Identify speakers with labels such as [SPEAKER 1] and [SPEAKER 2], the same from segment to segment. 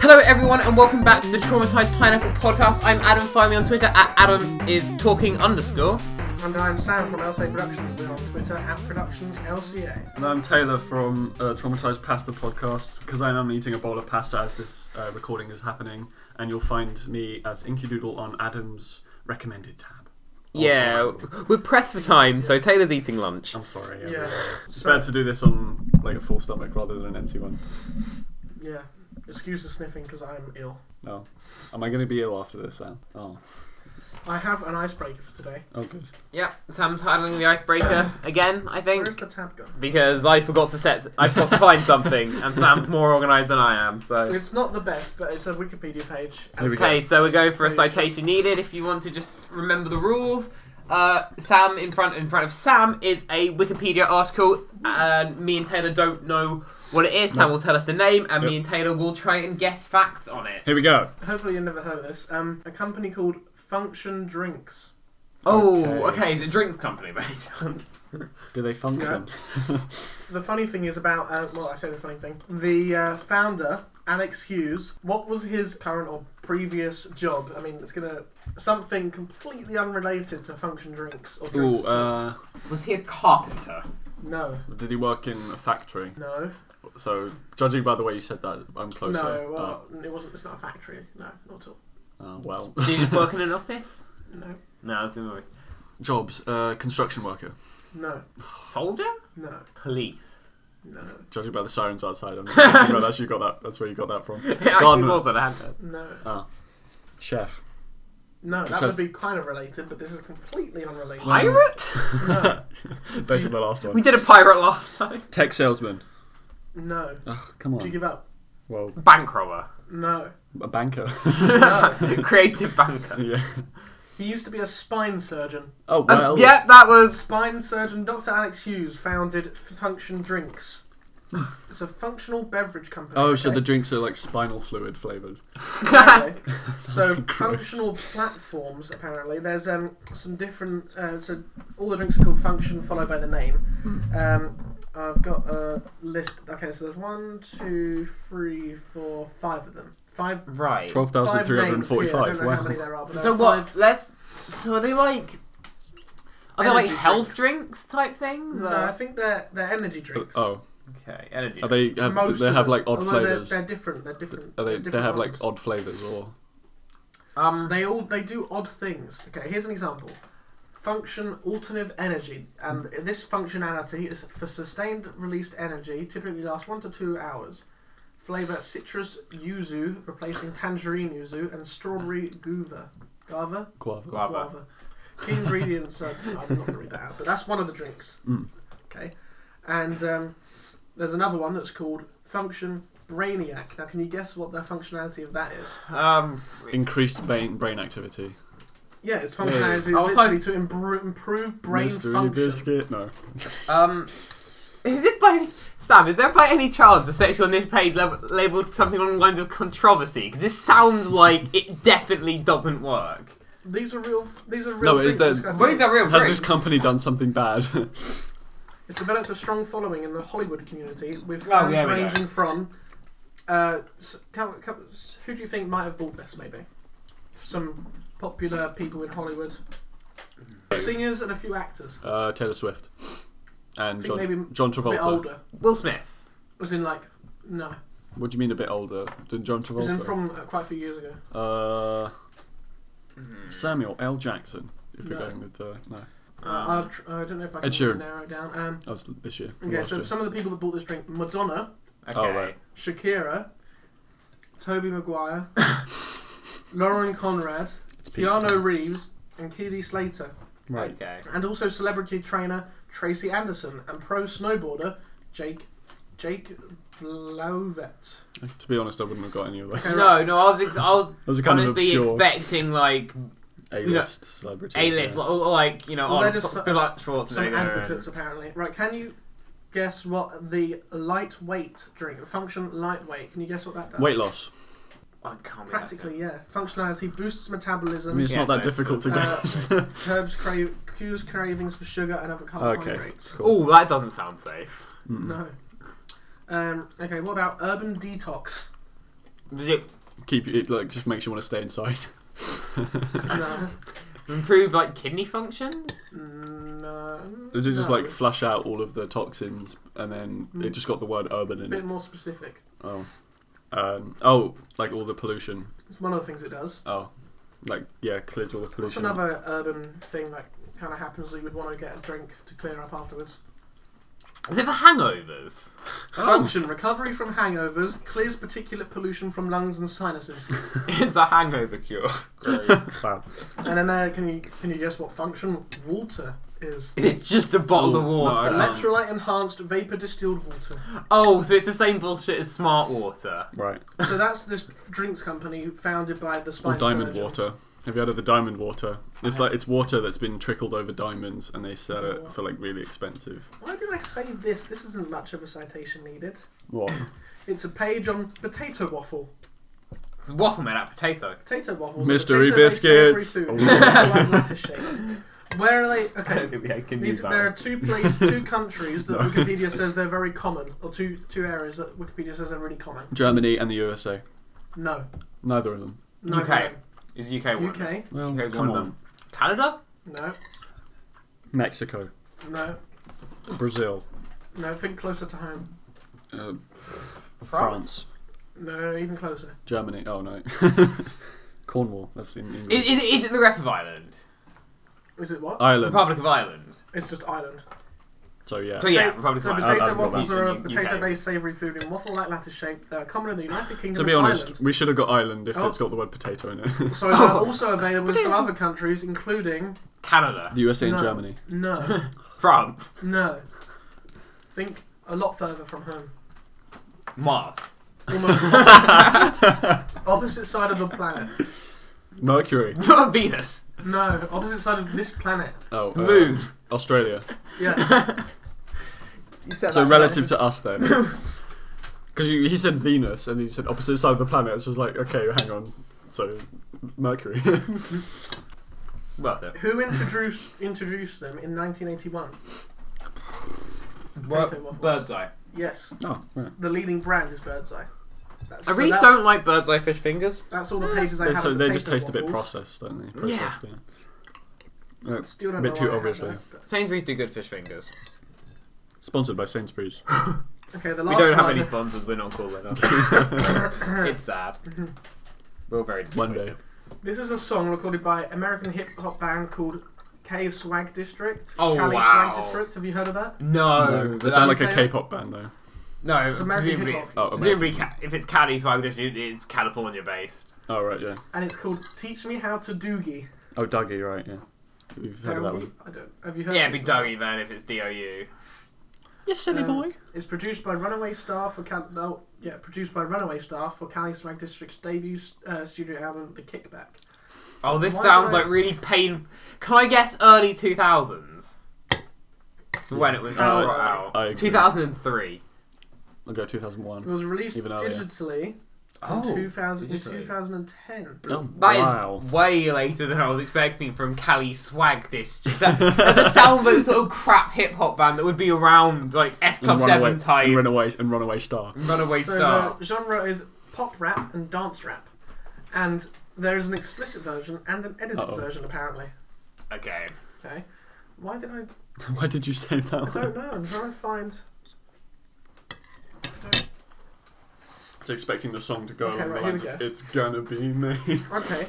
[SPEAKER 1] Hello, everyone, and welcome back to the Traumatized Pineapple Podcast. I'm Adam. Find me on Twitter at Adam is talking underscore.
[SPEAKER 2] And I'm Sam from LCA Productions. We're on Twitter at Productions LCA.
[SPEAKER 3] And I'm Taylor from uh, Traumatized Pasta Podcast because I am eating a bowl of pasta as this uh, recording is happening. And you'll find me as Inkydoodle on Adam's recommended tab. Oh,
[SPEAKER 1] Yeah, we're pressed for time, so Taylor's eating lunch.
[SPEAKER 3] I'm sorry.
[SPEAKER 2] Yeah.
[SPEAKER 3] everyone. It's better to do this on like a full stomach rather than an empty one.
[SPEAKER 2] Yeah. Excuse the sniffing because I'm ill.
[SPEAKER 3] No. Oh. Am I going to be ill after this, Sam? Oh.
[SPEAKER 2] I have an icebreaker for today.
[SPEAKER 3] Oh, good.
[SPEAKER 1] Yep, Sam's handling the icebreaker again, I think,
[SPEAKER 2] Where's the tab gone?
[SPEAKER 1] because I forgot to set, I forgot to find something, and Sam's more organised than I am. So
[SPEAKER 2] It's not the best, but it's a Wikipedia page.
[SPEAKER 3] Here we go.
[SPEAKER 1] okay, so we're going for a citation needed. If you want to just remember the rules, uh, Sam in front in front of Sam is a Wikipedia article, and me and Taylor don't know what it is. Sam will tell us the name, and me
[SPEAKER 3] Yep.
[SPEAKER 1] and Taylor will try and guess facts on it.
[SPEAKER 3] Here we go.
[SPEAKER 2] Hopefully, you've never heard of this. Um, a company called Function Drinks.
[SPEAKER 1] Oh,
[SPEAKER 3] Okay.
[SPEAKER 1] okay. It's a drinks company by any chance?
[SPEAKER 3] Do they function?
[SPEAKER 2] The funny thing is about, uh, well, I say the funny thing. The uh, founder, Alex Hughes, what was his current or previous job? I mean, it's gonna. Something completely unrelated to Function Drinks or drinks.
[SPEAKER 3] Ooh, uh,
[SPEAKER 1] Was he a carpenter?
[SPEAKER 2] no,
[SPEAKER 3] did he work in a factory?
[SPEAKER 2] no,
[SPEAKER 3] So, judging by the way you said that, I'm closer.
[SPEAKER 2] no. Well, it wasn't. It's not a factory. No, not at all.
[SPEAKER 3] Oh, oh, well.
[SPEAKER 1] Did he work in an office?
[SPEAKER 2] No,
[SPEAKER 1] No, I was gonna work.
[SPEAKER 3] Jobs. Uh, construction worker.
[SPEAKER 2] no,
[SPEAKER 1] Soldier?
[SPEAKER 2] no,
[SPEAKER 1] Police.
[SPEAKER 2] no,
[SPEAKER 3] Judging by the sirens outside, I'm guessing that that's, you got that, that's where you got that from.
[SPEAKER 1] It actually
[SPEAKER 3] Gardener. Ah.
[SPEAKER 1] was on a handbag.
[SPEAKER 2] no.
[SPEAKER 3] Chef.
[SPEAKER 2] No, that
[SPEAKER 3] Says-
[SPEAKER 2] would be kind of related, but this is completely unrelated.
[SPEAKER 1] Pirate?
[SPEAKER 2] No,
[SPEAKER 3] Based on the last
[SPEAKER 1] we
[SPEAKER 3] one.
[SPEAKER 1] did a pirate last time.
[SPEAKER 3] Tech salesman.
[SPEAKER 2] no.
[SPEAKER 3] Ugh, Ah, come
[SPEAKER 2] Did you
[SPEAKER 3] on.
[SPEAKER 2] give up?
[SPEAKER 3] Well,
[SPEAKER 1] Bank robber.
[SPEAKER 2] No.
[SPEAKER 3] a banker.
[SPEAKER 1] Creative banker.
[SPEAKER 3] yeah.
[SPEAKER 2] He used to be a spine surgeon.
[SPEAKER 3] Oh,
[SPEAKER 1] Um,
[SPEAKER 3] well.
[SPEAKER 1] yeah, that was.
[SPEAKER 2] Spine surgeon Dr. Alex Hughes founded Function Drinks. It's a functional beverage company.
[SPEAKER 3] Oh, so the
[SPEAKER 2] okay?
[SPEAKER 3] drinks are like spinal fluid flavoured.
[SPEAKER 2] Anyway, so
[SPEAKER 3] Gross.
[SPEAKER 2] functional platforms. Apparently, there's um some different. Uh, so all the drinks are called function, followed by the name.
[SPEAKER 1] Hmm.
[SPEAKER 2] Um, I've got a list. Okay, so there's one, two, three, four, five of them. Five.
[SPEAKER 1] right.
[SPEAKER 2] five names
[SPEAKER 3] 12,345.
[SPEAKER 2] here. I don't know how many
[SPEAKER 3] Wow.
[SPEAKER 2] there are, but there
[SPEAKER 1] So
[SPEAKER 2] are
[SPEAKER 1] what?
[SPEAKER 2] five.
[SPEAKER 1] Let's. So are they like? Are they like
[SPEAKER 2] Energy
[SPEAKER 1] health drinks
[SPEAKER 2] drinks.
[SPEAKER 1] type things?
[SPEAKER 2] No, I
[SPEAKER 1] or-
[SPEAKER 2] think they're they're energy drinks.
[SPEAKER 3] Oh,
[SPEAKER 1] Okay, energy.
[SPEAKER 3] are they have do
[SPEAKER 2] Most
[SPEAKER 3] they
[SPEAKER 2] of
[SPEAKER 3] have
[SPEAKER 2] them.
[SPEAKER 3] like odd
[SPEAKER 2] Although they're-
[SPEAKER 3] flavours?
[SPEAKER 2] They're, different. They're different.
[SPEAKER 3] Are they
[SPEAKER 2] There's
[SPEAKER 3] they
[SPEAKER 2] different
[SPEAKER 3] have like
[SPEAKER 2] ones.
[SPEAKER 3] odd flavours or
[SPEAKER 1] um.
[SPEAKER 2] They all they do odd things. Okay, here's an example. Function alternative energy, and this functionality is for sustained released energy. Typically lasts one to two hours. Flavor citrus yuzu replacing tangerine yuzu and strawberry guava. Guava.
[SPEAKER 3] guava?
[SPEAKER 1] Guava.
[SPEAKER 2] Key ingredients are, I'm not going to read that out, but that's one of the drinks.
[SPEAKER 3] Mm.
[SPEAKER 2] Okay. And um, there's another one that's called Function Brainiac. Now, can you guess what the functionality of that is?
[SPEAKER 1] Um.
[SPEAKER 3] Increased brain brain activity.
[SPEAKER 2] Yeah, its
[SPEAKER 3] Yeah.
[SPEAKER 2] functionality is
[SPEAKER 1] Oh, it's
[SPEAKER 2] literally to imbr- improve brain
[SPEAKER 3] Mystery
[SPEAKER 2] function.
[SPEAKER 3] biscuit. No.
[SPEAKER 1] Um, is this by any, Sam? Is there by any chance a section on this page lab- labeled something along the lines of controversy? Because this sounds like it definitely doesn't work.
[SPEAKER 2] These are real. These are real.
[SPEAKER 3] No, is
[SPEAKER 2] things
[SPEAKER 3] there-
[SPEAKER 2] discussed.
[SPEAKER 1] What is that real
[SPEAKER 3] Has
[SPEAKER 1] drink?
[SPEAKER 3] this company done something bad?
[SPEAKER 2] It's developed a strong following in the Hollywood community with
[SPEAKER 1] Oh,
[SPEAKER 2] fans
[SPEAKER 1] there we go.
[SPEAKER 2] ranging from. Uh, s- tell- co- s- who do you think might have bought this? Maybe some popular people in Hollywood, singers and a few actors.
[SPEAKER 3] uh, Taylor Swift.
[SPEAKER 2] I
[SPEAKER 3] And
[SPEAKER 2] think maybe a
[SPEAKER 3] John, John
[SPEAKER 2] bit
[SPEAKER 3] Travolta.
[SPEAKER 2] older.
[SPEAKER 1] Will Smith.
[SPEAKER 2] Was in like no.
[SPEAKER 3] What do you mean a bit older than John
[SPEAKER 2] Was in
[SPEAKER 3] Travolta?
[SPEAKER 2] from uh, quite a few years ago.
[SPEAKER 3] Uh, Samuel L. Jackson. If we're
[SPEAKER 2] No.
[SPEAKER 3] going with uh, no,
[SPEAKER 2] Uh,
[SPEAKER 1] Um,
[SPEAKER 2] I'll tr- I don't know if I can
[SPEAKER 3] Sheeran.
[SPEAKER 2] narrow it down. Um,
[SPEAKER 3] that was this year.
[SPEAKER 2] okay,
[SPEAKER 3] last
[SPEAKER 2] so
[SPEAKER 3] year.
[SPEAKER 2] some of the people that bought this drink: Madonna,
[SPEAKER 1] Okay.
[SPEAKER 3] Oh, right.
[SPEAKER 2] Shakira, Toby Maguire, Lauren Conrad,
[SPEAKER 3] it's
[SPEAKER 2] Keanu
[SPEAKER 3] pizza.
[SPEAKER 2] Reeves, and Keely Slater,
[SPEAKER 3] Right.
[SPEAKER 1] Okay.
[SPEAKER 2] and also celebrity trainer Tracy Anderson and pro snowboarder Jake Jake Blauvett.
[SPEAKER 3] To be honest, I wouldn't have got any of those.
[SPEAKER 1] No, no, I was, ex- I was
[SPEAKER 3] Those are kind of
[SPEAKER 1] honestly
[SPEAKER 3] obscure
[SPEAKER 1] expecting like
[SPEAKER 3] A-list celebrities.
[SPEAKER 1] A list,
[SPEAKER 3] yeah.
[SPEAKER 1] like, all- like you know,
[SPEAKER 2] Well,
[SPEAKER 1] Arnold
[SPEAKER 2] they're just
[SPEAKER 1] Schwarzenegger, like
[SPEAKER 2] Some
[SPEAKER 1] Schwarzenegger.
[SPEAKER 2] advocates apparently. Right, can you guess what the lightweight drink function lightweight? Can you guess what that does?
[SPEAKER 3] Weight loss.
[SPEAKER 1] and- I can't remember.
[SPEAKER 2] Practically, yeah. Functionality boosts metabolism.
[SPEAKER 3] I mean, it's
[SPEAKER 1] Yeah,
[SPEAKER 3] not that
[SPEAKER 1] so-
[SPEAKER 3] difficult to
[SPEAKER 2] so-
[SPEAKER 3] guess.
[SPEAKER 2] Curbs cra- cures cravings for sugar and other
[SPEAKER 3] okay,
[SPEAKER 2] carbohydrates.
[SPEAKER 3] cool.
[SPEAKER 1] Oh, that doesn't sound safe.
[SPEAKER 3] Mm.
[SPEAKER 2] No. Um, okay, what about urban detox?
[SPEAKER 1] Does it
[SPEAKER 3] Keep it like just makes you want to stay inside.
[SPEAKER 2] No.
[SPEAKER 1] improve like kidney functions?
[SPEAKER 2] no.
[SPEAKER 3] Does it just
[SPEAKER 2] no.
[SPEAKER 3] like flush out all of the toxins and then it just got the word urban
[SPEAKER 2] A
[SPEAKER 3] in
[SPEAKER 2] bit
[SPEAKER 3] it?
[SPEAKER 2] more specific.
[SPEAKER 3] Oh, um, oh, like all the pollution.
[SPEAKER 2] It's one of the things it does.
[SPEAKER 3] Oh, like yeah, clears all the
[SPEAKER 2] What's
[SPEAKER 3] pollution.
[SPEAKER 2] another urban thing that kind of happens that you would want to get a drink to clear up afterwards?
[SPEAKER 1] Is it for hangovers?
[SPEAKER 3] Oh,
[SPEAKER 2] Function recovery from hangovers clears particulate pollution from lungs and sinuses.
[SPEAKER 1] it's a hangover cure.
[SPEAKER 3] wow.
[SPEAKER 2] and then there, can you can you guess what function water is?
[SPEAKER 1] It's just a bottle of
[SPEAKER 3] Oh,
[SPEAKER 1] water.
[SPEAKER 3] no.
[SPEAKER 2] Electrolyte enhanced vapor distilled water.
[SPEAKER 1] Oh, so it's the same bullshit as smart water.
[SPEAKER 3] Right.
[SPEAKER 2] So that's this drinks company founded by the
[SPEAKER 3] Or
[SPEAKER 2] spine
[SPEAKER 3] diamond
[SPEAKER 2] surgeon.
[SPEAKER 3] water. Have you heard of the diamond water? It's like it's water that's been trickled over diamonds, and they sell it for like really expensive.
[SPEAKER 2] Why did I save this? This isn't much of a citation needed.
[SPEAKER 3] What?
[SPEAKER 2] It's a page on potato waffle.
[SPEAKER 1] It's waffle made out of potato.
[SPEAKER 2] Potato waffles. are
[SPEAKER 3] Mystery
[SPEAKER 2] potato-based savory
[SPEAKER 3] biscuits.
[SPEAKER 2] food.
[SPEAKER 3] Oh.
[SPEAKER 2] Like lettuce shape. Where are they?
[SPEAKER 1] I don't
[SPEAKER 2] Okay.
[SPEAKER 1] think we can
[SPEAKER 2] These,
[SPEAKER 1] use
[SPEAKER 2] there are
[SPEAKER 1] that.
[SPEAKER 2] two places, two countries that Wikipedia says they're very common, or two two areas that Wikipedia says are really common.
[SPEAKER 3] Germany and the USA.
[SPEAKER 2] No,
[SPEAKER 3] Neither of them.
[SPEAKER 2] no.
[SPEAKER 1] UK. Is UK
[SPEAKER 2] no.
[SPEAKER 1] one?
[SPEAKER 2] UK.
[SPEAKER 3] Well,
[SPEAKER 1] Here's one
[SPEAKER 3] come
[SPEAKER 1] of
[SPEAKER 3] on.
[SPEAKER 1] them. Canada?
[SPEAKER 2] No,
[SPEAKER 3] Mexico,
[SPEAKER 2] no,
[SPEAKER 3] Brazil,
[SPEAKER 2] no. Think closer to home.
[SPEAKER 3] uh, France.
[SPEAKER 2] No, even closer.
[SPEAKER 3] Germany. Oh no. Cornwall. That's in England.
[SPEAKER 1] Is, is, is it the Rep of Ireland?
[SPEAKER 2] Is it what?
[SPEAKER 3] Ireland.
[SPEAKER 1] Republic of Ireland.
[SPEAKER 2] it's just Ireland.
[SPEAKER 3] So yeah.
[SPEAKER 1] So yeah,
[SPEAKER 2] Potato-
[SPEAKER 1] Republic
[SPEAKER 2] So
[SPEAKER 1] of
[SPEAKER 3] I- I
[SPEAKER 2] potato
[SPEAKER 1] Ireland.
[SPEAKER 3] haven't got
[SPEAKER 2] waffles
[SPEAKER 1] that.
[SPEAKER 2] are a
[SPEAKER 1] UK.
[SPEAKER 2] potato-based savoury food in waffle-like lattice shape. They're common in the United Kingdom.
[SPEAKER 3] Ah. To be
[SPEAKER 2] and
[SPEAKER 3] honest,
[SPEAKER 2] Ireland.
[SPEAKER 3] we should have got Ireland if
[SPEAKER 2] Oh.
[SPEAKER 3] it's got the word potato in it.
[SPEAKER 2] so they're
[SPEAKER 1] Oh.
[SPEAKER 2] also available in some other countries, including
[SPEAKER 1] Canada.
[SPEAKER 3] the USA and
[SPEAKER 2] No.
[SPEAKER 3] Germany.
[SPEAKER 2] no,
[SPEAKER 1] France.
[SPEAKER 2] no. Think a lot further from home.
[SPEAKER 1] Mars.
[SPEAKER 2] Almost opposite side of the planet.
[SPEAKER 3] Mercury.
[SPEAKER 1] Venus.
[SPEAKER 2] No, opposite side of this planet.
[SPEAKER 3] Oh. uh,
[SPEAKER 1] Move.
[SPEAKER 3] Australia.
[SPEAKER 2] Yeah.
[SPEAKER 3] So relative to us then. Because he said Venus and he said opposite side of the planet, so it's like, okay, hang on. So, Mercury.
[SPEAKER 1] Worth it.
[SPEAKER 2] Who introduced introduced them in 1981?
[SPEAKER 1] Well,
[SPEAKER 2] waffles.
[SPEAKER 1] bird's eye.
[SPEAKER 2] Yes,
[SPEAKER 3] oh, yeah.
[SPEAKER 2] the leading brand is Birdseye. That's,
[SPEAKER 1] I
[SPEAKER 2] so
[SPEAKER 1] really
[SPEAKER 2] that's,
[SPEAKER 1] don't like bird's eye fish fingers.
[SPEAKER 2] That's all the pages I
[SPEAKER 3] They,
[SPEAKER 2] have.
[SPEAKER 3] so
[SPEAKER 2] of
[SPEAKER 3] they just
[SPEAKER 2] potato
[SPEAKER 3] taste a bit
[SPEAKER 2] waffles.
[SPEAKER 3] processed, don't they? Processed, yeah.
[SPEAKER 2] Still don't
[SPEAKER 3] bit
[SPEAKER 2] know
[SPEAKER 3] too
[SPEAKER 2] why I have
[SPEAKER 3] obviously.
[SPEAKER 2] that, but-
[SPEAKER 1] Sainsbury's do good fish fingers.
[SPEAKER 3] Sponsored by Sainsbury's.
[SPEAKER 2] Okay, the
[SPEAKER 1] We
[SPEAKER 2] last
[SPEAKER 1] don't have
[SPEAKER 2] one-
[SPEAKER 1] any sponsors. We're not cool enough. it's sad. We're very
[SPEAKER 3] One day.
[SPEAKER 1] disappointed.
[SPEAKER 2] This is a song recorded by American hip hop band called K Swag District.
[SPEAKER 1] Oh,
[SPEAKER 2] Cali
[SPEAKER 1] wow.
[SPEAKER 2] Swag District. Have you heard of that?
[SPEAKER 1] No,
[SPEAKER 3] no, they
[SPEAKER 1] but
[SPEAKER 3] sound like
[SPEAKER 1] that's-
[SPEAKER 3] a K-pop band though.
[SPEAKER 1] no.
[SPEAKER 2] It's American
[SPEAKER 1] presumably,
[SPEAKER 2] hip
[SPEAKER 1] it's,
[SPEAKER 3] hop. Oh,
[SPEAKER 1] presumably ca- if it's Cali, so I would assume it's California based.
[SPEAKER 3] Oh right, yeah.
[SPEAKER 2] And it's called Teach Me How to Doogie.
[SPEAKER 3] Oh Dougie, right, yeah. We've heard of that
[SPEAKER 2] Doogie?
[SPEAKER 3] one.
[SPEAKER 2] I don't. Have you heard?
[SPEAKER 1] Yeah,
[SPEAKER 2] of this
[SPEAKER 1] Big
[SPEAKER 2] one?
[SPEAKER 1] Dougie then if it's DOU.
[SPEAKER 3] You
[SPEAKER 2] silly boy. It's produced by Runaway Star for Cal- no, yeah, produced by Runaway Star for Cali Swag District's debut uh, studio album, The Kickback.
[SPEAKER 1] Oh, this
[SPEAKER 2] Why
[SPEAKER 1] sounds
[SPEAKER 2] do I-
[SPEAKER 1] like really pain. Can I guess early 2000s? When it was
[SPEAKER 3] Yeah.
[SPEAKER 1] out.
[SPEAKER 2] Uh,
[SPEAKER 1] out.
[SPEAKER 3] I agree.
[SPEAKER 1] 2003.
[SPEAKER 3] I'll go
[SPEAKER 2] It
[SPEAKER 3] 2001.
[SPEAKER 2] was released
[SPEAKER 3] Even earlier.
[SPEAKER 2] digitally in 2000, in 2010.
[SPEAKER 3] Oh,
[SPEAKER 1] That is
[SPEAKER 3] wow.
[SPEAKER 1] way later than I was expecting from Cali Swag District. That, that's the sound of a sort of crap hip hop band that would be around like S Club
[SPEAKER 3] And runaway,
[SPEAKER 1] 7 type
[SPEAKER 3] and runaway and runaway star.
[SPEAKER 1] Runaway
[SPEAKER 2] So
[SPEAKER 1] Star.
[SPEAKER 2] the genre is pop rap and dance rap, and there is an explicit version and an edited
[SPEAKER 3] Uh-oh.
[SPEAKER 2] version apparently. uh,
[SPEAKER 1] Okay.
[SPEAKER 2] Okay, why did I?
[SPEAKER 3] Why did you say that?
[SPEAKER 2] I don't know. I'm trying to find.
[SPEAKER 3] I was expecting the song to go
[SPEAKER 2] Okay,
[SPEAKER 3] along
[SPEAKER 2] right,
[SPEAKER 3] the lines
[SPEAKER 2] here we
[SPEAKER 3] of "It's gonna be me."
[SPEAKER 2] Okay,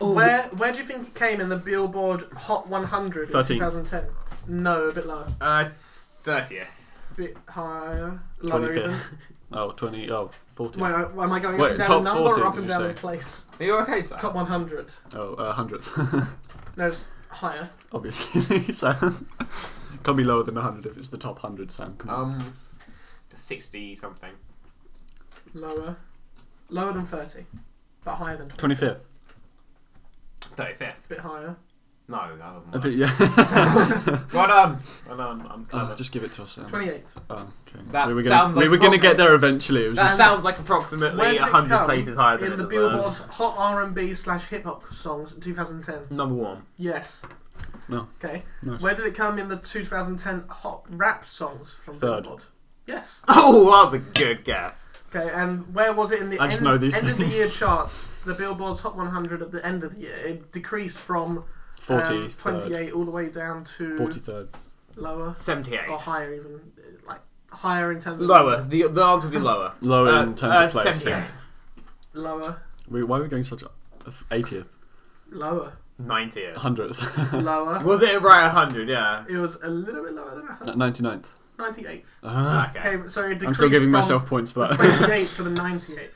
[SPEAKER 2] where where do you think it came in the Billboard Hot 100 in
[SPEAKER 3] 13.
[SPEAKER 2] 2010? No, a bit lower,
[SPEAKER 1] Uh, 30th.
[SPEAKER 2] a bit higher, lower
[SPEAKER 3] 25th.
[SPEAKER 2] even.
[SPEAKER 3] Oh, 20, oh, 40.
[SPEAKER 2] Wait, am I going
[SPEAKER 3] Wait,
[SPEAKER 2] up and down
[SPEAKER 3] top
[SPEAKER 2] a number
[SPEAKER 3] 40,
[SPEAKER 2] or up and
[SPEAKER 3] did you
[SPEAKER 2] down a
[SPEAKER 3] say?
[SPEAKER 2] place?
[SPEAKER 1] Are you okay, sir?
[SPEAKER 2] Top 100.
[SPEAKER 3] Oh, uh, 100th.
[SPEAKER 2] No, it's higher.
[SPEAKER 3] Obviously, Sam. Can't be lower than 100 if it's the top 100, Sam. Come on.
[SPEAKER 1] Um, 60 something.
[SPEAKER 2] Lower. Lower than 30, but higher than 20.
[SPEAKER 3] 25th.
[SPEAKER 1] 35th.
[SPEAKER 2] A bit higher.
[SPEAKER 4] No, that doesn't
[SPEAKER 3] I
[SPEAKER 4] work.
[SPEAKER 3] think- yeah.
[SPEAKER 1] Right on. Right on. I'm
[SPEAKER 3] oh,
[SPEAKER 1] clever.
[SPEAKER 3] just give it to us. Sam.
[SPEAKER 2] 28th.
[SPEAKER 3] Oh, okay.
[SPEAKER 1] That
[SPEAKER 3] we were
[SPEAKER 1] sounds
[SPEAKER 3] gonna, we
[SPEAKER 1] like
[SPEAKER 3] were gonna
[SPEAKER 1] profit.
[SPEAKER 3] get there eventually. It was
[SPEAKER 1] that
[SPEAKER 3] just
[SPEAKER 1] sounds like
[SPEAKER 2] Where
[SPEAKER 1] approximately
[SPEAKER 2] did it
[SPEAKER 1] 100
[SPEAKER 2] come
[SPEAKER 1] places higher than
[SPEAKER 2] In
[SPEAKER 1] it
[SPEAKER 2] the
[SPEAKER 1] deserves.
[SPEAKER 2] Billboard's Hot R&B slash Hip Hop Songs in 2010.
[SPEAKER 1] Number one.
[SPEAKER 2] Yes.
[SPEAKER 3] No.
[SPEAKER 2] Okay.
[SPEAKER 3] Nice.
[SPEAKER 2] Where did it come in the 2010 Hot Rap Songs from
[SPEAKER 3] Third.
[SPEAKER 2] Billboard? Yes.
[SPEAKER 1] Oh, that was a good guess.
[SPEAKER 2] Okay, and where was it in the
[SPEAKER 3] I
[SPEAKER 2] end,
[SPEAKER 3] just know these
[SPEAKER 2] end of the
[SPEAKER 3] things.
[SPEAKER 2] year charts? The Billboard Top 100 at the end of the year. It decreased from um,
[SPEAKER 3] 43rd.
[SPEAKER 2] 28 all the way down to
[SPEAKER 3] 43rd.
[SPEAKER 2] lower
[SPEAKER 1] 78.
[SPEAKER 2] or higher, even like higher in terms of
[SPEAKER 1] Lower. The, the answer would be lower.
[SPEAKER 3] Lower
[SPEAKER 1] Uh,
[SPEAKER 3] in terms
[SPEAKER 1] uh,
[SPEAKER 3] of place.
[SPEAKER 1] 78.
[SPEAKER 3] Yeah.
[SPEAKER 2] lower,
[SPEAKER 3] We, why are we going such a 80th,
[SPEAKER 2] lower,
[SPEAKER 1] 90th.
[SPEAKER 3] 100th,
[SPEAKER 2] lower.
[SPEAKER 1] Was it right 100? Yeah.
[SPEAKER 2] It was a little bit lower than 100
[SPEAKER 3] 99th?
[SPEAKER 2] 98th.
[SPEAKER 3] Ah,
[SPEAKER 1] Okay.
[SPEAKER 2] Okay, so it
[SPEAKER 3] I'm still
[SPEAKER 2] decreased
[SPEAKER 3] giving
[SPEAKER 2] from
[SPEAKER 3] myself points for
[SPEAKER 2] the
[SPEAKER 3] that.
[SPEAKER 2] 28th to the 98th.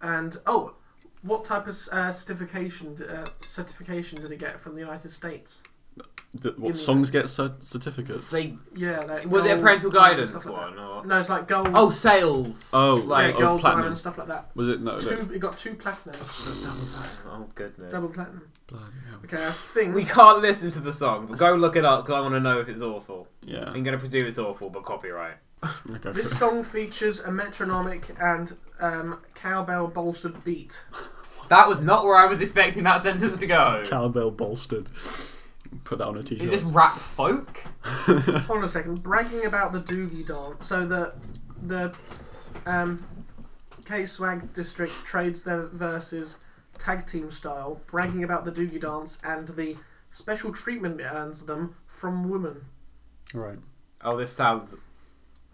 [SPEAKER 2] And oh, what type of uh, certification uh, certification did it get from the United States?
[SPEAKER 3] Th-
[SPEAKER 2] Give me
[SPEAKER 3] what songs get cer- certificates?
[SPEAKER 1] Say-
[SPEAKER 2] Yeah, like
[SPEAKER 1] was it a
[SPEAKER 2] gold,
[SPEAKER 1] parental
[SPEAKER 2] diamond,
[SPEAKER 1] guidance
[SPEAKER 2] stuff like
[SPEAKER 1] one? Or?
[SPEAKER 2] that. Oh, No, it's like gold.
[SPEAKER 1] Oh, sales.
[SPEAKER 3] Oh,
[SPEAKER 2] yeah,
[SPEAKER 1] like.
[SPEAKER 3] oh,
[SPEAKER 2] gold,
[SPEAKER 3] platinum.
[SPEAKER 2] diamond, stuff like that.
[SPEAKER 3] Was it no? no.
[SPEAKER 2] Two, it got two platinums,
[SPEAKER 1] Oh, goodness.
[SPEAKER 2] double platinum.
[SPEAKER 3] Bloody hell.
[SPEAKER 2] Okay, I think
[SPEAKER 1] We can't listen to the song, but go look it up because I want to know if it's awful.
[SPEAKER 3] Yeah.
[SPEAKER 1] I'm going to presume it's awful, but copyright.
[SPEAKER 3] I'll go for
[SPEAKER 2] This
[SPEAKER 3] it.
[SPEAKER 2] song features a metronomic and um, cowbell bolstered beat.
[SPEAKER 1] That was not where I was expecting that sentence to go.
[SPEAKER 3] Cowbell bolstered. Put that on a t-shirt.
[SPEAKER 1] Is this rap folk?
[SPEAKER 2] Hold on a second, bragging about the Doogie Dance. So the the um, K Swag District trades their verses tag team style, bragging about the Doogie Dance and the special treatment it earns them from women.
[SPEAKER 3] right.
[SPEAKER 1] Oh, this sounds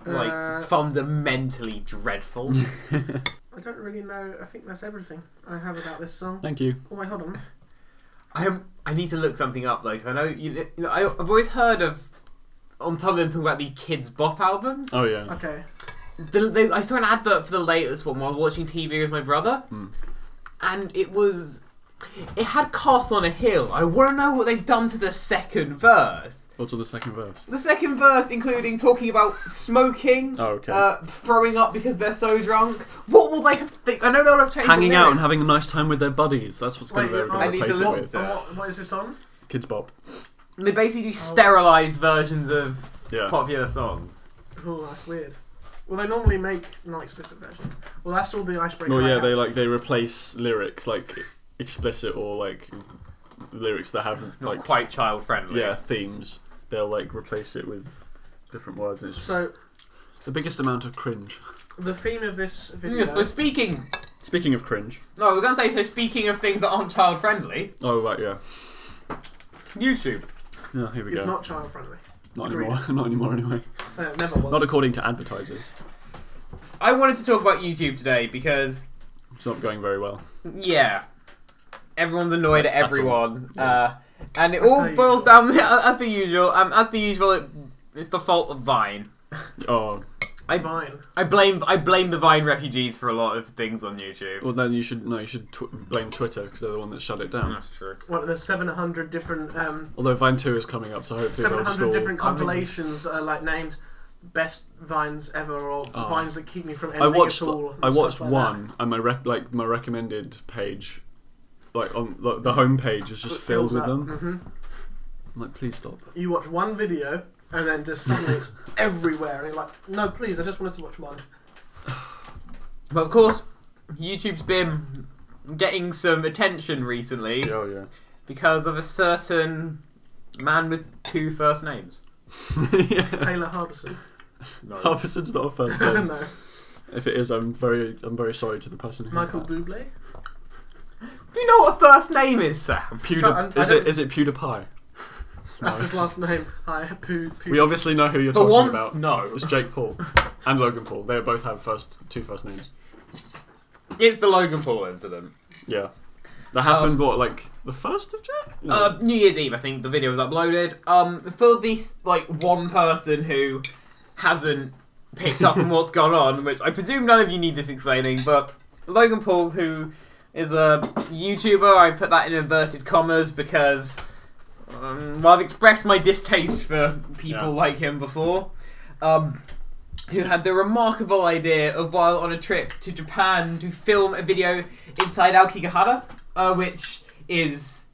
[SPEAKER 1] like
[SPEAKER 2] Uh,
[SPEAKER 1] fundamentally dreadful.
[SPEAKER 2] I don't really know. I think that's everything I have about this song.
[SPEAKER 3] Thank you.
[SPEAKER 2] Oh wait, hold on.
[SPEAKER 1] I am, I need to look something up though. 'cause I know you, know- you know I, I've always heard of on top of them talking about the kids bop albums.
[SPEAKER 3] Oh yeah.
[SPEAKER 2] Okay.
[SPEAKER 1] The, they, I saw an advert for the latest one while watching TV with my brother,
[SPEAKER 3] Hmm.
[SPEAKER 1] and it was it had Castle on a Hill. I want to know what they've done to the second verse.
[SPEAKER 3] What's on the second verse?
[SPEAKER 1] The second verse, including talking about smoking,
[SPEAKER 3] Oh, okay.
[SPEAKER 1] uh, throwing up because they're so drunk. What will they have? Think? I know they'll have changed. the
[SPEAKER 3] Hanging out and
[SPEAKER 1] lyrics.
[SPEAKER 3] having a nice time with their buddies. That's what's going
[SPEAKER 2] Wait,
[SPEAKER 3] to
[SPEAKER 2] I need to
[SPEAKER 3] replace it
[SPEAKER 1] listen
[SPEAKER 3] with.
[SPEAKER 1] to-
[SPEAKER 2] And what, what is this on?
[SPEAKER 3] Kids Bop.
[SPEAKER 1] They basically sterilized versions of
[SPEAKER 3] Yeah.
[SPEAKER 1] popular songs.
[SPEAKER 2] Oh, that's weird. Well, they normally make not explicit versions. Well, that's all the icebreaker.
[SPEAKER 3] No,
[SPEAKER 2] I
[SPEAKER 3] yeah,
[SPEAKER 2] have.
[SPEAKER 3] they like they replace lyrics like explicit or like lyrics that have
[SPEAKER 1] Not
[SPEAKER 3] like
[SPEAKER 1] quite child friendly.
[SPEAKER 3] yeah themes. They'll like replace it with different words. And it's
[SPEAKER 2] So
[SPEAKER 3] the biggest amount of cringe.
[SPEAKER 2] the theme of this
[SPEAKER 1] Mm,
[SPEAKER 2] video.
[SPEAKER 1] Well, speaking.
[SPEAKER 3] Speaking of cringe,
[SPEAKER 1] No, we're gonna say so. Speaking of things that aren't child friendly,
[SPEAKER 3] oh right, yeah,
[SPEAKER 1] YouTube.
[SPEAKER 3] yeah here we
[SPEAKER 2] It's
[SPEAKER 3] go.
[SPEAKER 2] not child friendly.
[SPEAKER 3] Not
[SPEAKER 2] agreed.
[SPEAKER 3] anymore. not anymore. Anyway,
[SPEAKER 2] Uh, never was.
[SPEAKER 3] not according to advertisers.
[SPEAKER 1] I wanted to talk about YouTube today because
[SPEAKER 3] It's not going very well.
[SPEAKER 1] yeah, everyone's annoyed at
[SPEAKER 3] all.
[SPEAKER 1] everyone,
[SPEAKER 3] Yeah.
[SPEAKER 1] uh, and it
[SPEAKER 2] As
[SPEAKER 1] all
[SPEAKER 2] per
[SPEAKER 1] boils
[SPEAKER 2] usual.
[SPEAKER 1] down as per usual. Um, as per usual, it, it's the fault of Vine.
[SPEAKER 3] Oh
[SPEAKER 2] Vine.
[SPEAKER 1] I blame I blame the Vine refugees for a lot of things on YouTube.
[SPEAKER 3] well, then you should no, you should tw- blame Twitter because they're the one that shut it down.
[SPEAKER 1] Mm, That's true.
[SPEAKER 2] Well, there's 700 different um,
[SPEAKER 3] Although Vine Two is coming up, so hopefully they'll just
[SPEAKER 2] 700
[SPEAKER 3] all.
[SPEAKER 2] different
[SPEAKER 1] I mean-
[SPEAKER 2] compilations uh, like named best vines ever or
[SPEAKER 3] Oh.
[SPEAKER 2] vines that keep me from ending
[SPEAKER 3] I watched
[SPEAKER 2] at all. and
[SPEAKER 3] I
[SPEAKER 2] stuff
[SPEAKER 3] watched
[SPEAKER 2] like
[SPEAKER 3] one and my rec- like my recommended page like on the, the home page is
[SPEAKER 2] that.
[SPEAKER 3] just
[SPEAKER 2] It
[SPEAKER 3] filled
[SPEAKER 2] fills
[SPEAKER 3] with
[SPEAKER 2] up.
[SPEAKER 3] them.
[SPEAKER 2] Mhm.
[SPEAKER 3] I'm like please stop.
[SPEAKER 2] You watch one video and then just suddenly it's everywhere and you're like, no, please, I just wanted to watch one.
[SPEAKER 1] But of course, YouTube's been getting some attention recently
[SPEAKER 3] Oh yeah.
[SPEAKER 1] because of a certain man with two first names.
[SPEAKER 3] yeah.
[SPEAKER 2] Taylor Harbison.
[SPEAKER 1] No.
[SPEAKER 3] Harvison's not a first name.
[SPEAKER 2] no.
[SPEAKER 3] if it is, I'm very I'm very sorry to the person who
[SPEAKER 2] Michael
[SPEAKER 3] Michael that.
[SPEAKER 2] Bublé.
[SPEAKER 1] Do you know what a first name is, Sam?
[SPEAKER 3] Pewd-
[SPEAKER 2] So, and I
[SPEAKER 3] is it
[SPEAKER 2] don't-
[SPEAKER 3] is it PewDiePie?
[SPEAKER 2] That's his last name. Hi, Poo. Poo.
[SPEAKER 3] We obviously know who you're
[SPEAKER 1] For once,
[SPEAKER 3] talking about.
[SPEAKER 1] no.
[SPEAKER 3] It's Jake Paul and Logan Paul. They both have first two first names.
[SPEAKER 1] It's the Logan Paul incident.
[SPEAKER 3] Yeah. That happened what like the first of June? No.
[SPEAKER 1] Uh, New Year's Eve, I think the video was uploaded. Um, for this like one person who hasn't picked up on what's gone on, which I presume none of you need this explaining, but Logan Paul, who is a YouTuber, I put that in inverted commas because um, well, I've expressed my distaste for people
[SPEAKER 3] Yeah.
[SPEAKER 1] like him before. Um, who had the remarkable idea of while on a trip to Japan to film a video inside Aokigahara, uh, which is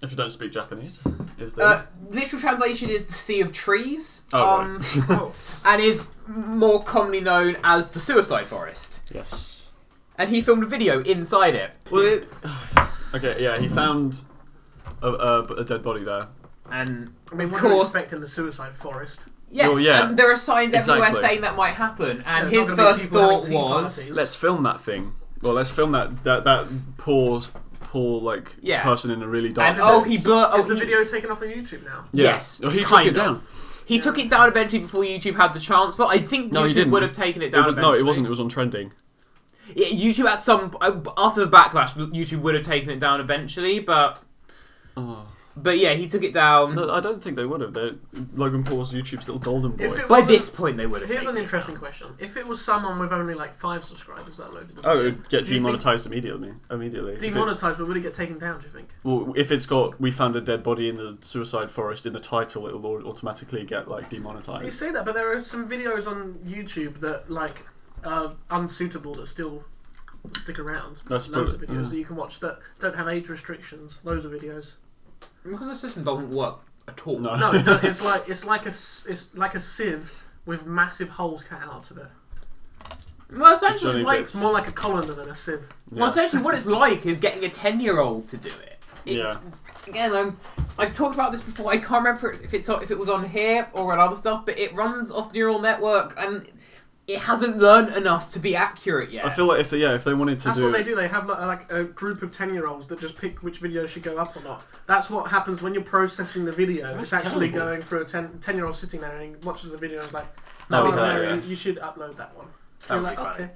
[SPEAKER 3] If you don't speak Japanese, is there?
[SPEAKER 1] Uh, literal translation is the Sea of Trees,
[SPEAKER 3] Oh,
[SPEAKER 1] um,
[SPEAKER 2] Cool.
[SPEAKER 1] and is more commonly known as the Suicide Forest.
[SPEAKER 3] yes.
[SPEAKER 1] And he filmed a video inside it.
[SPEAKER 3] Well, it, okay, yeah, he found a, a, a dead body there.
[SPEAKER 1] And
[SPEAKER 2] I mean,
[SPEAKER 1] Of
[SPEAKER 2] what do you
[SPEAKER 1] course.
[SPEAKER 2] expect in the suicide forest?
[SPEAKER 1] yes,
[SPEAKER 3] Well, yeah.
[SPEAKER 1] and there are signs everywhere
[SPEAKER 3] Exactly.
[SPEAKER 1] saying that might happen. And
[SPEAKER 2] There's
[SPEAKER 1] his
[SPEAKER 2] not gonna be
[SPEAKER 1] first
[SPEAKER 2] people having
[SPEAKER 1] thought
[SPEAKER 2] tea
[SPEAKER 1] was,
[SPEAKER 2] parties.
[SPEAKER 3] Let's film that thing. Well, let's film that that that poor poor like
[SPEAKER 1] Yeah.
[SPEAKER 3] person in a really dark.
[SPEAKER 1] and, oh, he
[SPEAKER 3] place.
[SPEAKER 1] blur. Oh,
[SPEAKER 2] Is the
[SPEAKER 1] he-
[SPEAKER 2] video taken off of YouTube now?
[SPEAKER 3] Yeah.
[SPEAKER 1] Yes,
[SPEAKER 3] Oh, he took
[SPEAKER 1] kind
[SPEAKER 3] it down.
[SPEAKER 1] of. He took it down eventually before YouTube had the chance, but I think
[SPEAKER 3] No, he
[SPEAKER 1] YouTube would
[SPEAKER 3] didn't.
[SPEAKER 1] have taken it
[SPEAKER 3] It
[SPEAKER 1] down.
[SPEAKER 3] was, no, it
[SPEAKER 1] eventually.
[SPEAKER 3] wasn't. It was on trending.
[SPEAKER 1] Yeah, YouTube at some uh, after the backlash, YouTube would have taken it down eventually, but
[SPEAKER 3] Oh.
[SPEAKER 1] but yeah, he took it down.
[SPEAKER 3] No, I don't think they would have. They're, Logan Paul's YouTube's little golden boy.
[SPEAKER 2] If it
[SPEAKER 1] By
[SPEAKER 2] wasn't-
[SPEAKER 1] this point, they would have.
[SPEAKER 2] Here's
[SPEAKER 1] taken
[SPEAKER 2] an
[SPEAKER 1] it
[SPEAKER 2] interesting
[SPEAKER 1] down.
[SPEAKER 2] question. If it was someone with only like five subscribers that loaded the
[SPEAKER 3] Oh,
[SPEAKER 2] video,
[SPEAKER 3] it'd get
[SPEAKER 2] Do you think-
[SPEAKER 3] demonetized immediately. Immediately. If it's-
[SPEAKER 2] demonetized, but would it get taken down, do you think?
[SPEAKER 3] well, if it's got "We found a dead body in the suicide forest" in the title, it'll au- automatically get like
[SPEAKER 2] You
[SPEAKER 3] demonetized.
[SPEAKER 2] say that, but there are some videos on YouTube that like are unsuitable that still stick around.
[SPEAKER 3] That's
[SPEAKER 2] loads of
[SPEAKER 3] brilliant,
[SPEAKER 2] videos
[SPEAKER 3] yeah.
[SPEAKER 2] that you can watch that don't have age restrictions. Loads of videos.
[SPEAKER 1] Because the system doesn't work at all.
[SPEAKER 3] No.
[SPEAKER 2] No, but it's like it's like a s- it's like a sieve with massive holes cut out of it.
[SPEAKER 1] Well, essentially,
[SPEAKER 3] only
[SPEAKER 1] it's like,
[SPEAKER 2] It's like more like a colander than a sieve.
[SPEAKER 1] well,
[SPEAKER 3] Yeah.
[SPEAKER 1] essentially, what it's like is getting a ten-year-old to do it. It's, Again, I'm, I talked about this before. I can't remember if it's on- if it was on here or on other stuff, but it runs off neural network and it hasn't learned enough to be accurate yet.
[SPEAKER 3] I feel like if they, yeah, if they wanted to
[SPEAKER 2] That's
[SPEAKER 3] do,
[SPEAKER 2] what they do. They have like, a- like a group of ten-year-olds that just pick which video should go up or not. That's what happens when you're processing the video.
[SPEAKER 3] That's
[SPEAKER 2] it's actually
[SPEAKER 3] terrible.
[SPEAKER 2] going through a 10 10-year-old sitting there and he watches the video and is like,
[SPEAKER 3] That'd
[SPEAKER 2] "Oh,
[SPEAKER 3] be
[SPEAKER 2] no, you,
[SPEAKER 3] hilarious.
[SPEAKER 2] you should upload that one."
[SPEAKER 3] That
[SPEAKER 2] They're
[SPEAKER 3] would
[SPEAKER 2] like,
[SPEAKER 3] be funny.
[SPEAKER 2] "Okay."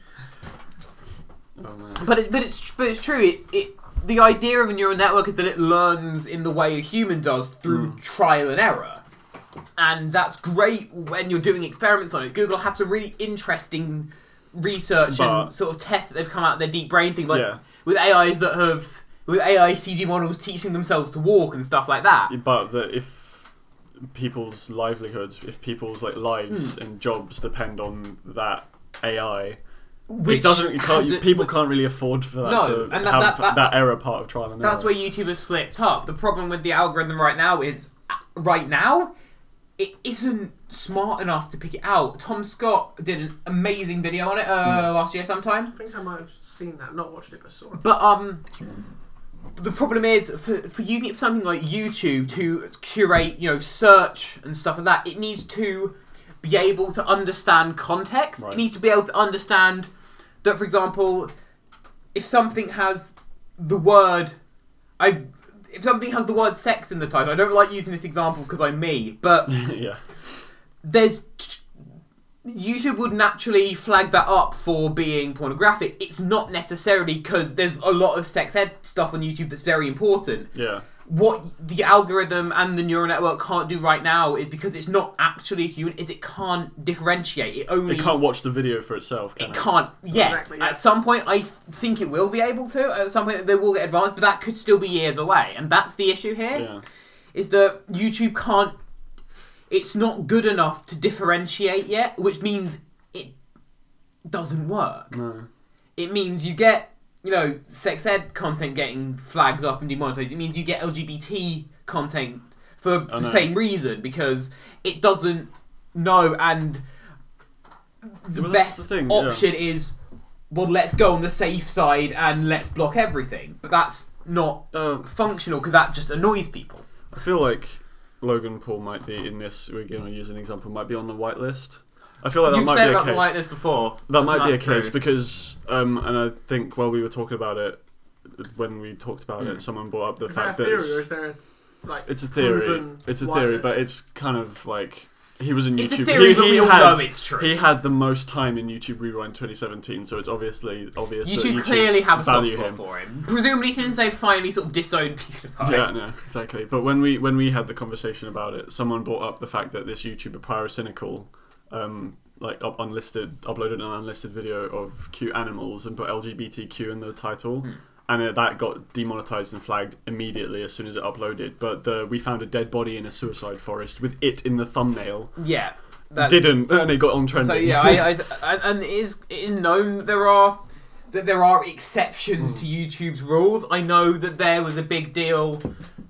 [SPEAKER 3] Oh, man.
[SPEAKER 1] But it, but it's but it's true. It, it the idea of a neural network is that it learns in the way a human does through
[SPEAKER 3] Mm.
[SPEAKER 1] trial and error, and that's great when you're doing experiments on it. Google have some really interesting research
[SPEAKER 3] But-
[SPEAKER 1] and sort of tests that they've come out of their deep brain thing, like
[SPEAKER 3] Yeah.
[SPEAKER 1] with AIs that have with AI CG models teaching themselves to walk and stuff like that.
[SPEAKER 3] But that if people's livelihoods, if people's like lives
[SPEAKER 1] Hmm.
[SPEAKER 3] and jobs depend on that AI,
[SPEAKER 1] Which
[SPEAKER 3] it doesn't. You can't, you-
[SPEAKER 1] hasn't-
[SPEAKER 3] people can't really afford for that
[SPEAKER 1] No,
[SPEAKER 3] to
[SPEAKER 1] and that-
[SPEAKER 3] have
[SPEAKER 1] that- that-
[SPEAKER 3] error part of trial and
[SPEAKER 1] That's
[SPEAKER 3] error.
[SPEAKER 1] where YouTube has slipped up. The problem with the algorithm right now is, right now, it isn't smart enough to pick it out. Tom Scott did an amazing video on it uh, last year sometime.
[SPEAKER 2] I think I might have seen that, not watched it, but saw it.
[SPEAKER 1] But um, the problem is for, for using it for something like YouTube to curate, you know, search and stuff like that. It needs to be able to understand context.
[SPEAKER 3] Right.
[SPEAKER 1] It needs to be able to understand that, for example, if something has the word, I if something has the word sex in the title. I don't like using this example because I'm me, but
[SPEAKER 3] yeah.
[SPEAKER 1] there's YouTube would naturally flag that up for being pornographic. It's not necessarily because there's a lot of sex ed stuff on YouTube that's very important.
[SPEAKER 3] Yeah.
[SPEAKER 1] What the algorithm and the neural network can't do right now is because it's not actually human. Is it can't differentiate. It only
[SPEAKER 3] It can't watch the video for itself. Can
[SPEAKER 1] it can't yet.
[SPEAKER 2] Exactly, yeah.
[SPEAKER 1] At some point, I th- think it will be able to. At some point, they will get advanced, but that could still be years away. And that's the issue here
[SPEAKER 3] Yeah.
[SPEAKER 1] is that YouTube can't. It's not good enough to differentiate yet, which means it doesn't work.
[SPEAKER 3] No.
[SPEAKER 1] It means you get, you know, sex ed content getting flags up and demonetized. It means you get LGBT content for
[SPEAKER 3] I
[SPEAKER 1] the
[SPEAKER 3] know.
[SPEAKER 1] same reason because it doesn't know and the
[SPEAKER 3] Well,
[SPEAKER 1] best
[SPEAKER 3] that's the thing, yeah.
[SPEAKER 1] option is well let's go on the safe side and let's block everything but that's not
[SPEAKER 3] Uh,
[SPEAKER 1] functional because that just annoys people
[SPEAKER 3] I feel like Logan Paul might be in this. We're going to use an example. Might be on the white list. I feel like that
[SPEAKER 1] You've
[SPEAKER 3] might
[SPEAKER 1] said
[SPEAKER 3] be a
[SPEAKER 1] about
[SPEAKER 3] case.
[SPEAKER 1] the whiteness before.
[SPEAKER 3] That might be a
[SPEAKER 1] That's
[SPEAKER 3] case
[SPEAKER 1] true.
[SPEAKER 3] because, um, and I think while we were talking about it, when we talked about
[SPEAKER 1] Mm.
[SPEAKER 3] it, someone brought up the
[SPEAKER 2] Is that a
[SPEAKER 3] fact
[SPEAKER 2] theory,
[SPEAKER 3] that
[SPEAKER 2] or is
[SPEAKER 3] it's,
[SPEAKER 2] there a, like
[SPEAKER 3] it's a theory.
[SPEAKER 2] proven
[SPEAKER 3] It's a
[SPEAKER 2] why
[SPEAKER 3] theory,
[SPEAKER 2] this-
[SPEAKER 3] but it's kind of like he was in YouTube.
[SPEAKER 1] It's a theory,
[SPEAKER 3] he,
[SPEAKER 1] but
[SPEAKER 3] he
[SPEAKER 1] we all
[SPEAKER 3] had,
[SPEAKER 1] know it's true.
[SPEAKER 3] He had the most time in YouTube Rewind 2017, so it's obviously obvious that
[SPEAKER 1] YouTube
[SPEAKER 3] YouTube
[SPEAKER 1] clearly have a soft
[SPEAKER 3] value
[SPEAKER 1] spot
[SPEAKER 3] him.
[SPEAKER 1] for him. Presumably since they finally sort of disowned PewDiePie.
[SPEAKER 3] Yeah, no, exactly. But when we when we had the conversation about it, someone brought up the fact that this YouTuber Pyrocynical, um, like up unlisted, uploaded an unlisted video of cute animals and put LGBTQ in the title,
[SPEAKER 1] Hmm.
[SPEAKER 3] and uh, that got demonetized and flagged immediately as soon as it uploaded. But the we found a dead body in a suicide forest with it in the thumbnail.
[SPEAKER 1] Yeah. That's,
[SPEAKER 3] Didn't and it got on trending.
[SPEAKER 1] so yeah, I, I, I, and it is it is known that there are
[SPEAKER 3] Hmm.
[SPEAKER 1] that there are exceptions to YouTube's rules. I know that there was a big deal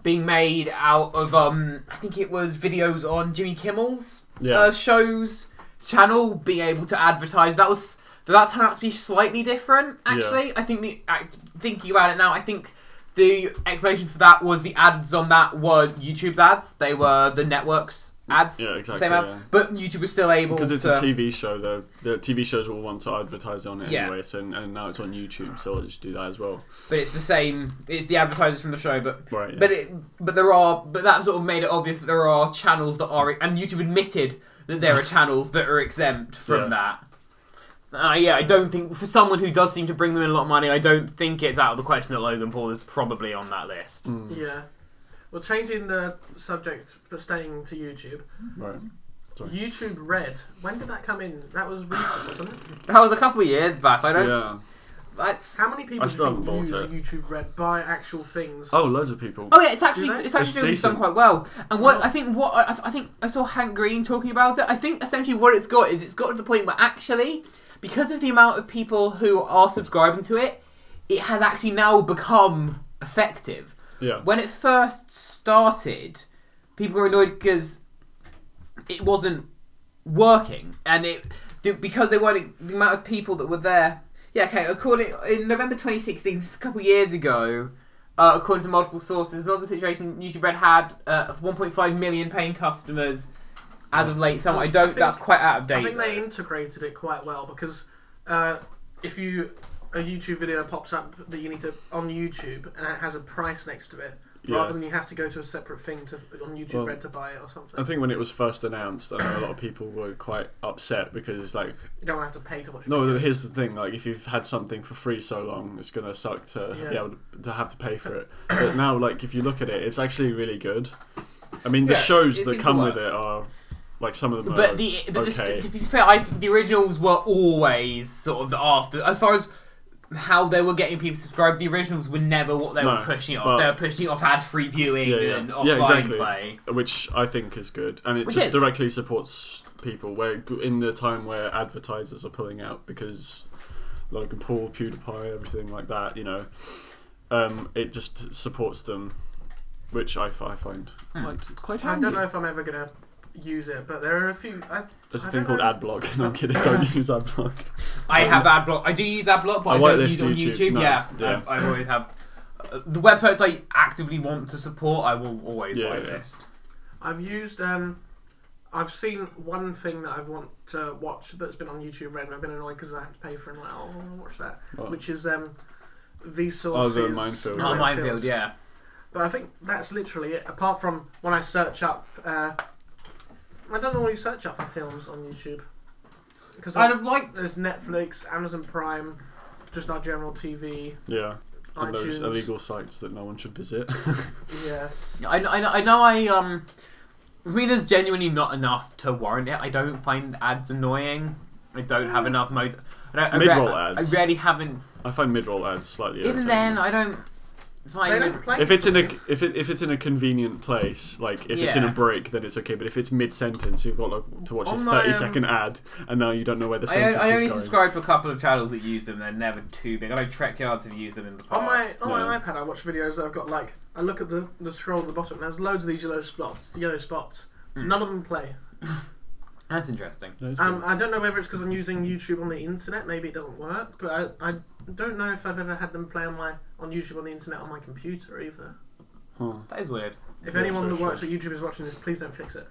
[SPEAKER 1] being made out of um I think it was videos on Jimmy Kimmel's
[SPEAKER 3] Yeah.
[SPEAKER 1] uh, shows channel being able to advertise. That was that turned out to be slightly different. Actually, I think the I, thinking about it now, I think the explanation for that was the ads on that were YouTube's ads. They were the network's ads.
[SPEAKER 3] Yeah, exactly,
[SPEAKER 1] Same ad,
[SPEAKER 3] yeah.
[SPEAKER 1] but YouTube was still able
[SPEAKER 3] Because it's
[SPEAKER 1] to,
[SPEAKER 3] a TV show, though. The TV shows will want to advertise on it
[SPEAKER 1] Yeah.
[SPEAKER 3] anyway, so, and now it's on YouTube, so I'll just do that as well.
[SPEAKER 1] but it's the same. It's the advertisers from the show, but
[SPEAKER 3] Right. yeah.
[SPEAKER 1] But it, but there are, but that sort of made it obvious that there are channels that are, and YouTube admitted that there are channels that are exempt from that. Uh, yeah, I don't think for someone who does seem to bring them in a lot of money, I don't think it's out of the question that Logan Paul is probably on that list.
[SPEAKER 3] Mm.
[SPEAKER 2] Yeah. Well, changing the subject but staying to YouTube.
[SPEAKER 3] right. Sorry.
[SPEAKER 2] YouTube Red. When did that come in? That was recent, wasn't it?
[SPEAKER 1] That was a couple of years back. I don't.
[SPEAKER 3] Yeah.
[SPEAKER 1] That's.
[SPEAKER 2] How many people
[SPEAKER 3] I
[SPEAKER 2] do
[SPEAKER 3] still
[SPEAKER 2] you think
[SPEAKER 3] haven't
[SPEAKER 2] use
[SPEAKER 3] bought
[SPEAKER 2] YouTube Red? Buy actual things.
[SPEAKER 3] Oh, loads of people.
[SPEAKER 1] Oh yeah, it's actually
[SPEAKER 2] Do they?
[SPEAKER 1] it's actually
[SPEAKER 3] It's
[SPEAKER 1] doing,
[SPEAKER 3] decent. Oh.
[SPEAKER 1] done quite well. And what I think what I, I think I saw Hank Green talking about it. I think essentially what it's got is it's got to the point where actually because of the amount of people who are subscribing to it, it has actually now become effective.
[SPEAKER 3] Yeah.
[SPEAKER 1] When it first started, people were annoyed because it wasn't working, and it the- because they weren't the amount of people that were there. Yeah, okay. According in November 2016, this is a couple of years ago, uh, according to multiple sources, because of the situation YouTube Red had uh, 1.5 million paying customers as of late. So I don't.
[SPEAKER 2] think-
[SPEAKER 1] that's quite out of date.
[SPEAKER 2] I think they
[SPEAKER 1] though.
[SPEAKER 2] integrated it quite well because uh, if you a YouTube video pops up that you need to on YouTube and it has a price next to it,
[SPEAKER 3] Yeah.
[SPEAKER 2] rather than you have to go to a separate thing to on YouTube
[SPEAKER 3] Well,
[SPEAKER 2] Red to buy it or something.
[SPEAKER 3] I think when it was first announced, I know a lot of people were quite upset because it's like,
[SPEAKER 2] you don't have to pay to watch.
[SPEAKER 3] no, no, here's the thing: like, if you've had something for free so long, it's gonna suck to be
[SPEAKER 2] Yeah.
[SPEAKER 3] able to, to have to pay for it. But now, like, if you look at it, it's actually really good. I mean, the
[SPEAKER 1] Yeah,
[SPEAKER 3] shows
[SPEAKER 1] it
[SPEAKER 3] that
[SPEAKER 1] seems to
[SPEAKER 3] come
[SPEAKER 1] work.
[SPEAKER 3] with it are like some of them are
[SPEAKER 1] But the, but this-
[SPEAKER 3] okay.
[SPEAKER 1] to be fair, I think the originals were always sort of the after. As far as how they were getting people subscribed, the originals were never what they
[SPEAKER 3] No,
[SPEAKER 1] were pushing off.
[SPEAKER 3] but-
[SPEAKER 1] They were pushing off ad free viewing
[SPEAKER 3] Yeah, yeah.
[SPEAKER 1] and
[SPEAKER 3] Yeah,
[SPEAKER 1] offline
[SPEAKER 3] exactly.
[SPEAKER 1] play.
[SPEAKER 3] which I think is good, and it
[SPEAKER 1] Which
[SPEAKER 3] just
[SPEAKER 1] is.
[SPEAKER 3] directly supports people where in the time where advertisers are pulling out because Logan Paul, PewDiePie, everything like that, you know, um, it just supports them, which I, I find
[SPEAKER 1] Hmm.
[SPEAKER 3] quite quite
[SPEAKER 2] I
[SPEAKER 3] handy.
[SPEAKER 2] don't know if I'm ever gonna use it, but there are a few. I,
[SPEAKER 3] There's a
[SPEAKER 2] I
[SPEAKER 3] thing
[SPEAKER 2] don't
[SPEAKER 3] called
[SPEAKER 2] know.
[SPEAKER 3] adblock. No, I'm kidding. Don't use adblock.
[SPEAKER 1] I
[SPEAKER 3] Um,
[SPEAKER 1] have adblock. I do use adblock, but
[SPEAKER 3] I
[SPEAKER 1] I,
[SPEAKER 3] won't
[SPEAKER 1] don't use
[SPEAKER 3] list
[SPEAKER 1] it on
[SPEAKER 3] YouTube,
[SPEAKER 1] YouTube.
[SPEAKER 3] no.
[SPEAKER 1] Yeah,
[SPEAKER 3] Yeah.
[SPEAKER 1] I, I always have. uh, The websites I actively want to support, I will always
[SPEAKER 3] Yeah,
[SPEAKER 1] whitelist.
[SPEAKER 3] yeah.
[SPEAKER 2] I've used. Um, I've seen one thing that I want to watch that's been on YouTube Red, and I've been annoyed because I had to pay for it. And like, oh, I want to watch that,
[SPEAKER 3] What?
[SPEAKER 2] which is um, Vsauce's
[SPEAKER 3] the Minefield.
[SPEAKER 1] Oh,
[SPEAKER 3] Minefield.
[SPEAKER 1] minefield, yeah.
[SPEAKER 2] But I think that's literally it. Apart from when I search up, uh, I don't normally search up for films on YouTube because
[SPEAKER 1] I'd have liked.
[SPEAKER 2] there's Netflix, Amazon Prime, just our general TV,
[SPEAKER 3] Yeah, and those
[SPEAKER 2] iTunes.
[SPEAKER 3] illegal sites that no one should visit.
[SPEAKER 2] Yes.
[SPEAKER 1] I, kn- I, kn- I know I um, I mean, there's genuinely not enough to warrant it. I don't find ads annoying. I don't
[SPEAKER 2] Mm.
[SPEAKER 1] have enough mo. I don't, I
[SPEAKER 3] Mid-roll
[SPEAKER 1] I-
[SPEAKER 3] ads.
[SPEAKER 1] I really haven't.
[SPEAKER 3] I find mid-roll ads slightly.
[SPEAKER 1] Even
[SPEAKER 3] irritating.
[SPEAKER 1] then, I don't find.
[SPEAKER 2] They
[SPEAKER 1] mid-
[SPEAKER 2] don't play.
[SPEAKER 3] if it's in a if it if it's in a convenient place, like if it's in a
[SPEAKER 1] Yeah.
[SPEAKER 3] break, then it's okay. But if it's mid sentence, you've got like, to watch
[SPEAKER 1] On
[SPEAKER 3] this
[SPEAKER 1] my,
[SPEAKER 3] thirty second ad, and now you don't know where the
[SPEAKER 1] I,
[SPEAKER 3] sentence
[SPEAKER 1] I only
[SPEAKER 3] is going.
[SPEAKER 1] subscribe to a couple of channels that use them. They're never too big. I know Trek Yards have used them in the past.
[SPEAKER 2] on my on my
[SPEAKER 3] Yeah.
[SPEAKER 2] iPad, I watch videos that I've got like I look at the, the scroll at the bottom. There's loads of these yellow spots. Yellow spots. None of them play.
[SPEAKER 1] That's interesting.
[SPEAKER 3] No, it's
[SPEAKER 2] Um, I don't know whether it's because I'm using YouTube on the internet. Maybe it doesn't work. But I, I don't know if I've ever had them play on my on YouTube on the internet on my computer either.
[SPEAKER 3] cool. Huh.
[SPEAKER 1] That is weird.
[SPEAKER 2] If
[SPEAKER 3] Yeah,
[SPEAKER 2] anyone that
[SPEAKER 3] especially.
[SPEAKER 2] works at YouTube is watching this, please don't fix it.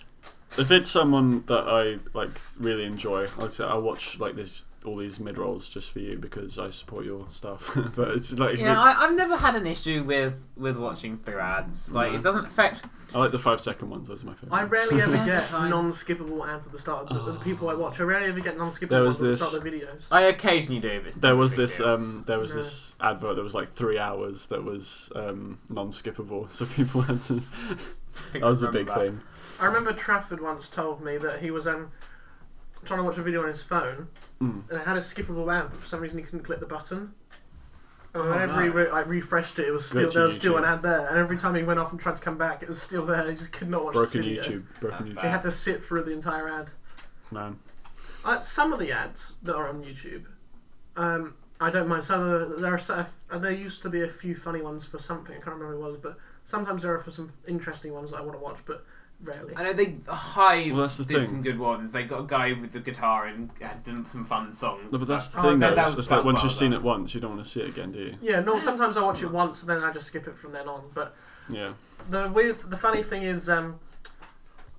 [SPEAKER 3] If it's someone that I like really enjoy, like I said, I watch like this all these mid rolls just for you because I support your stuff. but it's like
[SPEAKER 1] Yeah,
[SPEAKER 3] it's,
[SPEAKER 1] I, I've never had an issue with with watching through ads. Like
[SPEAKER 3] No.
[SPEAKER 1] it doesn't affect.
[SPEAKER 3] I like the five second ones. Those are my favorite.
[SPEAKER 2] I rarely ever
[SPEAKER 1] That's
[SPEAKER 2] get
[SPEAKER 1] fine.
[SPEAKER 2] non-skippable ads at the start of the, of the people I watch. I rarely ever get non-skippable
[SPEAKER 3] There was
[SPEAKER 2] ads at the
[SPEAKER 3] this-
[SPEAKER 2] start of the videos.
[SPEAKER 1] I occasionally do, but it's
[SPEAKER 3] There
[SPEAKER 1] not
[SPEAKER 3] was
[SPEAKER 1] a big
[SPEAKER 3] this
[SPEAKER 1] deal.
[SPEAKER 3] um, there was
[SPEAKER 2] No.
[SPEAKER 3] this advert that was like three hours that was um, non skippable, so people had to. That was a big
[SPEAKER 1] Remember that.
[SPEAKER 3] thing.
[SPEAKER 2] I remember Trafford once told me that he was um, trying to watch a video on his phone
[SPEAKER 3] Mm.
[SPEAKER 2] and it had a skippable ad, but for some reason he couldn't click the button. And
[SPEAKER 1] Oh,
[SPEAKER 2] whenever
[SPEAKER 1] no.
[SPEAKER 2] he re- like refreshed it, it was still
[SPEAKER 3] Glitchy
[SPEAKER 2] there was still an
[SPEAKER 3] YouTube.
[SPEAKER 2] ad there. And every time he went off and tried to come back, it was still there. He just could not watch the
[SPEAKER 3] Broken
[SPEAKER 2] video.
[SPEAKER 3] YouTube, broken
[SPEAKER 1] That's
[SPEAKER 2] He
[SPEAKER 3] YouTube,
[SPEAKER 1] bad.
[SPEAKER 2] had to sit through the entire ad.
[SPEAKER 3] man.
[SPEAKER 2] Uh, some of the ads that are on YouTube, um, I don't mind. Some of the, there are so- uh, there used to be a few funny ones for something I can't remember what it was, but Sometimes there are for some interesting ones that I want to watch, but rarely.
[SPEAKER 1] I know they uh, Hive
[SPEAKER 3] Well, that's the
[SPEAKER 1] did
[SPEAKER 3] thing.
[SPEAKER 1] some good ones. They got a guy with the guitar and had done some fun songs.
[SPEAKER 3] No, but that's the
[SPEAKER 2] Oh,
[SPEAKER 3] thing,
[SPEAKER 2] that-
[SPEAKER 3] though.
[SPEAKER 2] that
[SPEAKER 3] it's
[SPEAKER 1] was-
[SPEAKER 3] it's
[SPEAKER 1] that
[SPEAKER 3] like
[SPEAKER 1] was
[SPEAKER 3] once
[SPEAKER 1] well
[SPEAKER 3] you've seen
[SPEAKER 1] done.
[SPEAKER 3] it once, you don't want to see it again, do you?
[SPEAKER 2] Yeah, no. Sometimes I watch it once and then I just skip it from then on. But
[SPEAKER 3] Yeah.
[SPEAKER 2] the weird, the funny thing is, um,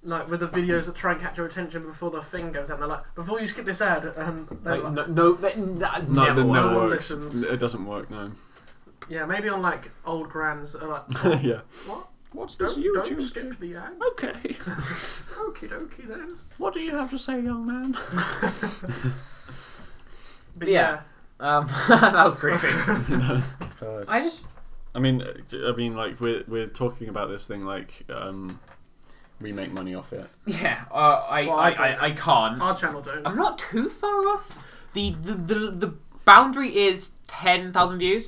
[SPEAKER 2] like with the videos that try and catch your attention before the thing goes down, they're like, before you skip this ad, and they're
[SPEAKER 1] Like,
[SPEAKER 2] like-
[SPEAKER 1] no, no, that, that's
[SPEAKER 3] No,
[SPEAKER 1] never
[SPEAKER 3] then
[SPEAKER 2] no
[SPEAKER 3] no
[SPEAKER 1] worked.
[SPEAKER 2] one
[SPEAKER 3] works.
[SPEAKER 2] listens.
[SPEAKER 3] It doesn't work, no.
[SPEAKER 2] yeah, maybe on like old grams, are like,
[SPEAKER 3] yeah.
[SPEAKER 2] what?
[SPEAKER 3] What's
[SPEAKER 2] Don't, don't skip the ad.
[SPEAKER 3] Okay.
[SPEAKER 2] Okie dokie then.
[SPEAKER 3] What do you have to say, young man?
[SPEAKER 2] But
[SPEAKER 1] Yeah.
[SPEAKER 2] yeah,
[SPEAKER 1] Um, that was creepy. I just-
[SPEAKER 3] I mean, uh, d- I mean, like we're we're talking about this thing like um, we make money off it.
[SPEAKER 1] yeah, uh, I,
[SPEAKER 2] Well, I
[SPEAKER 1] I, I,
[SPEAKER 2] don't-
[SPEAKER 1] I, can't.
[SPEAKER 2] our channel don't.
[SPEAKER 1] I'm not too far off. The the the, the boundary is ten thousand views.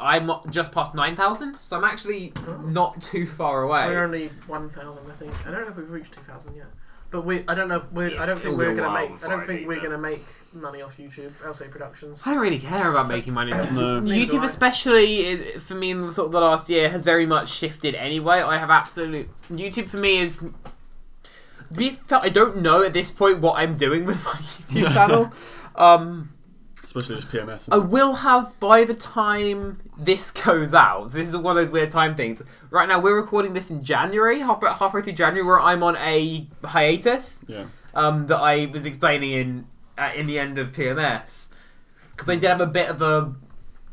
[SPEAKER 1] I'm just past nine thousand, so I'm actually not too far away.
[SPEAKER 2] We're only one thousand, I think. I don't know if we've reached two thousand yet. But we, I don't know. if We're, I don't
[SPEAKER 1] It'll
[SPEAKER 2] think
[SPEAKER 1] be
[SPEAKER 2] we're
[SPEAKER 1] a
[SPEAKER 2] gonna
[SPEAKER 1] while
[SPEAKER 2] make. I
[SPEAKER 1] before
[SPEAKER 2] don't
[SPEAKER 1] I
[SPEAKER 2] think
[SPEAKER 1] need
[SPEAKER 2] we're
[SPEAKER 1] to-
[SPEAKER 2] gonna make money off YouTube. LC Productions.
[SPEAKER 1] I don't really care about making money.
[SPEAKER 3] No.
[SPEAKER 2] Neither do
[SPEAKER 1] YouTube,
[SPEAKER 2] I.
[SPEAKER 1] especially is, for me in the, sort of the last year, has very much shifted. Anyway, I have absolute YouTube for me is. These I don't know at this point what I'm doing with my YouTube channel. Um,
[SPEAKER 3] Especially just PMS.
[SPEAKER 1] I
[SPEAKER 3] And
[SPEAKER 1] will have by the time this goes out. This is one of those weird time things. Right now, we're recording this in January, half, halfway through January, where I'm on a hiatus
[SPEAKER 3] Yeah.
[SPEAKER 1] um, that I was explaining in uh, in the end of PMS because I did have a bit of a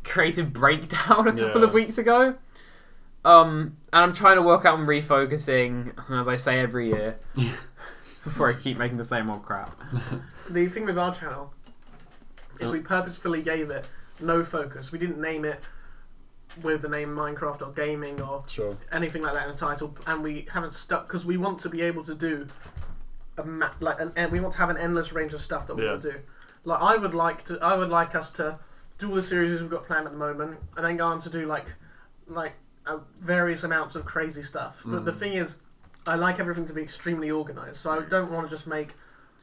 [SPEAKER 1] creative breakdown a couple
[SPEAKER 3] Yeah.
[SPEAKER 1] of weeks ago. Um, and I'm trying to work out and refocusing, as I say every year, before I keep making the same old crap.
[SPEAKER 2] The thing with our channel is we purposefully gave it no focus. We didn't name it with the name Minecraft or gaming or
[SPEAKER 3] Sure.
[SPEAKER 2] anything like that in the title, and we haven't stuck because we want to be able to do a ma- like an, and we want to have an endless range of stuff that we
[SPEAKER 3] Yeah.
[SPEAKER 2] want to do. Like I would like to, I would like us to do all the series we've got planned at the moment, and then go on to do like like uh, various amounts of crazy stuff. But the thing is, I like everything to be extremely organized, so I don't want to just make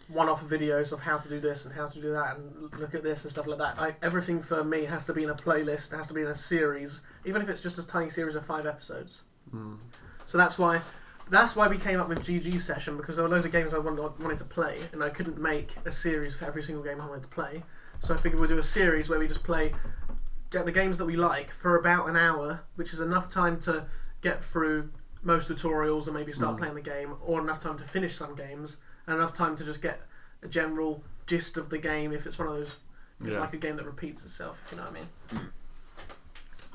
[SPEAKER 2] one-off videos of how to do this and how to do that and look at this and stuff like that. I, everything for me has to be in a playlist, has to be in a series, even if it's just a tiny series of five episodes. So that's why that's why we came up with GG session because there were loads of games I wanted, wanted to play and I couldn't make a series for every single game I wanted to play. So I figured we'll do a series where we just play get the games that we like for about an hour, which is enough time to get through most tutorials and maybe start playing the game, or enough time to finish some games, and enough time to just get a general gist of the game if it's one of those if it's
[SPEAKER 3] Yeah.
[SPEAKER 2] like a game that repeats itself, if you know what I mean.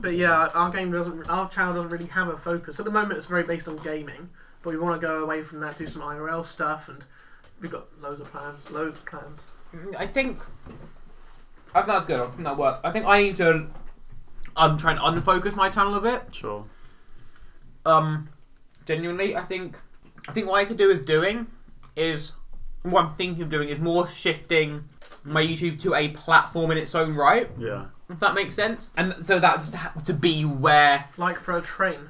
[SPEAKER 2] But yeah, our game doesn't, our channel doesn't really have a focus at the moment. It's very based on gaming, but we want to go away from that, do some IRL stuff, and we've got loads of plans, loads of plans.
[SPEAKER 1] I think I think that's good. I think that worked. I think I need to um try and unfocus my channel a bit.
[SPEAKER 3] Sure.
[SPEAKER 1] um genuinely i think i think what i could do with doing is what i'm thinking of doing is more shifting my youtube to a platform in its own right
[SPEAKER 3] Yeah.
[SPEAKER 1] if that makes sense and so that just ha- to be where
[SPEAKER 2] Like for a train,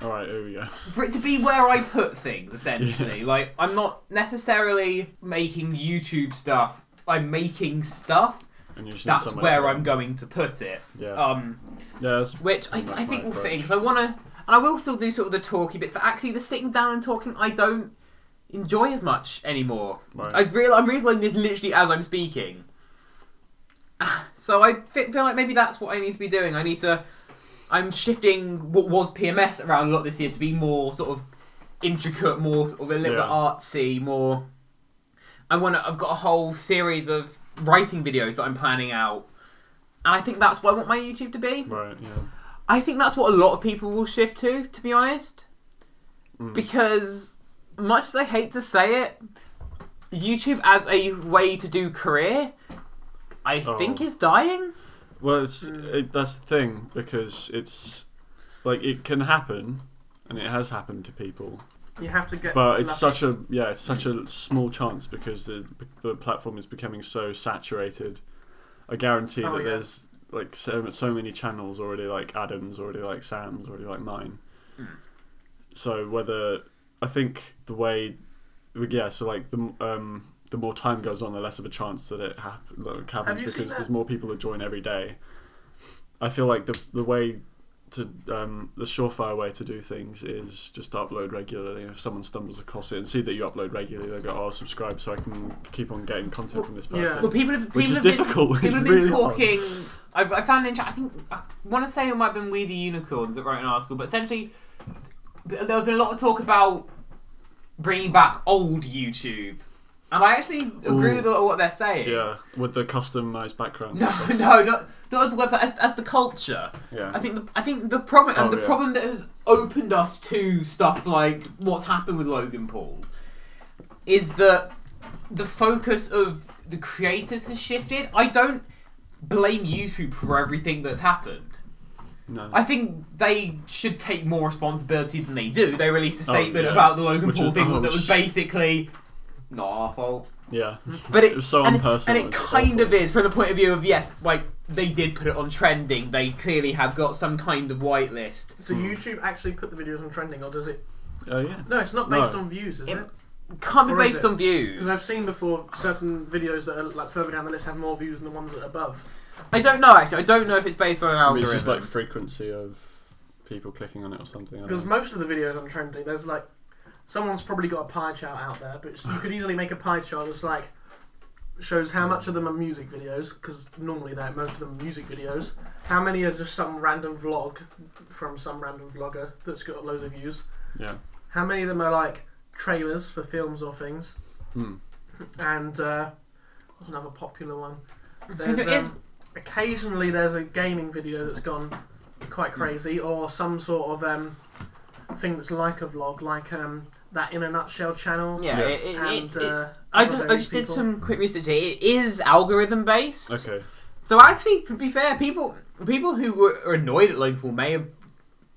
[SPEAKER 3] All right. Here we go.
[SPEAKER 1] for it to be where i put things essentially like i'm not necessarily making youtube stuff i'm making stuff
[SPEAKER 3] And you just need
[SPEAKER 1] that's
[SPEAKER 3] somewhere
[SPEAKER 1] where
[SPEAKER 3] to-
[SPEAKER 1] i'm going to put it
[SPEAKER 3] Yeah.
[SPEAKER 1] um
[SPEAKER 3] yeah. That's
[SPEAKER 1] which I,
[SPEAKER 3] pretty much
[SPEAKER 1] I
[SPEAKER 3] my
[SPEAKER 1] think will fit
[SPEAKER 3] approach.
[SPEAKER 1] in because I want to, and I will still do sort of the talky bits, but actually the sitting down and talking I don't enjoy as much anymore.
[SPEAKER 3] Right.
[SPEAKER 1] I real I'm realizing this literally as I'm speaking, so I fe- feel like maybe that's what I need to be doing. I need to, I'm shifting what was PMS around a lot this year to be more sort of intricate, more sort of a little
[SPEAKER 3] Yeah.
[SPEAKER 1] bit artsy, more. I want to. I've got a whole series of writing videos that I'm planning out. And I think that's what I want my YouTube to be.
[SPEAKER 3] Right. Yeah.
[SPEAKER 1] I think that's what a lot of people will shift to, to be honest.
[SPEAKER 3] Mm.
[SPEAKER 1] Because, much as I hate to say it, YouTube as a way to do career, I
[SPEAKER 3] Oh.
[SPEAKER 1] think is dying.
[SPEAKER 3] Well, it's it, that's the thing because it's like it can happen, and it has happened to people.
[SPEAKER 2] you have to get.
[SPEAKER 3] But it's
[SPEAKER 2] lucky.
[SPEAKER 3] such a yeah, it's such a small chance because the the platform is becoming so saturated. I guarantee
[SPEAKER 2] Oh,
[SPEAKER 3] that
[SPEAKER 2] yeah.
[SPEAKER 3] there's like so so many channels already like Adams, already like Sam's, already like mine.
[SPEAKER 2] Hmm.
[SPEAKER 3] So whether I think the way, well, yeah, so like the m- um the more time goes on, the less of a chance that it hap- that it happens
[SPEAKER 2] you seen
[SPEAKER 3] because
[SPEAKER 2] that?
[SPEAKER 3] there's more people that join every day. I feel like the the way to um, the surefire way to do things is just to upload regularly. If someone stumbles across it and see that you upload regularly, they go, "Oh, I'll subscribe so I can keep on getting content
[SPEAKER 1] Well,
[SPEAKER 3] from this
[SPEAKER 2] yeah.
[SPEAKER 3] person."
[SPEAKER 1] Well, people have, people
[SPEAKER 3] Which is
[SPEAKER 1] have been,
[SPEAKER 3] difficult,
[SPEAKER 1] People
[SPEAKER 3] it's
[SPEAKER 1] have been
[SPEAKER 3] really hard.
[SPEAKER 1] talking. I, I found in chat. I think I want to say it might have been We the Unicorns that wrote an article, but essentially th- there's been a lot of talk about bringing back old YouTube, and I actually agree
[SPEAKER 3] Ooh.
[SPEAKER 1] with a lot of what they're saying.
[SPEAKER 3] Yeah, with the customized backgrounds.
[SPEAKER 1] No, no, not not as the website, as, as the culture.
[SPEAKER 3] Yeah.
[SPEAKER 1] I think the, I think the problem and
[SPEAKER 3] Oh,
[SPEAKER 1] the
[SPEAKER 3] yeah.
[SPEAKER 1] problem that has opened us to stuff like what's happened with Logan Paul is that the focus of the creators has shifted. I don't blame YouTube for everything that's happened.
[SPEAKER 3] no.
[SPEAKER 1] I think they should take more responsibility than they do. They released a
[SPEAKER 3] Oh,
[SPEAKER 1] statement
[SPEAKER 3] yeah.
[SPEAKER 1] about the Logan
[SPEAKER 3] Which
[SPEAKER 1] Paul
[SPEAKER 3] is-
[SPEAKER 1] thing
[SPEAKER 3] oh,
[SPEAKER 1] that was
[SPEAKER 3] sh-
[SPEAKER 1] basically not our fault.
[SPEAKER 3] yeah.
[SPEAKER 1] But it,
[SPEAKER 3] It was so
[SPEAKER 1] and,
[SPEAKER 3] unpersonal,
[SPEAKER 1] and it
[SPEAKER 3] it was
[SPEAKER 1] kind of
[SPEAKER 3] awful.
[SPEAKER 1] is from the point of view of yes, like they did put it on trending. They clearly have got some kind of whitelist.
[SPEAKER 2] Do YouTube actually put the videos on trending, or does it?
[SPEAKER 3] Oh yeah.
[SPEAKER 2] No, it's not based
[SPEAKER 3] No.
[SPEAKER 2] on views, is
[SPEAKER 1] It-
[SPEAKER 2] it?
[SPEAKER 1] Can't be
[SPEAKER 2] Or is
[SPEAKER 1] based
[SPEAKER 2] it?
[SPEAKER 1] on views.
[SPEAKER 2] Because I've seen before certain videos that are like further down the list have more views than the ones that are above.
[SPEAKER 1] I don't know actually. I don't know if it's based on an
[SPEAKER 3] I mean,
[SPEAKER 1] algorithm.
[SPEAKER 3] it's just like frequency of people clicking on it or something. I
[SPEAKER 2] Because
[SPEAKER 3] don't know.
[SPEAKER 2] most of the videos on trending, there's like someone's probably got a pie chart out there, but you could easily make a pie chart that's like shows how much of them are music videos, because normally that most of them are music videos. How many are just some random vlog from some random vlogger that's got loads of views?
[SPEAKER 3] Yeah.
[SPEAKER 2] How many of them are like trailers for films or things?
[SPEAKER 3] Hmm.
[SPEAKER 2] And uh, another popular one. There's,
[SPEAKER 1] Because it is-
[SPEAKER 2] um, occasionally there's a gaming video that's gone quite
[SPEAKER 1] Hmm.
[SPEAKER 2] crazy, or some sort of um, thing that's like a vlog, like um, that in a nutshell channel.
[SPEAKER 1] yeah,
[SPEAKER 3] Yeah.
[SPEAKER 1] It, it,
[SPEAKER 2] and,
[SPEAKER 1] it's- it-
[SPEAKER 2] uh,
[SPEAKER 1] I,
[SPEAKER 2] other
[SPEAKER 1] d- I
[SPEAKER 2] various
[SPEAKER 1] just did
[SPEAKER 2] people.
[SPEAKER 1] some quick research. here. It is algorithm based.
[SPEAKER 3] Okay.
[SPEAKER 1] So actually, to be fair, people people who were are annoyed at Logan Paul may have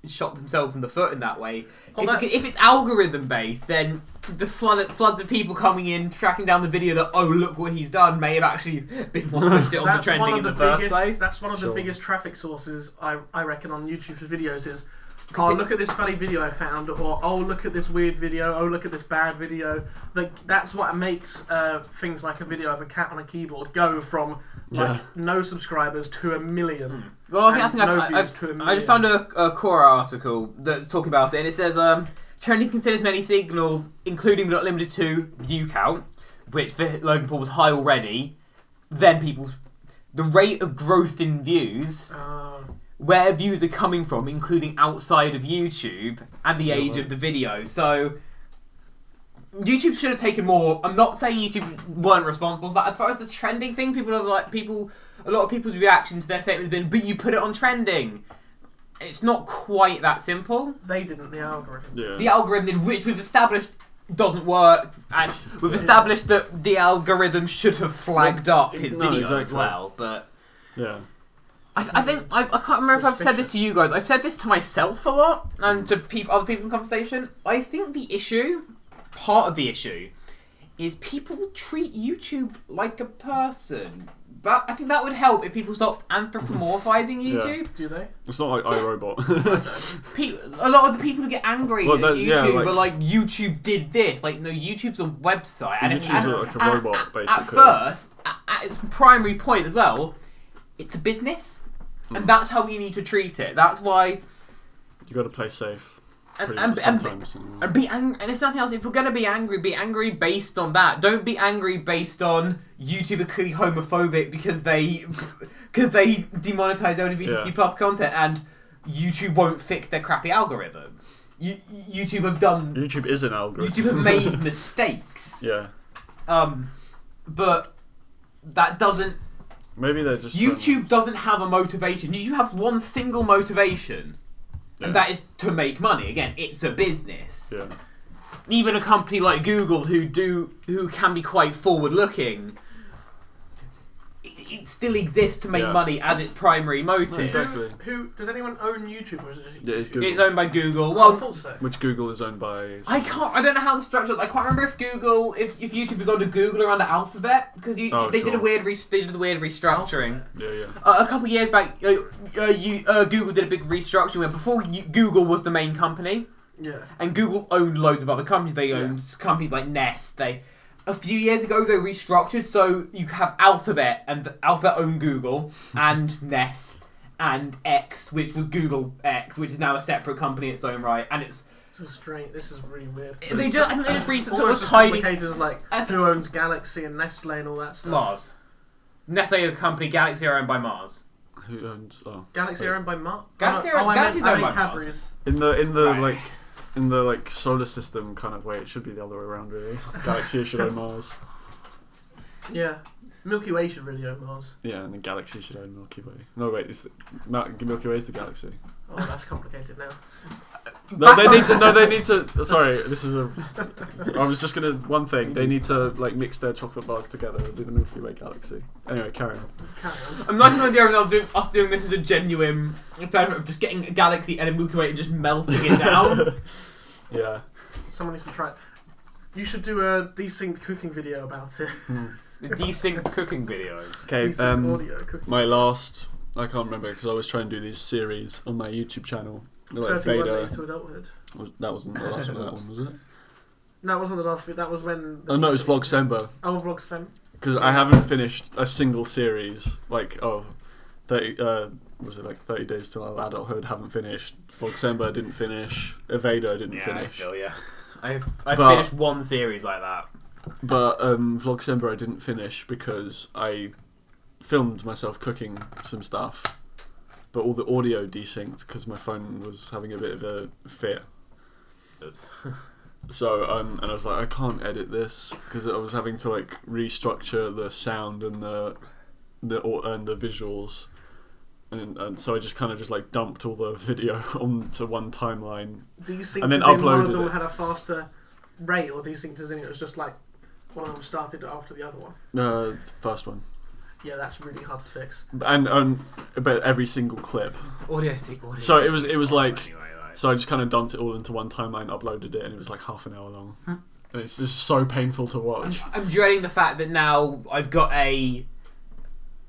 [SPEAKER 1] shot themselves in the foot in that way.
[SPEAKER 2] Well,
[SPEAKER 1] if,
[SPEAKER 2] that's-
[SPEAKER 1] if it's algorithm based, then the flood, floods of people coming in tracking down the video that oh look what he's done may have actually been what pushed it on the
[SPEAKER 2] That's one
[SPEAKER 1] trending
[SPEAKER 2] of
[SPEAKER 1] in
[SPEAKER 2] the
[SPEAKER 1] the, first
[SPEAKER 2] biggest.
[SPEAKER 1] place.
[SPEAKER 2] That's one of the
[SPEAKER 3] Sure.
[SPEAKER 2] biggest traffic sources I, I reckon on YouTube for videos is.
[SPEAKER 1] Because
[SPEAKER 2] Oh
[SPEAKER 1] it-
[SPEAKER 2] look at this funny video I found, or oh look at this weird video, oh look at this bad video. Like that's what makes uh, things like a video of a cat on a keyboard go from like
[SPEAKER 3] Yeah.
[SPEAKER 2] no subscribers to a million.
[SPEAKER 1] Hmm. Well, I think, I,
[SPEAKER 2] and
[SPEAKER 1] think I've-
[SPEAKER 2] no
[SPEAKER 1] I've,
[SPEAKER 2] views
[SPEAKER 1] I've,
[SPEAKER 2] to a
[SPEAKER 1] I just
[SPEAKER 2] million.
[SPEAKER 1] found a, a Quora article that's talking about it, and it says um, trending considers many signals, including but not limited to view count, which for Logan Paul was high already. Then people's the rate of growth in views,
[SPEAKER 2] Uh,
[SPEAKER 1] where views are coming from, including outside of YouTube, and the
[SPEAKER 3] Yeah,
[SPEAKER 1] age
[SPEAKER 3] right.
[SPEAKER 1] of the video. So. YouTube should have taken more. I'm not saying YouTube weren't responsible for that. As far as the trending thing, people are like people. A lot of people's reaction to their statement has been, "But you put it on trending." It's not quite that simple.
[SPEAKER 2] they didn't the algorithm.
[SPEAKER 3] Yeah.
[SPEAKER 1] The algorithm, which we've established, doesn't work, and we've established that the algorithm should have flagged up his
[SPEAKER 3] No,
[SPEAKER 1] video as
[SPEAKER 3] exactly.
[SPEAKER 1] well. But
[SPEAKER 3] yeah.
[SPEAKER 1] I, I think I, I can't remember if I've said this to you guys. I've said this to myself a lot and to peop other people in conversation. I think the issue, part of the issue, is people treat YouTube like a person. That I think that would help if people stopped anthropomorphizing
[SPEAKER 3] Yeah.
[SPEAKER 1] YouTube.
[SPEAKER 2] Do they?
[SPEAKER 3] It's not like iRobot.
[SPEAKER 1] Pe- a lot of the people who get angry
[SPEAKER 3] Well,
[SPEAKER 1] at
[SPEAKER 3] that- yeah,
[SPEAKER 1] YouTube
[SPEAKER 3] like-
[SPEAKER 1] are like, "YouTube did this." Like, no, YouTube's a website. And it-
[SPEAKER 3] YouTube's
[SPEAKER 1] and-
[SPEAKER 3] like a
[SPEAKER 1] and-
[SPEAKER 3] robot,
[SPEAKER 1] at- At
[SPEAKER 3] basically.
[SPEAKER 1] first, at, at its primary point as well, it's a business, and
[SPEAKER 3] Mm.
[SPEAKER 1] that's how we need to treat it. That's why
[SPEAKER 3] you got to play safe.
[SPEAKER 1] and,
[SPEAKER 3] Pretty
[SPEAKER 1] and,
[SPEAKER 3] much
[SPEAKER 1] and,
[SPEAKER 3] sometimes. you know.
[SPEAKER 1] and be angry. And if nothing else, if we're gonna be angry, be angry based on that. Don't be angry based on YouTube are clearly homophobic because they because they demonetize LGBTQ
[SPEAKER 3] Yeah.
[SPEAKER 1] plus content and YouTube won't fix their crappy algorithm. You, YouTube have done.
[SPEAKER 3] YouTube is an algorithm.
[SPEAKER 1] YouTube have made mistakes.
[SPEAKER 3] yeah.
[SPEAKER 1] Um, but that doesn't.
[SPEAKER 3] Maybe they're just trying-
[SPEAKER 1] YouTube doesn't have a motivation. YouTube has one single motivation,
[SPEAKER 3] Yeah.
[SPEAKER 1] and that is to make money. Again, it's a business
[SPEAKER 3] yeah.
[SPEAKER 1] even a company like Google, who do who can be quite forward looking, it, it still exists to make
[SPEAKER 3] Yeah.
[SPEAKER 1] money as its primary motive.
[SPEAKER 3] exactly.
[SPEAKER 2] Who does anyone own YouTube or is it just
[SPEAKER 3] Yeah, it's
[SPEAKER 2] YouTube?
[SPEAKER 3] Google.
[SPEAKER 1] It's owned by Google.
[SPEAKER 2] Well, I
[SPEAKER 1] Well,
[SPEAKER 2] thought so.
[SPEAKER 3] Which Google is owned by.
[SPEAKER 1] I can't. I don't know how the structure. I can't remember if Google, if, if YouTube is under Google or under Alphabet, because you,
[SPEAKER 3] Oh,
[SPEAKER 1] they did a
[SPEAKER 3] sure.
[SPEAKER 1] weird, re- they did a weird restructuring.
[SPEAKER 3] Yeah, yeah.
[SPEAKER 1] Uh, a couple of years back, uh, uh, you, uh, Google did a big restructuring where before you, Google was the main company.
[SPEAKER 2] Yeah.
[SPEAKER 1] And Google owned loads of other companies. They owned companies like Nest. They a few years ago they restructured so you have Alphabet and Alphabet owned Google and Nest and X, which was Google X, which is now a separate company in its own right, and it's
[SPEAKER 2] This is strange. This is really weird.
[SPEAKER 1] they just I think they just recent sort
[SPEAKER 2] Almost
[SPEAKER 1] of
[SPEAKER 2] as
[SPEAKER 1] tidy
[SPEAKER 2] complicated as like
[SPEAKER 1] I th-
[SPEAKER 2] who owns Galaxy and Nestle and all that stuff.
[SPEAKER 1] Mars. Nestle the company Galaxy are owned by Mars.
[SPEAKER 3] Who owns? Oh,
[SPEAKER 2] Galaxy
[SPEAKER 3] wait.
[SPEAKER 2] are owned by Mars.
[SPEAKER 1] Galaxy
[SPEAKER 2] oh,
[SPEAKER 1] are-
[SPEAKER 2] oh, I
[SPEAKER 1] Galaxy's
[SPEAKER 2] meant,
[SPEAKER 1] owned
[SPEAKER 2] I meant
[SPEAKER 1] by
[SPEAKER 2] Cadbury's.
[SPEAKER 3] in the in the
[SPEAKER 1] Right.
[SPEAKER 3] like in the like solar system kind of way. It should be the other way around, really. Galaxy should own Mars.
[SPEAKER 2] Yeah, Milky Way should really own Mars.
[SPEAKER 3] Yeah, and the galaxy should own Milky Way. No, wait, it's the, Ma- Milky Way is the galaxy.
[SPEAKER 2] Oh, that's complicated now.
[SPEAKER 3] No, they need to. No, they need to. Sorry, this is a. I was just gonna one thing. They need to like mix their chocolate bars together and do the Milky Way galaxy. Anyway, carry on.
[SPEAKER 2] Carry on.
[SPEAKER 1] I'm liking the idea of them doing, us doing this as a genuine experiment of just getting a galaxy and a Milky Way and just melting it down.
[SPEAKER 3] Yeah.
[SPEAKER 2] Someone needs to try it. You should do a desynced cooking video about it.
[SPEAKER 1] the desync cooking video.
[SPEAKER 3] Hmm. Okay.
[SPEAKER 2] desynced
[SPEAKER 3] Um,
[SPEAKER 2] audio cooking.
[SPEAKER 3] my last. I can't remember because I always try and do these series on my YouTube channel.
[SPEAKER 2] 31
[SPEAKER 3] Like Vader.
[SPEAKER 2] Days to Adulthood.
[SPEAKER 3] Was- That wasn't the last one. That one was it?
[SPEAKER 2] No, it wasn't the last bit. That was when.
[SPEAKER 3] Oh no, it's Vlogsember.
[SPEAKER 2] Oh, vlog Sam.
[SPEAKER 3] because I haven't finished a single series. Like oh, 30, uh, was it like thirty days till adulthood? Haven't finished. Foxember didn't finish. Evader didn't
[SPEAKER 1] Yeah, I
[SPEAKER 3] finish.
[SPEAKER 1] feel yeah. I've, I've
[SPEAKER 3] But-
[SPEAKER 1] finished one series like that.
[SPEAKER 3] But um, Vlogsember I didn't finish because I filmed myself cooking some stuff, but all the audio desynced because my phone was having a bit of a fit.
[SPEAKER 1] Oops.
[SPEAKER 3] So um, and I was like, I can't edit this because I was having to like restructure the sound and the the au- and the visuals, and and so I just kind of just like dumped all the video onto one timeline.
[SPEAKER 2] Desynced
[SPEAKER 3] And then
[SPEAKER 2] as in one of
[SPEAKER 3] uploaded
[SPEAKER 2] them
[SPEAKER 3] it.
[SPEAKER 2] had a faster rate, or desynced as in it was just like one of them started after the other one.
[SPEAKER 3] Uh, the first one,
[SPEAKER 2] Yeah, that's really hard to fix.
[SPEAKER 3] and and but every single clip.
[SPEAKER 1] Audio stick. Audio
[SPEAKER 3] So
[SPEAKER 1] stick.
[SPEAKER 3] it was it was like
[SPEAKER 1] Anyway, like-
[SPEAKER 3] so I just kind of dumped it all into one timeline, uploaded it, and it was like half an hour long. And it's just so painful to
[SPEAKER 1] I'm,
[SPEAKER 3] watch.
[SPEAKER 1] I'm dreading the fact that now I've got a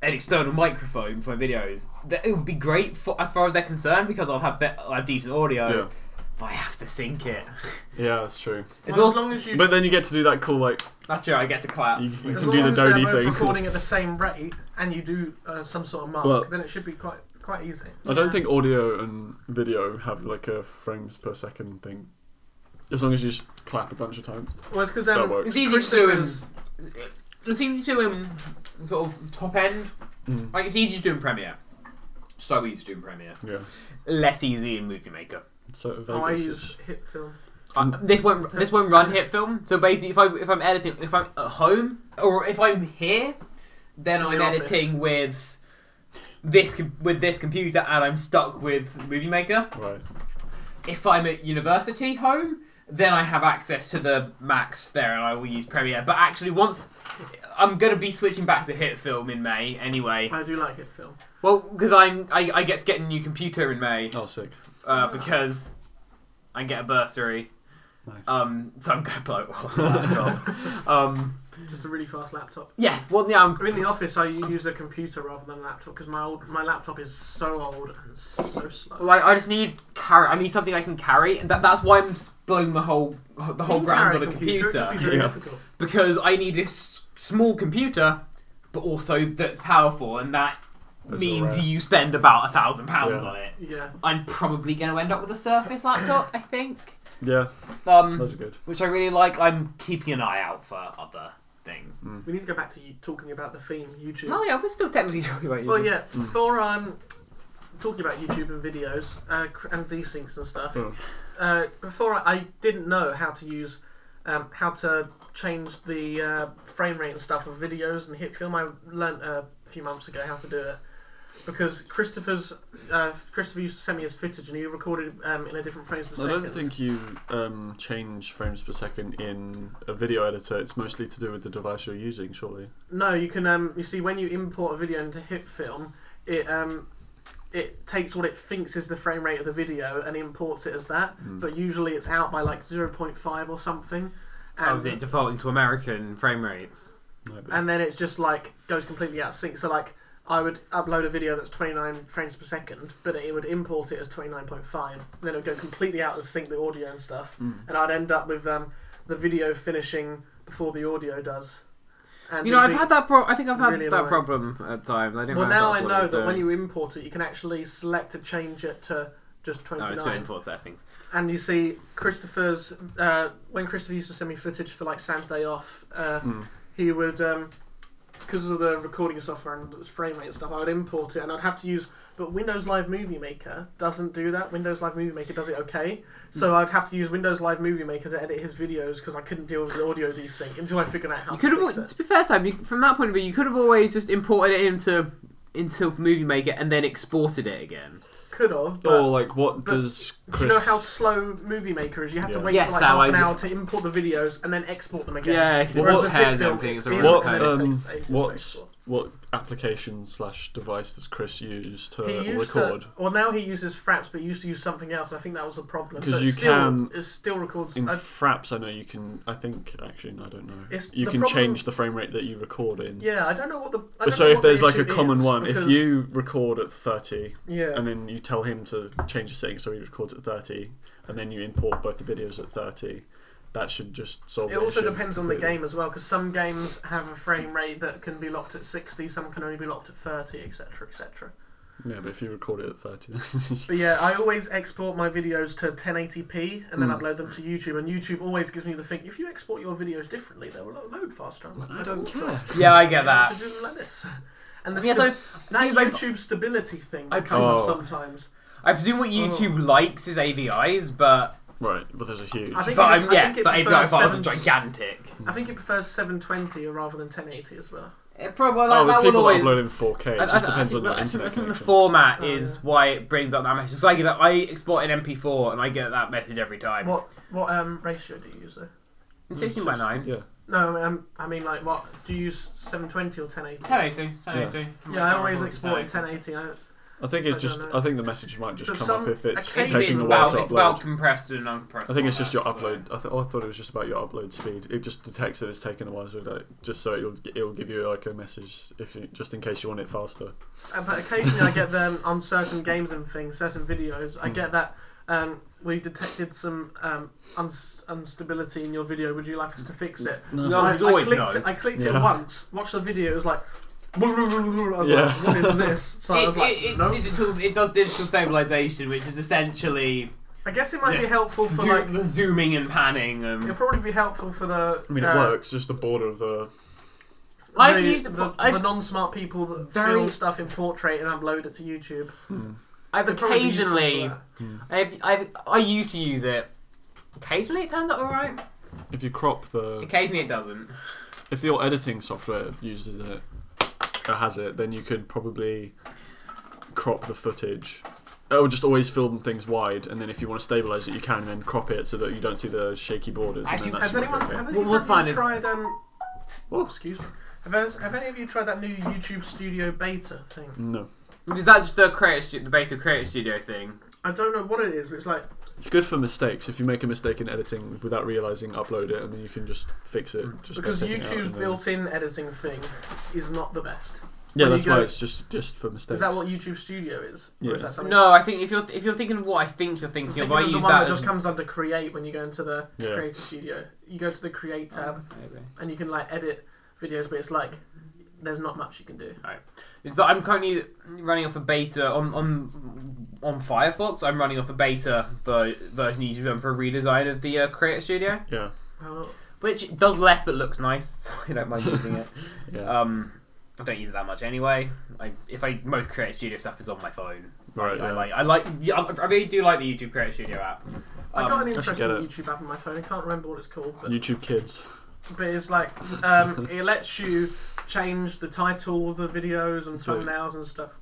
[SPEAKER 1] an external microphone for my videos. That it would be great for as far as they're concerned because I'll have be- I'll have decent audio.
[SPEAKER 3] Yeah,
[SPEAKER 1] But I have to sync it.
[SPEAKER 3] yeah, that's true.
[SPEAKER 1] It's
[SPEAKER 2] Well, as
[SPEAKER 1] also,
[SPEAKER 2] long as you
[SPEAKER 3] But then you get to do that cool like
[SPEAKER 1] that's true. I get to clap.
[SPEAKER 3] you, you
[SPEAKER 2] As
[SPEAKER 3] can
[SPEAKER 2] long
[SPEAKER 3] do the
[SPEAKER 2] as they're
[SPEAKER 3] Dodie
[SPEAKER 2] both
[SPEAKER 3] thing.
[SPEAKER 2] recording at the same rate, and you do uh, some sort of mark,
[SPEAKER 3] Well-
[SPEAKER 2] then it should be quite quite easy.
[SPEAKER 3] I don't think audio and video have like a frames per second thing. As long as you just clap a bunch of times,
[SPEAKER 2] Well, it's because
[SPEAKER 3] that
[SPEAKER 2] um,
[SPEAKER 3] works.
[SPEAKER 1] It's easy to do
[SPEAKER 2] Christopher's-
[SPEAKER 1] in. It's easy to do in um, sort of top end.
[SPEAKER 3] Mm.
[SPEAKER 1] Like it's easy to do in Premiere. So easy to do in Premiere.
[SPEAKER 3] Yeah.
[SPEAKER 1] Less easy in Movie Maker.
[SPEAKER 3] So Vegas
[SPEAKER 2] oh, I
[SPEAKER 3] is
[SPEAKER 2] use hit film.
[SPEAKER 1] Uh, this won't this won't run hit film. So basically, if I if I'm editing, if I'm at home or if I'm here, then
[SPEAKER 2] In
[SPEAKER 1] I'm
[SPEAKER 2] the office.
[SPEAKER 1] editing with this com- with this computer, and I'm stuck with Movie Maker.
[SPEAKER 3] right.
[SPEAKER 1] If I'm at university home, then I have access to the Max there, and I will use Premiere. But actually, once I'm gonna be switching back to hit film in May anyway.
[SPEAKER 2] I do like hit film.
[SPEAKER 1] Well, because I'm I, I get to get a new computer in May
[SPEAKER 3] Oh, sick.
[SPEAKER 1] uh, because I get a bursary.
[SPEAKER 3] Nice.
[SPEAKER 2] Uh,
[SPEAKER 1] Um, so I'm gonna blow it off that job. Um,
[SPEAKER 2] Just a really fast laptop.
[SPEAKER 1] yes, well, yeah, I'm,
[SPEAKER 2] I mean, in the office, I use a computer rather than a laptop because my old my laptop is so old and so slow.
[SPEAKER 1] like I just need carry. I need something I can carry. and That, that's why I'm s- blowing the whole the whole
[SPEAKER 2] You can
[SPEAKER 1] ground
[SPEAKER 2] carry
[SPEAKER 1] on a computer,
[SPEAKER 2] it'd just be very
[SPEAKER 3] Yeah.
[SPEAKER 2] difficult.
[SPEAKER 1] because I need a s- small computer, but also that's powerful, and that
[SPEAKER 3] That's
[SPEAKER 1] means
[SPEAKER 3] alright.
[SPEAKER 1] you spend about a thousand pounds
[SPEAKER 3] Yeah.
[SPEAKER 1] on it.
[SPEAKER 2] Yeah,
[SPEAKER 1] I'm probably gonna end up with a Surface laptop, I think.
[SPEAKER 3] yeah,
[SPEAKER 1] Um,
[SPEAKER 3] those are good.
[SPEAKER 1] which I really like. I'm keeping an eye out for other things.
[SPEAKER 3] Mm.
[SPEAKER 2] we need to go back to you talking about the theme YouTube.
[SPEAKER 1] No, yeah, we're still technically talking about you.
[SPEAKER 2] Well, yeah,
[SPEAKER 3] Mm.
[SPEAKER 2] for um, talking about YouTube and videos uh, cr- and desyncs and stuff.
[SPEAKER 3] Mm.
[SPEAKER 2] Uh, before I, I didn't know how to use, um, how to change the uh, frame rate and stuff of videos and hit film. I learnt uh, a few months ago how to do it because Christopher's uh, Christopher used to send me his footage and he recorded um, in a different frames per
[SPEAKER 3] I
[SPEAKER 2] second.
[SPEAKER 3] don't think you um, change frames per second in a video editor. It's mostly to do with the device you're using, surely.
[SPEAKER 2] No, you can. Um, you see, when you import a video into HitFilm, it um, it takes what it thinks is the frame rate of the video and imports it as that. But usually, it's out by like zero point five or something,
[SPEAKER 1] How Oh, is it
[SPEAKER 2] and,
[SPEAKER 1] defaulting to American frame rates?
[SPEAKER 3] Maybe.
[SPEAKER 2] and then it's just like goes completely out of sync. So like, I would upload a video that's twenty nine frames per second, but it would import it as twenty nine point five. Then it would go completely out of sync the audio and stuff, and I'd end up with um, the video finishing before the audio does. And
[SPEAKER 1] You know,
[SPEAKER 2] it'd
[SPEAKER 1] I've
[SPEAKER 2] be-
[SPEAKER 1] had that pro- I think I've had
[SPEAKER 2] really
[SPEAKER 1] that
[SPEAKER 2] annoying.
[SPEAKER 1] problem at times. I didn't
[SPEAKER 2] Well,
[SPEAKER 1] realize
[SPEAKER 2] now I
[SPEAKER 1] that's what it
[SPEAKER 2] know
[SPEAKER 1] was
[SPEAKER 2] that when
[SPEAKER 1] doing.
[SPEAKER 2] you import it, you can actually select to change it to just
[SPEAKER 1] Oh,
[SPEAKER 2] twenty
[SPEAKER 1] it's going
[SPEAKER 2] nine.
[SPEAKER 1] for settings.
[SPEAKER 2] and you see Christopher's uh, when Christopher used to send me footage for like Sam's Day Off, uh,
[SPEAKER 1] Hmm.
[SPEAKER 2] he would because of the recording software and the frame rate and stuff, I would import it and I'd have to use. But Windows Live Movie Maker doesn't do that. Windows Live Movie Maker does it okay,
[SPEAKER 1] Hmm.
[SPEAKER 2] so I'd have to use Windows Live Movie Maker to edit his videos because I couldn't deal with the audio desync until I figured out how.
[SPEAKER 1] You
[SPEAKER 2] to
[SPEAKER 1] could have,
[SPEAKER 2] fix
[SPEAKER 1] al-
[SPEAKER 2] it.
[SPEAKER 1] to be fair, Sam. You, from that point of view, you could have always just imported it into into Movie Maker and then exported it again.
[SPEAKER 2] Could have, but
[SPEAKER 3] Or like, what
[SPEAKER 2] but
[SPEAKER 3] does
[SPEAKER 2] do
[SPEAKER 3] Chris?
[SPEAKER 2] you know how slow Movie Maker is? You have to
[SPEAKER 3] Yeah.
[SPEAKER 2] wait
[SPEAKER 1] Yes,
[SPEAKER 2] for like
[SPEAKER 1] how
[SPEAKER 2] half
[SPEAKER 1] I
[SPEAKER 2] an
[SPEAKER 1] would-
[SPEAKER 2] hour to import the videos and then export them again.
[SPEAKER 1] Yeah, 'cause it
[SPEAKER 2] Whereas
[SPEAKER 1] all
[SPEAKER 2] with
[SPEAKER 1] pairs
[SPEAKER 2] Bitfilm,
[SPEAKER 1] everything,
[SPEAKER 2] it's
[SPEAKER 1] it's a
[SPEAKER 2] in
[SPEAKER 1] real
[SPEAKER 3] what
[SPEAKER 2] and
[SPEAKER 1] pain.
[SPEAKER 2] it
[SPEAKER 3] um,
[SPEAKER 2] takes ages to
[SPEAKER 3] what
[SPEAKER 2] export.
[SPEAKER 3] what application slash device does Chris use to
[SPEAKER 2] He used
[SPEAKER 3] record?
[SPEAKER 2] To, well, now he uses Fraps, but he used to use something else. and I think that was a problem.
[SPEAKER 3] 'Cause
[SPEAKER 2] But
[SPEAKER 3] you
[SPEAKER 2] still,
[SPEAKER 3] can-
[SPEAKER 2] It still records.
[SPEAKER 3] In
[SPEAKER 2] I-
[SPEAKER 3] Fraps, I know you can. I think actually, no, I don't know.
[SPEAKER 2] It's-
[SPEAKER 3] you
[SPEAKER 2] the
[SPEAKER 3] can
[SPEAKER 2] problem-
[SPEAKER 3] change the frame rate that you record in.
[SPEAKER 2] yeah, I don't know what the. I don't
[SPEAKER 3] so
[SPEAKER 2] know
[SPEAKER 3] if
[SPEAKER 2] what the
[SPEAKER 3] there's like a
[SPEAKER 2] issue
[SPEAKER 3] common
[SPEAKER 2] is,
[SPEAKER 3] one,
[SPEAKER 2] because-
[SPEAKER 3] if you record at 30
[SPEAKER 2] Yeah.
[SPEAKER 3] and then you tell him to change the setting so he records at 30 and then you import both the videos at 30, that should just solve
[SPEAKER 2] It
[SPEAKER 3] the
[SPEAKER 2] also
[SPEAKER 3] issue
[SPEAKER 2] depends on the
[SPEAKER 3] completely.
[SPEAKER 2] game as well, because some games have a frame rate that can be locked at 60, some can only be locked at 30, etc., etc.
[SPEAKER 3] Yeah, but if you record it at 30,
[SPEAKER 2] But yeah, I always export my videos to 1080p
[SPEAKER 3] Hmm.
[SPEAKER 2] and then upload them to YouTube, and YouTube always gives me the thing: if you export your videos differently, they will upload faster. I'm like,
[SPEAKER 3] I don't
[SPEAKER 2] want
[SPEAKER 3] care.
[SPEAKER 1] Yeah, I get
[SPEAKER 2] to-
[SPEAKER 1] that.
[SPEAKER 2] I want to do them like this. And the
[SPEAKER 1] Yes,
[SPEAKER 2] sta-
[SPEAKER 1] I,
[SPEAKER 2] That
[SPEAKER 1] Things like-
[SPEAKER 2] YouTube stability thing
[SPEAKER 1] I-
[SPEAKER 2] that comes up
[SPEAKER 3] Oh.
[SPEAKER 2] sometimes.
[SPEAKER 1] I presume what YouTube
[SPEAKER 2] Oh.
[SPEAKER 1] likes is AVIs, but
[SPEAKER 3] Right, but there's a huge.
[SPEAKER 2] I think
[SPEAKER 1] but
[SPEAKER 2] it is-
[SPEAKER 1] I'm,
[SPEAKER 2] I
[SPEAKER 1] yeah,
[SPEAKER 2] think it
[SPEAKER 1] but AVI
[SPEAKER 2] prefers
[SPEAKER 1] files are
[SPEAKER 2] seven-
[SPEAKER 1] gigantic.
[SPEAKER 2] I think it prefers 720 rather than 1080 as well.
[SPEAKER 1] It probably
[SPEAKER 3] oh,
[SPEAKER 1] that,
[SPEAKER 3] there's
[SPEAKER 1] that
[SPEAKER 3] people
[SPEAKER 1] will always.
[SPEAKER 3] that upload in 4K. It
[SPEAKER 1] I- I-
[SPEAKER 3] just
[SPEAKER 1] I
[SPEAKER 3] depends
[SPEAKER 1] think
[SPEAKER 3] on your
[SPEAKER 1] the- I think, I
[SPEAKER 3] internet
[SPEAKER 1] think the
[SPEAKER 3] connection.
[SPEAKER 1] format
[SPEAKER 2] Oh,
[SPEAKER 1] is
[SPEAKER 2] yeah.
[SPEAKER 1] why it brings up that message. So I get that, I export an MP4 and I get that message every time.
[SPEAKER 2] What what um ratio do you use though?
[SPEAKER 1] In 16 by 9.
[SPEAKER 3] Yeah.
[SPEAKER 2] No, um, I mean like what do you use 720 or 1080?
[SPEAKER 1] 1080, 1080.
[SPEAKER 2] Yeah, I always export 1080. I,
[SPEAKER 3] I think
[SPEAKER 2] I
[SPEAKER 3] it's
[SPEAKER 2] don't
[SPEAKER 3] just.
[SPEAKER 2] know.
[SPEAKER 3] I think the message might just
[SPEAKER 2] But
[SPEAKER 3] come
[SPEAKER 2] some-
[SPEAKER 3] up if it's
[SPEAKER 2] occasionally
[SPEAKER 3] taking
[SPEAKER 1] it's
[SPEAKER 3] a while
[SPEAKER 1] about,
[SPEAKER 3] to
[SPEAKER 1] it's about
[SPEAKER 3] upload.
[SPEAKER 1] compressed and uncompressed.
[SPEAKER 3] I think it's just your
[SPEAKER 1] formats, so-
[SPEAKER 3] upload. I, th- oh, I thought it was just about your upload speed. It just detects that it's taken a while, so like, just so it'll it'll give you like a message if you, just in case you want it faster.
[SPEAKER 2] uh, but occasionally I get them on certain games and things, certain videos. I get that um, we've detected some um, uns- instability in your video. Would you like us to fix it?
[SPEAKER 1] No,
[SPEAKER 2] I,
[SPEAKER 1] there's
[SPEAKER 2] I
[SPEAKER 1] always
[SPEAKER 2] clicked,
[SPEAKER 1] no.
[SPEAKER 2] it, I clicked it
[SPEAKER 3] Yeah.
[SPEAKER 2] once, watched the video, it was like, I was
[SPEAKER 3] Yeah.
[SPEAKER 2] like, what is this? So I
[SPEAKER 1] It,
[SPEAKER 2] was like,
[SPEAKER 1] it, it's
[SPEAKER 2] no.
[SPEAKER 1] digital, it does digital stabilization, which is essentially
[SPEAKER 2] I guess it might be
[SPEAKER 1] just
[SPEAKER 2] helpful for
[SPEAKER 1] zo-
[SPEAKER 2] like,
[SPEAKER 1] the zooming and panning.
[SPEAKER 2] it'll
[SPEAKER 1] And
[SPEAKER 2] probably be helpful for the.
[SPEAKER 3] I mean,
[SPEAKER 2] uh,
[SPEAKER 3] it works. Just the border of the.
[SPEAKER 2] The,
[SPEAKER 1] I've used it
[SPEAKER 2] the,
[SPEAKER 1] for- I've-
[SPEAKER 2] the non-smart people that
[SPEAKER 1] Very-
[SPEAKER 2] film stuff in portrait and upload it to YouTube.
[SPEAKER 1] I've
[SPEAKER 2] It'd probably be useful for
[SPEAKER 1] occasionally,
[SPEAKER 2] that.
[SPEAKER 1] I've, I've, I used to use it. Occasionally it turns out alright.
[SPEAKER 3] If you crop the,
[SPEAKER 1] Occasionally it doesn't.
[SPEAKER 3] if your editing software uses it or has it, then you could probably crop the footage. Oh, just always film things wide, and then if you want to stabilize it, you can then crop it so that you don't see the shaky borders.
[SPEAKER 1] Actually,
[SPEAKER 3] and then that
[SPEAKER 2] Has
[SPEAKER 3] should
[SPEAKER 2] anyone,
[SPEAKER 3] look okay.
[SPEAKER 2] have any,
[SPEAKER 1] What was
[SPEAKER 2] have
[SPEAKER 1] fun
[SPEAKER 2] you
[SPEAKER 1] is-
[SPEAKER 2] tried? Um, oh, excuse me. Have, us- have any of you tried that new YouTube Studio beta thing?
[SPEAKER 3] No,
[SPEAKER 1] Is that just the creator, stu- the basic creator studio thing?
[SPEAKER 2] I don't know what it is, but it's like
[SPEAKER 3] it's good for mistakes. If you make a mistake in editing without realizing, upload it, and then you can just fix it. Just by
[SPEAKER 2] because
[SPEAKER 3] taking it out and
[SPEAKER 2] YouTube's
[SPEAKER 3] then-
[SPEAKER 2] built-in editing thing is not the best.
[SPEAKER 3] Yeah,
[SPEAKER 2] When you
[SPEAKER 3] that's
[SPEAKER 2] go-
[SPEAKER 3] why it's just just for mistakes.
[SPEAKER 2] Is that what YouTube Studio is? Or is
[SPEAKER 3] Yeah.
[SPEAKER 2] that something
[SPEAKER 1] No, I think if you're if you're thinking of what I think you're
[SPEAKER 2] I'm
[SPEAKER 1] thinking, of,
[SPEAKER 2] thinking
[SPEAKER 1] I
[SPEAKER 2] of the
[SPEAKER 1] use
[SPEAKER 2] one that,
[SPEAKER 1] that as
[SPEAKER 2] just comes under Create when you go into the
[SPEAKER 3] Yeah.
[SPEAKER 2] Creative Studio. You go to the Create
[SPEAKER 1] Um,
[SPEAKER 2] tab
[SPEAKER 1] Maybe.
[SPEAKER 2] and you can like edit videos, but it's like there's not much you can do.
[SPEAKER 1] is that I'm currently running off a beta on on on Firefox. I'm running off a beta ver- version of YouTube for a redesign of the uh, Creator Studio,
[SPEAKER 3] Yeah,
[SPEAKER 2] Oh,
[SPEAKER 1] which does less but looks nice, so I don't mind using it.
[SPEAKER 3] yeah.
[SPEAKER 1] Um, I don't use it that much anyway. I, if I most Creator Studio stuff is on my phone.
[SPEAKER 3] right.
[SPEAKER 1] I
[SPEAKER 3] Oh, yeah.
[SPEAKER 1] like I like yeah, I really do like the YouTube Creator Studio app.
[SPEAKER 2] I
[SPEAKER 1] Um,
[SPEAKER 2] got an
[SPEAKER 3] I should
[SPEAKER 2] interesting
[SPEAKER 3] get it.
[SPEAKER 2] YouTube app on my phone. I can't remember what it's called, but,
[SPEAKER 3] YouTube Kids.
[SPEAKER 2] but it's like um, it lets you change the title of the videos and
[SPEAKER 3] Sweet.
[SPEAKER 2] thumbnails and stuff.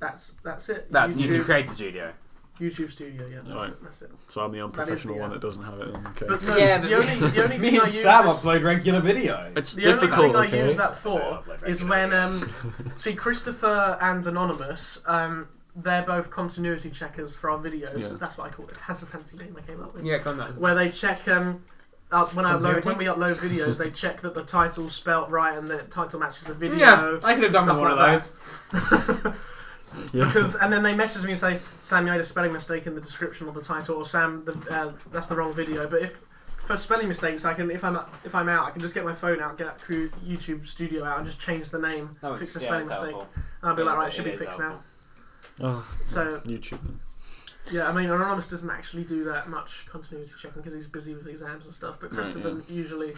[SPEAKER 2] That's that's it.
[SPEAKER 1] that's YouTube,
[SPEAKER 2] YouTube,
[SPEAKER 1] Creator Studio.
[SPEAKER 2] YouTube Studio. Yeah, that's
[SPEAKER 3] Right.
[SPEAKER 2] it. That's it.
[SPEAKER 3] So I'm the unprofessional
[SPEAKER 2] the
[SPEAKER 3] one
[SPEAKER 2] app.
[SPEAKER 3] that doesn't have it. then, Okay.
[SPEAKER 2] But no,
[SPEAKER 1] Yeah,
[SPEAKER 2] the
[SPEAKER 1] but-
[SPEAKER 2] only the only
[SPEAKER 1] Me
[SPEAKER 2] thing I
[SPEAKER 1] and
[SPEAKER 2] use
[SPEAKER 1] Sam
[SPEAKER 2] this-
[SPEAKER 1] upload regular videos.
[SPEAKER 3] it's
[SPEAKER 2] The
[SPEAKER 3] difficult.
[SPEAKER 2] only thing
[SPEAKER 3] okay.
[SPEAKER 2] I use that
[SPEAKER 1] I
[SPEAKER 2] for
[SPEAKER 1] don't upload
[SPEAKER 2] is
[SPEAKER 1] regular
[SPEAKER 2] when um, see Christopher and Anonymous, um, they're both continuity checkers for our videos.
[SPEAKER 3] Yeah.
[SPEAKER 2] That's what I call it. That's a fancy name I came up with.
[SPEAKER 1] Yeah, come on.
[SPEAKER 2] Where they check um, uh, when I upload
[SPEAKER 1] Continuity?
[SPEAKER 2] when we upload videos, they check that the title's spelt right and the title matches the video.
[SPEAKER 1] Yeah, I could have done
[SPEAKER 2] stuff
[SPEAKER 1] with one of
[SPEAKER 2] like
[SPEAKER 1] those.
[SPEAKER 2] that.
[SPEAKER 3] Yeah.
[SPEAKER 2] Because and then they message me and say, Sam, you made a spelling mistake in the description or the title, or Sam, the, uh, that's the wrong video. But if for spelling mistakes, I can if I'm if I'm out, I can just get my phone out, get that cru- YouTube Studio out, and just change the name,
[SPEAKER 1] That was-
[SPEAKER 2] fix the
[SPEAKER 1] yeah,
[SPEAKER 2] spelling
[SPEAKER 1] it's
[SPEAKER 2] mistake,
[SPEAKER 1] helpful.
[SPEAKER 2] and I'll be like, right, it should
[SPEAKER 1] It
[SPEAKER 2] be
[SPEAKER 1] is
[SPEAKER 2] fixed
[SPEAKER 1] helpful.
[SPEAKER 2] now.
[SPEAKER 3] Oh,
[SPEAKER 2] So
[SPEAKER 3] YouTube.
[SPEAKER 2] yeah, I mean, Anonymous doesn't actually do that much continuity checking because he's busy with exams and stuff. But
[SPEAKER 3] Right,
[SPEAKER 2] Christopher usually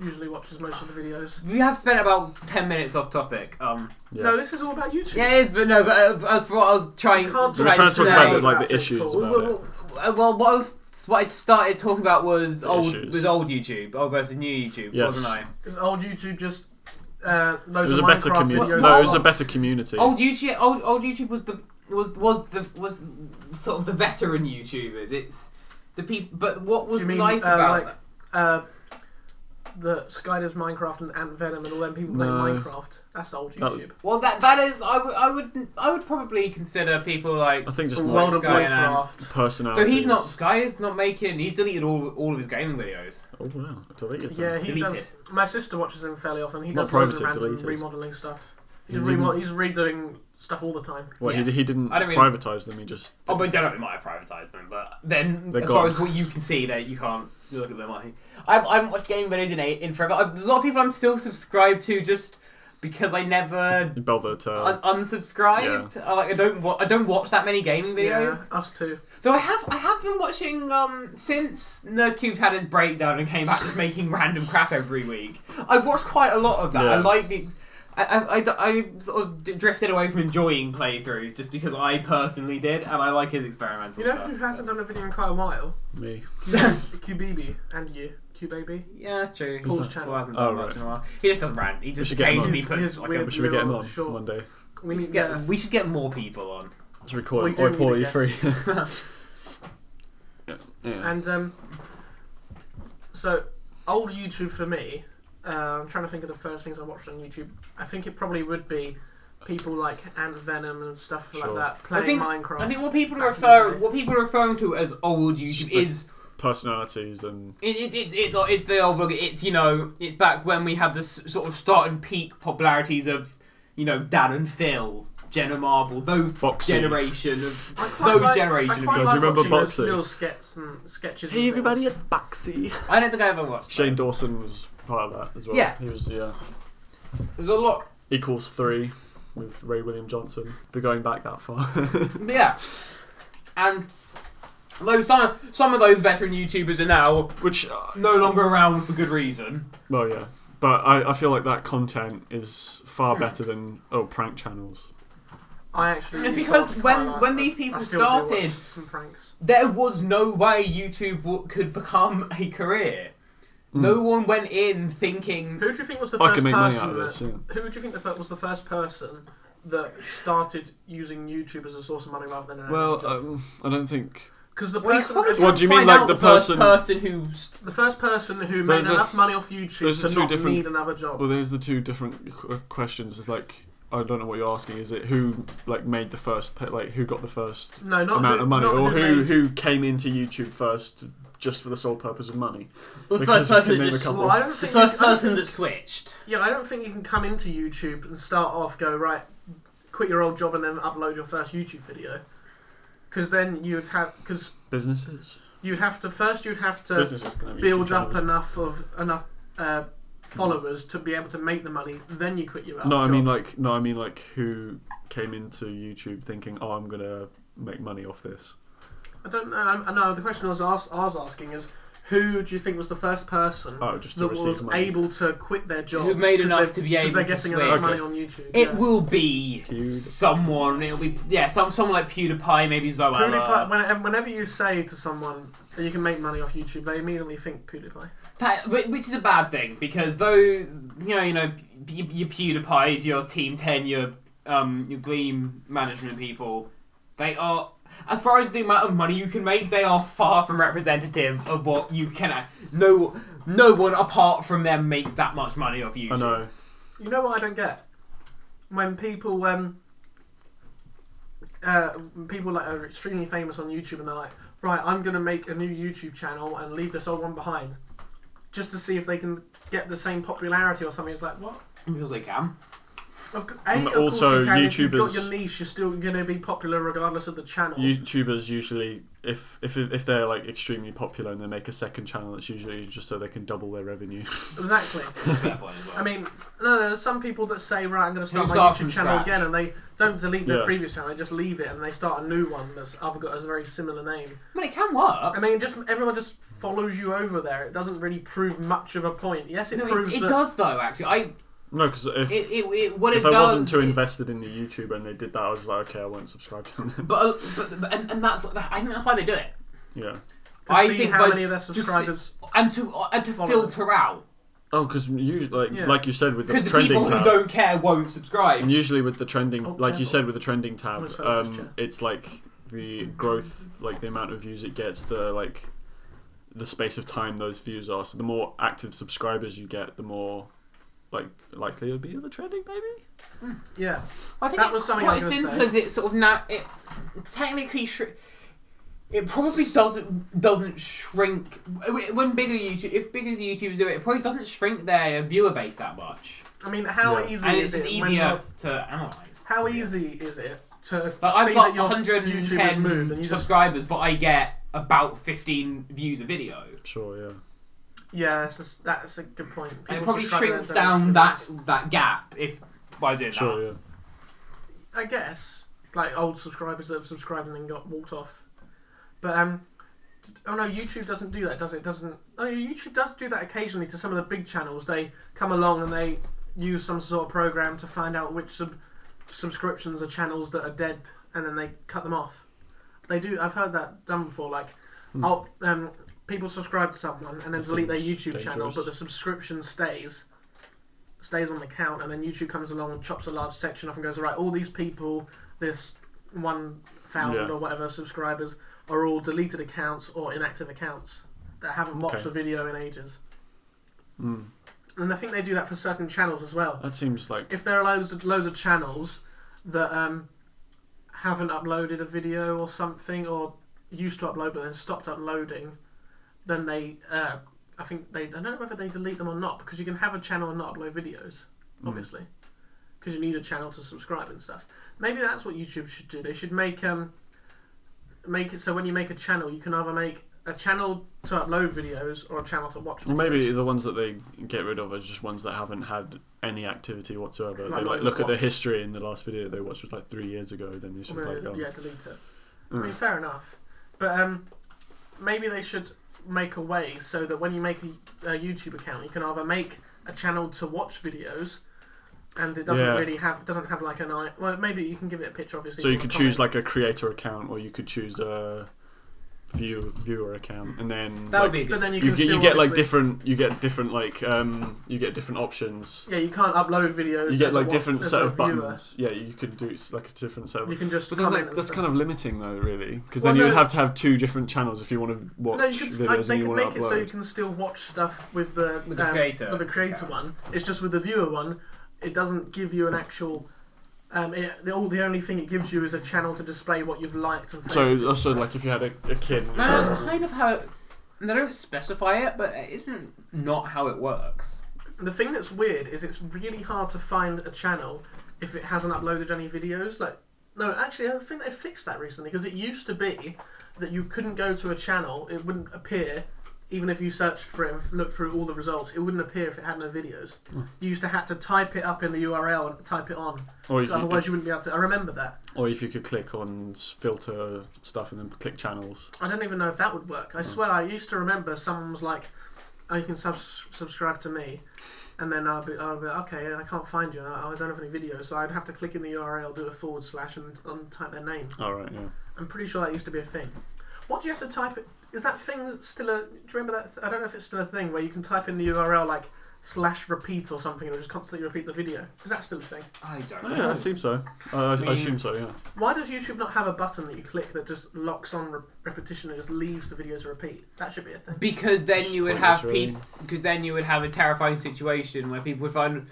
[SPEAKER 2] usually watches most of the videos.
[SPEAKER 1] We have spent about ten minutes off topic. Um,
[SPEAKER 3] Yeah.
[SPEAKER 2] No, this is all about YouTube.
[SPEAKER 1] yeah, it is, but no. But uh, as for what I was trying,
[SPEAKER 2] We can't
[SPEAKER 3] we were
[SPEAKER 2] Right,
[SPEAKER 3] trying to talk
[SPEAKER 1] say-
[SPEAKER 3] about
[SPEAKER 2] so-
[SPEAKER 3] the, like the
[SPEAKER 2] That's
[SPEAKER 3] issues
[SPEAKER 2] cool.
[SPEAKER 1] Well,
[SPEAKER 3] about it.
[SPEAKER 1] well, well, well, what I was what I started talking about was
[SPEAKER 3] The
[SPEAKER 1] old
[SPEAKER 3] issues.
[SPEAKER 1] was old YouTube old versus new YouTube,
[SPEAKER 3] Yes.
[SPEAKER 1] wasn't I?
[SPEAKER 2] Because old YouTube just uh,
[SPEAKER 3] It
[SPEAKER 2] loads
[SPEAKER 3] was a
[SPEAKER 2] of
[SPEAKER 3] better
[SPEAKER 2] Minecraft
[SPEAKER 3] community.
[SPEAKER 2] videos.
[SPEAKER 3] No, it was a better community.
[SPEAKER 2] Oh,
[SPEAKER 1] Old YouTube, old, old YouTube was the was was the was sort of the veteran YouTubers. It's the people, but what was
[SPEAKER 2] you mean,
[SPEAKER 1] nice
[SPEAKER 2] uh,
[SPEAKER 1] about
[SPEAKER 2] like, uh, the Skyder's Minecraft and Ant Venom and all them people
[SPEAKER 3] No.
[SPEAKER 2] playing Minecraft. That's old
[SPEAKER 3] That-
[SPEAKER 2] YouTube.
[SPEAKER 1] well that that is I, w- I would I would probably consider people like
[SPEAKER 3] I think just
[SPEAKER 2] Or
[SPEAKER 3] more
[SPEAKER 2] World of
[SPEAKER 1] Sky and Ant.
[SPEAKER 2] Minecraft.
[SPEAKER 3] personality.
[SPEAKER 1] so he's not Sky is not making he's deleted all all of his gaming videos.
[SPEAKER 3] Oh wow, deleted.
[SPEAKER 2] Yeah,
[SPEAKER 3] Yeah,
[SPEAKER 2] he
[SPEAKER 1] Delete
[SPEAKER 2] does.
[SPEAKER 1] it.
[SPEAKER 2] My sister watches him fairly often. He
[SPEAKER 3] Not
[SPEAKER 2] does loads of
[SPEAKER 3] privative,
[SPEAKER 2] random
[SPEAKER 3] delete it.
[SPEAKER 2] remodeling stuff. He's,
[SPEAKER 3] You
[SPEAKER 2] remo-
[SPEAKER 3] didn't-
[SPEAKER 2] he's redoing stuff all the time.
[SPEAKER 3] well,
[SPEAKER 1] yeah.
[SPEAKER 3] he, he didn't
[SPEAKER 1] I don't mean-
[SPEAKER 3] privatize them. He just.
[SPEAKER 1] Oh, but
[SPEAKER 3] didn't.
[SPEAKER 1] don't know, they might have privatised them, but then
[SPEAKER 3] They're
[SPEAKER 1] as
[SPEAKER 3] gone.
[SPEAKER 1] far as what you can see, there you can't look at them. I, I've, I haven't watched gaming videos in eight in forever. I've, there's a lot of people I'm still subscribed to just because I never
[SPEAKER 3] bother to.
[SPEAKER 1] un- unsubscribed. I, like I don't, wa- I don't watch that many gaming videos.
[SPEAKER 2] Yeah, us too.
[SPEAKER 1] Though I have, I have been watching um since Nerdcube had his breakdown and came back just making random crap every week. I've watched quite a lot of that. I
[SPEAKER 3] Yeah.
[SPEAKER 1] like the. I, I, I, I sort of d- drifted away from enjoying playthroughs just because I personally did, and I like his experimental
[SPEAKER 2] You know
[SPEAKER 1] stuff.
[SPEAKER 2] who hasn't done a video in quite a while?
[SPEAKER 3] me.
[SPEAKER 2] QBB and you. QBaby.
[SPEAKER 1] Yeah, that's true.
[SPEAKER 2] Paul's
[SPEAKER 1] Paul
[SPEAKER 2] channel.
[SPEAKER 1] hasn't
[SPEAKER 3] Oh,
[SPEAKER 1] done much
[SPEAKER 3] right.
[SPEAKER 1] in a while. He just doesn't rant. He just
[SPEAKER 3] should get him on.
[SPEAKER 1] occasionally
[SPEAKER 2] His-
[SPEAKER 1] puts
[SPEAKER 2] his
[SPEAKER 1] like
[SPEAKER 2] weird-
[SPEAKER 1] a.
[SPEAKER 3] We should we get him
[SPEAKER 2] Little
[SPEAKER 3] on
[SPEAKER 2] short.
[SPEAKER 3] one day?
[SPEAKER 2] We
[SPEAKER 1] We
[SPEAKER 2] need
[SPEAKER 1] should get
[SPEAKER 2] yeah.
[SPEAKER 1] we should get more people on.
[SPEAKER 3] Let's record.
[SPEAKER 2] We
[SPEAKER 3] it.
[SPEAKER 2] do
[SPEAKER 3] Oi,
[SPEAKER 2] need
[SPEAKER 3] Paul,
[SPEAKER 2] a
[SPEAKER 3] you free? yeah.
[SPEAKER 2] And um, so old YouTube for me. Uh, I'm trying to think of the first things I watched on YouTube. I think it probably would be people like Ant Venom and stuff like
[SPEAKER 3] Sure.
[SPEAKER 2] that playing
[SPEAKER 1] I think
[SPEAKER 2] Minecraft.
[SPEAKER 1] I think what people
[SPEAKER 2] Back in the
[SPEAKER 1] refer
[SPEAKER 2] day.
[SPEAKER 1] what people are referring to as old
[SPEAKER 3] just
[SPEAKER 1] YouTube
[SPEAKER 3] the-
[SPEAKER 1] is
[SPEAKER 3] personalities and
[SPEAKER 1] it, it, it, it's uh, it's the old it's you know it's back when we had this sort of start and peak popularities of you know Dan and Phil, Jenna Marbles, those
[SPEAKER 3] Boxy.
[SPEAKER 1] generation of
[SPEAKER 2] I quite
[SPEAKER 1] those
[SPEAKER 2] like- I
[SPEAKER 1] generation
[SPEAKER 2] quite
[SPEAKER 1] of.
[SPEAKER 3] God,
[SPEAKER 2] like
[SPEAKER 3] you remember
[SPEAKER 2] watching those
[SPEAKER 3] Boxy?
[SPEAKER 2] Little sketches and sketches. and things.
[SPEAKER 3] it's Boxy.
[SPEAKER 1] I don't think I ever watched.
[SPEAKER 3] Shane
[SPEAKER 1] those.
[SPEAKER 3] Dawson was part of that as well.
[SPEAKER 1] Yeah.
[SPEAKER 3] he was. Yeah,
[SPEAKER 1] There's a lot.
[SPEAKER 3] equals three with Ray William Johnson. They're going back that far.
[SPEAKER 1] But yeah, and though some some of those veteran YouTubers are now
[SPEAKER 3] Which, uh,
[SPEAKER 1] no longer around for good reason.
[SPEAKER 3] well, yeah. But I, I feel like that content is far
[SPEAKER 1] Hmm.
[SPEAKER 3] better than oh prank channels.
[SPEAKER 2] I actually
[SPEAKER 1] Yeah,
[SPEAKER 2] used to
[SPEAKER 1] because
[SPEAKER 2] watch
[SPEAKER 1] when-
[SPEAKER 2] quite a lot.
[SPEAKER 1] when these
[SPEAKER 2] I
[SPEAKER 1] people
[SPEAKER 2] still do watch
[SPEAKER 1] started-
[SPEAKER 2] some pranks.
[SPEAKER 1] There was no way YouTube w- could become a career.
[SPEAKER 3] Hmm.
[SPEAKER 1] No one went in thinking.
[SPEAKER 2] Who do you think was the
[SPEAKER 3] I
[SPEAKER 2] first
[SPEAKER 3] can make money
[SPEAKER 2] person?
[SPEAKER 3] out of
[SPEAKER 2] that-
[SPEAKER 3] this. Yeah.
[SPEAKER 2] Who do you think the fir- was the first person that started using YouTube as a source of money rather than an
[SPEAKER 3] Well, um, I don't think
[SPEAKER 2] because the
[SPEAKER 1] Well, you
[SPEAKER 2] person
[SPEAKER 1] probably
[SPEAKER 3] What
[SPEAKER 1] can't
[SPEAKER 3] do you mean,
[SPEAKER 1] find
[SPEAKER 3] like,
[SPEAKER 1] out
[SPEAKER 3] the
[SPEAKER 1] first
[SPEAKER 3] person-
[SPEAKER 1] person who's
[SPEAKER 2] the first person who made
[SPEAKER 3] Those are
[SPEAKER 2] enough
[SPEAKER 3] s-
[SPEAKER 2] money off YouTube
[SPEAKER 3] those are
[SPEAKER 2] to
[SPEAKER 3] two
[SPEAKER 2] not
[SPEAKER 3] different-
[SPEAKER 2] need another job.
[SPEAKER 3] Well, there's the two different qu- questions. It's like I don't know what you're asking. Is it who like made the first pa- like who got the first
[SPEAKER 2] no, not
[SPEAKER 3] amount
[SPEAKER 2] who,
[SPEAKER 3] of money,
[SPEAKER 2] not
[SPEAKER 3] or who
[SPEAKER 2] made-
[SPEAKER 3] who came into YouTube first just for the sole purpose of money?
[SPEAKER 1] the
[SPEAKER 3] Because
[SPEAKER 1] first
[SPEAKER 3] you
[SPEAKER 1] person
[SPEAKER 3] can
[SPEAKER 1] that
[SPEAKER 3] name
[SPEAKER 1] just,
[SPEAKER 3] a couple.
[SPEAKER 2] Well, I don't
[SPEAKER 1] the
[SPEAKER 2] think
[SPEAKER 1] first
[SPEAKER 2] you- I don't
[SPEAKER 1] person
[SPEAKER 2] think-
[SPEAKER 1] that switched.
[SPEAKER 2] Yeah, I don't think you can come into YouTube and start off go right, quit your old job and then upload your first YouTube video, because then you'd have because
[SPEAKER 3] Businesses.
[SPEAKER 2] you'd have to first you'd have to
[SPEAKER 3] Businesses can have
[SPEAKER 2] build
[SPEAKER 3] YouTube
[SPEAKER 2] up
[SPEAKER 3] channels.
[SPEAKER 2] enough of enough uh, followers to be able to make the money. Then you quit your old
[SPEAKER 3] No, I
[SPEAKER 2] job.
[SPEAKER 3] mean like no, I mean like who came into YouTube thinking, oh, I'm gonna make money off this.
[SPEAKER 2] I don't know. I'm- I know the question I was, ask, I was asking is who do you think was the first person
[SPEAKER 3] Oh, just to
[SPEAKER 2] that
[SPEAKER 3] receive
[SPEAKER 2] was
[SPEAKER 3] money.
[SPEAKER 2] able to quit their job?
[SPEAKER 1] Who made
[SPEAKER 2] 'cause
[SPEAKER 1] enough
[SPEAKER 2] they've-
[SPEAKER 1] to be
[SPEAKER 2] 'cause
[SPEAKER 1] able
[SPEAKER 2] they're
[SPEAKER 1] to
[SPEAKER 2] getting
[SPEAKER 1] switch.
[SPEAKER 2] enough
[SPEAKER 3] Okay.
[SPEAKER 2] money on YouTube.
[SPEAKER 1] It
[SPEAKER 2] yeah.
[SPEAKER 1] will be
[SPEAKER 3] Pewd-
[SPEAKER 1] someone. It'll be yeah, some someone like PewDiePie, maybe Zoella.
[SPEAKER 3] uh,
[SPEAKER 2] PewDiePie, whenever, whenever you say to someone that you can make money off YouTube, they immediately think PewDiePie.
[SPEAKER 1] That, whi- which is a bad thing because those you know you know your, your PewDiePie's, your Team Ten, your um your Gleam management people, they are as far as the amount of money you can make, they are far from representative of what you can. act- No, no one apart from them makes that much money off YouTube.
[SPEAKER 3] I know.
[SPEAKER 2] You know what I don't get? When people um uh, people like are extremely famous on YouTube and they're like, right, I'm gonna make a new YouTube channel and leave this old one behind, just to see if they can get the same popularity or something. It's like, what?
[SPEAKER 1] Because they can.
[SPEAKER 2] Of, c- a,
[SPEAKER 3] And
[SPEAKER 2] of course
[SPEAKER 3] also
[SPEAKER 2] you can. If you've got
[SPEAKER 3] YouTubers-
[SPEAKER 2] your niche, you're still going to be popular regardless of the channel.
[SPEAKER 3] YouTubers usually, if if if they're like extremely popular and they make a second channel, it's usually just so they can double their revenue.
[SPEAKER 2] Exactly.
[SPEAKER 4] Fair point as well.
[SPEAKER 2] I mean, no, no, there's some people that say, right, I'm going to
[SPEAKER 1] Who
[SPEAKER 2] start my
[SPEAKER 1] start
[SPEAKER 2] YouTube
[SPEAKER 1] from
[SPEAKER 2] channel
[SPEAKER 1] scratch.
[SPEAKER 2] again, and they don't delete their
[SPEAKER 3] Yeah.
[SPEAKER 2] previous channel, they just leave it, and they start a new one that's other got has a very similar name.
[SPEAKER 1] I mean, it can work.
[SPEAKER 2] I mean, just everyone just follows you over there. It doesn't really prove much of a point. Yes, it
[SPEAKER 1] No,
[SPEAKER 2] proves
[SPEAKER 1] it, it
[SPEAKER 2] that.
[SPEAKER 1] does though. Actually, I
[SPEAKER 3] no, because if
[SPEAKER 1] it, it, it what
[SPEAKER 3] if
[SPEAKER 1] it
[SPEAKER 3] I
[SPEAKER 1] does.
[SPEAKER 3] wasn't too
[SPEAKER 1] it-
[SPEAKER 3] invested in the YouTube and they did that, I was like, okay, I won't subscribe to them.
[SPEAKER 1] but, uh, but, but and, and that's I think that's why they do it.
[SPEAKER 3] yeah.
[SPEAKER 2] To
[SPEAKER 1] I
[SPEAKER 2] see
[SPEAKER 1] think
[SPEAKER 2] how
[SPEAKER 1] by-
[SPEAKER 2] many of their
[SPEAKER 1] to see-
[SPEAKER 2] subscribers.
[SPEAKER 1] and to uh, and to
[SPEAKER 2] Follow
[SPEAKER 1] filter out
[SPEAKER 3] Oh, because usually, like
[SPEAKER 2] Yeah.
[SPEAKER 3] like you said with the
[SPEAKER 1] because the,
[SPEAKER 3] trending
[SPEAKER 1] people
[SPEAKER 3] tab,
[SPEAKER 1] who don't care won't subscribe.
[SPEAKER 3] and usually with the trending,
[SPEAKER 2] Oh,
[SPEAKER 3] like you
[SPEAKER 2] careful.
[SPEAKER 3] said with the trending tab,
[SPEAKER 2] Almost fell off his
[SPEAKER 3] um,
[SPEAKER 2] chair.
[SPEAKER 3] it's like the growth, like the amount of views it gets, the like the space of time those views are. So the more active subscribers you get, the more like likely it'll be the trending, maybe.
[SPEAKER 2] Yeah.
[SPEAKER 1] I think
[SPEAKER 2] That
[SPEAKER 1] it's
[SPEAKER 2] was something I
[SPEAKER 1] quite
[SPEAKER 2] was gonna
[SPEAKER 1] simple
[SPEAKER 2] say.
[SPEAKER 1] as it sort of now. It technically shr- it probably doesn't doesn't shrink when bigger YouTube if bigger YouTubers do it, it probably doesn't shrink their viewer base that much,
[SPEAKER 2] I mean, how
[SPEAKER 3] Yeah.
[SPEAKER 2] easy
[SPEAKER 1] and
[SPEAKER 2] is
[SPEAKER 1] it's just
[SPEAKER 2] it? when
[SPEAKER 1] easier
[SPEAKER 2] you're-
[SPEAKER 1] to analyze.
[SPEAKER 2] how easy is it to
[SPEAKER 1] Like
[SPEAKER 2] see
[SPEAKER 1] I've got
[SPEAKER 2] that your YouTubers
[SPEAKER 1] 110
[SPEAKER 2] move and you just
[SPEAKER 1] subscribers, but I get about 15 views a video.
[SPEAKER 3] Sure, yeah.
[SPEAKER 2] yeah, it's just, that's a good point.
[SPEAKER 1] And it
[SPEAKER 2] People
[SPEAKER 1] probably
[SPEAKER 2] subscribe
[SPEAKER 1] shrinks
[SPEAKER 2] and then
[SPEAKER 1] down
[SPEAKER 2] they
[SPEAKER 1] that
[SPEAKER 2] don't
[SPEAKER 1] that gap if by doing that.
[SPEAKER 3] Sure, yeah.
[SPEAKER 2] I guess like old subscribers that have subscribed and then got walked off. But um, t- oh no, YouTube doesn't do that, does it? Doesn't oh, yeah, YouTube does do that occasionally to some of the big channels. They come along and they use some sort of program to find out which sub subscriptions are channels that are dead, and then they cut them off. They do. I've heard that done before. Like, oh, um, people subscribe to someone and then
[SPEAKER 3] Hmm. That
[SPEAKER 2] delete their
[SPEAKER 3] seems
[SPEAKER 2] YouTube channel,
[SPEAKER 3] dangerous.
[SPEAKER 2] but the subscription stays stays on the count, and then YouTube comes along and chops a large section off and goes, right, all these people, this 1,000
[SPEAKER 3] Yeah.
[SPEAKER 2] or whatever subscribers, are all deleted accounts or inactive accounts that haven't watched
[SPEAKER 3] Okay.
[SPEAKER 2] the video in ages.
[SPEAKER 3] Mm.
[SPEAKER 2] And I think they do that for certain channels as well.
[SPEAKER 3] That seems like
[SPEAKER 2] If there are loads of, loads of channels that um, haven't uploaded a video or something, or used to upload but then stopped uploading, then they, uh, I think they, I don't know whether they delete them or not, because you can have a channel and not upload videos obviously, because you need a channel to subscribe and stuff. Maybe that's what YouTube should do. They should make um, make it so when you make a channel, you can either make a channel to upload videos or a channel to watch.
[SPEAKER 3] Well,
[SPEAKER 2] Videos.
[SPEAKER 3] maybe the ones that they get rid of are just ones that haven't had any activity whatsoever.
[SPEAKER 2] Like, not
[SPEAKER 3] they like
[SPEAKER 2] even
[SPEAKER 3] look at the
[SPEAKER 2] watched.
[SPEAKER 3] history in the last video they watched was like three years ago. Then it's just
[SPEAKER 2] Or
[SPEAKER 3] like, uh.
[SPEAKER 2] maybe-
[SPEAKER 3] oh.
[SPEAKER 2] yeah, delete it. I mean, fair enough, but um, maybe they should make a way so that when you make a, a YouTube account, you can either make a channel to watch videos. And it doesn't
[SPEAKER 3] Yeah.
[SPEAKER 2] really have doesn't have like an eye. Well, maybe you can give it a picture, obviously.
[SPEAKER 3] So you
[SPEAKER 2] from
[SPEAKER 3] could
[SPEAKER 2] a comment.
[SPEAKER 3] choose like a creator account, or you could choose a view viewer account, and then
[SPEAKER 1] That would
[SPEAKER 3] like,
[SPEAKER 1] be a
[SPEAKER 2] But
[SPEAKER 1] good.
[SPEAKER 2] then you,
[SPEAKER 3] you,
[SPEAKER 2] can
[SPEAKER 3] get
[SPEAKER 2] still
[SPEAKER 3] you get like
[SPEAKER 2] obviously-
[SPEAKER 3] different you get different like um you get different options.
[SPEAKER 2] Yeah, you can't upload videos.
[SPEAKER 3] You
[SPEAKER 2] as
[SPEAKER 3] get
[SPEAKER 2] a
[SPEAKER 3] like
[SPEAKER 2] wa-
[SPEAKER 3] different
[SPEAKER 2] as
[SPEAKER 3] set
[SPEAKER 2] a
[SPEAKER 3] of
[SPEAKER 2] viewer.
[SPEAKER 3] buttons. Yeah, you could do it's like a different set.
[SPEAKER 2] You
[SPEAKER 3] of
[SPEAKER 2] can just
[SPEAKER 3] But then
[SPEAKER 2] comment.
[SPEAKER 3] like, that's kind of limiting though, really, because
[SPEAKER 2] Well,
[SPEAKER 3] then you would
[SPEAKER 2] no.
[SPEAKER 3] have to have two different channels if you want to watch
[SPEAKER 2] no, you could,
[SPEAKER 3] videos
[SPEAKER 2] like, they
[SPEAKER 3] and you
[SPEAKER 2] could
[SPEAKER 3] want
[SPEAKER 2] make
[SPEAKER 3] to
[SPEAKER 2] it so you
[SPEAKER 3] upload.
[SPEAKER 2] can still watch stuff with the
[SPEAKER 1] With the
[SPEAKER 2] um,
[SPEAKER 1] creator
[SPEAKER 2] With the creator
[SPEAKER 1] account.
[SPEAKER 2] one, it's just with the viewer one. It doesn't give you an actual. Um, it, the, all the only thing it gives you is a channel to display what you've liked and.
[SPEAKER 3] So
[SPEAKER 2] favorited.
[SPEAKER 3] it's also like if you had a, a kid. um,
[SPEAKER 1] No, that's kind of how. They don't specify it, but it isn't not how it works.
[SPEAKER 2] the thing that's weird is it's really hard to find a channel if it hasn't uploaded any videos. Like, no, actually, I think they fixed that recently because it used to be that you couldn't go to a channel; it wouldn't appear, even if you searched for it and looked through all the results. It wouldn't appear if it had no videos. You used to have to type it up in the URL and type it on.
[SPEAKER 3] Or you,
[SPEAKER 2] Otherwise, you wouldn't be able to. I remember that.
[SPEAKER 3] or if you could click on s- filter stuff and then click channels.
[SPEAKER 2] I don't even know if that would work. I swear, I used to remember someone was like, "Oh, you can sub- subscribe to me," and then I'll be, I'll be "Okay, I can't find you. I, I don't have any videos, so I'd have to click in the URL, do a forward slash, and, and type their name."
[SPEAKER 3] All right, yeah.
[SPEAKER 2] I'm pretty sure that used to be a thing. What do you have to type? It? Is that thing still a? Do you remember that? th- I don't know if it's still a thing where you can type in the URL like slash repeat or something, and it'll just constantly repeat the video. Is that still a thing?
[SPEAKER 1] I don't
[SPEAKER 3] Yeah, I seems so. I, I, I
[SPEAKER 1] mean-
[SPEAKER 3] assume so. Yeah.
[SPEAKER 2] Why does YouTube not have a button that you click that just locks on re- repetition and just leaves the video to repeat? That should be a thing.
[SPEAKER 1] Because then
[SPEAKER 3] It's
[SPEAKER 1] you would
[SPEAKER 3] pointless,
[SPEAKER 1] have
[SPEAKER 3] really.
[SPEAKER 1] people. Because then you would have a terrifying situation where people would find.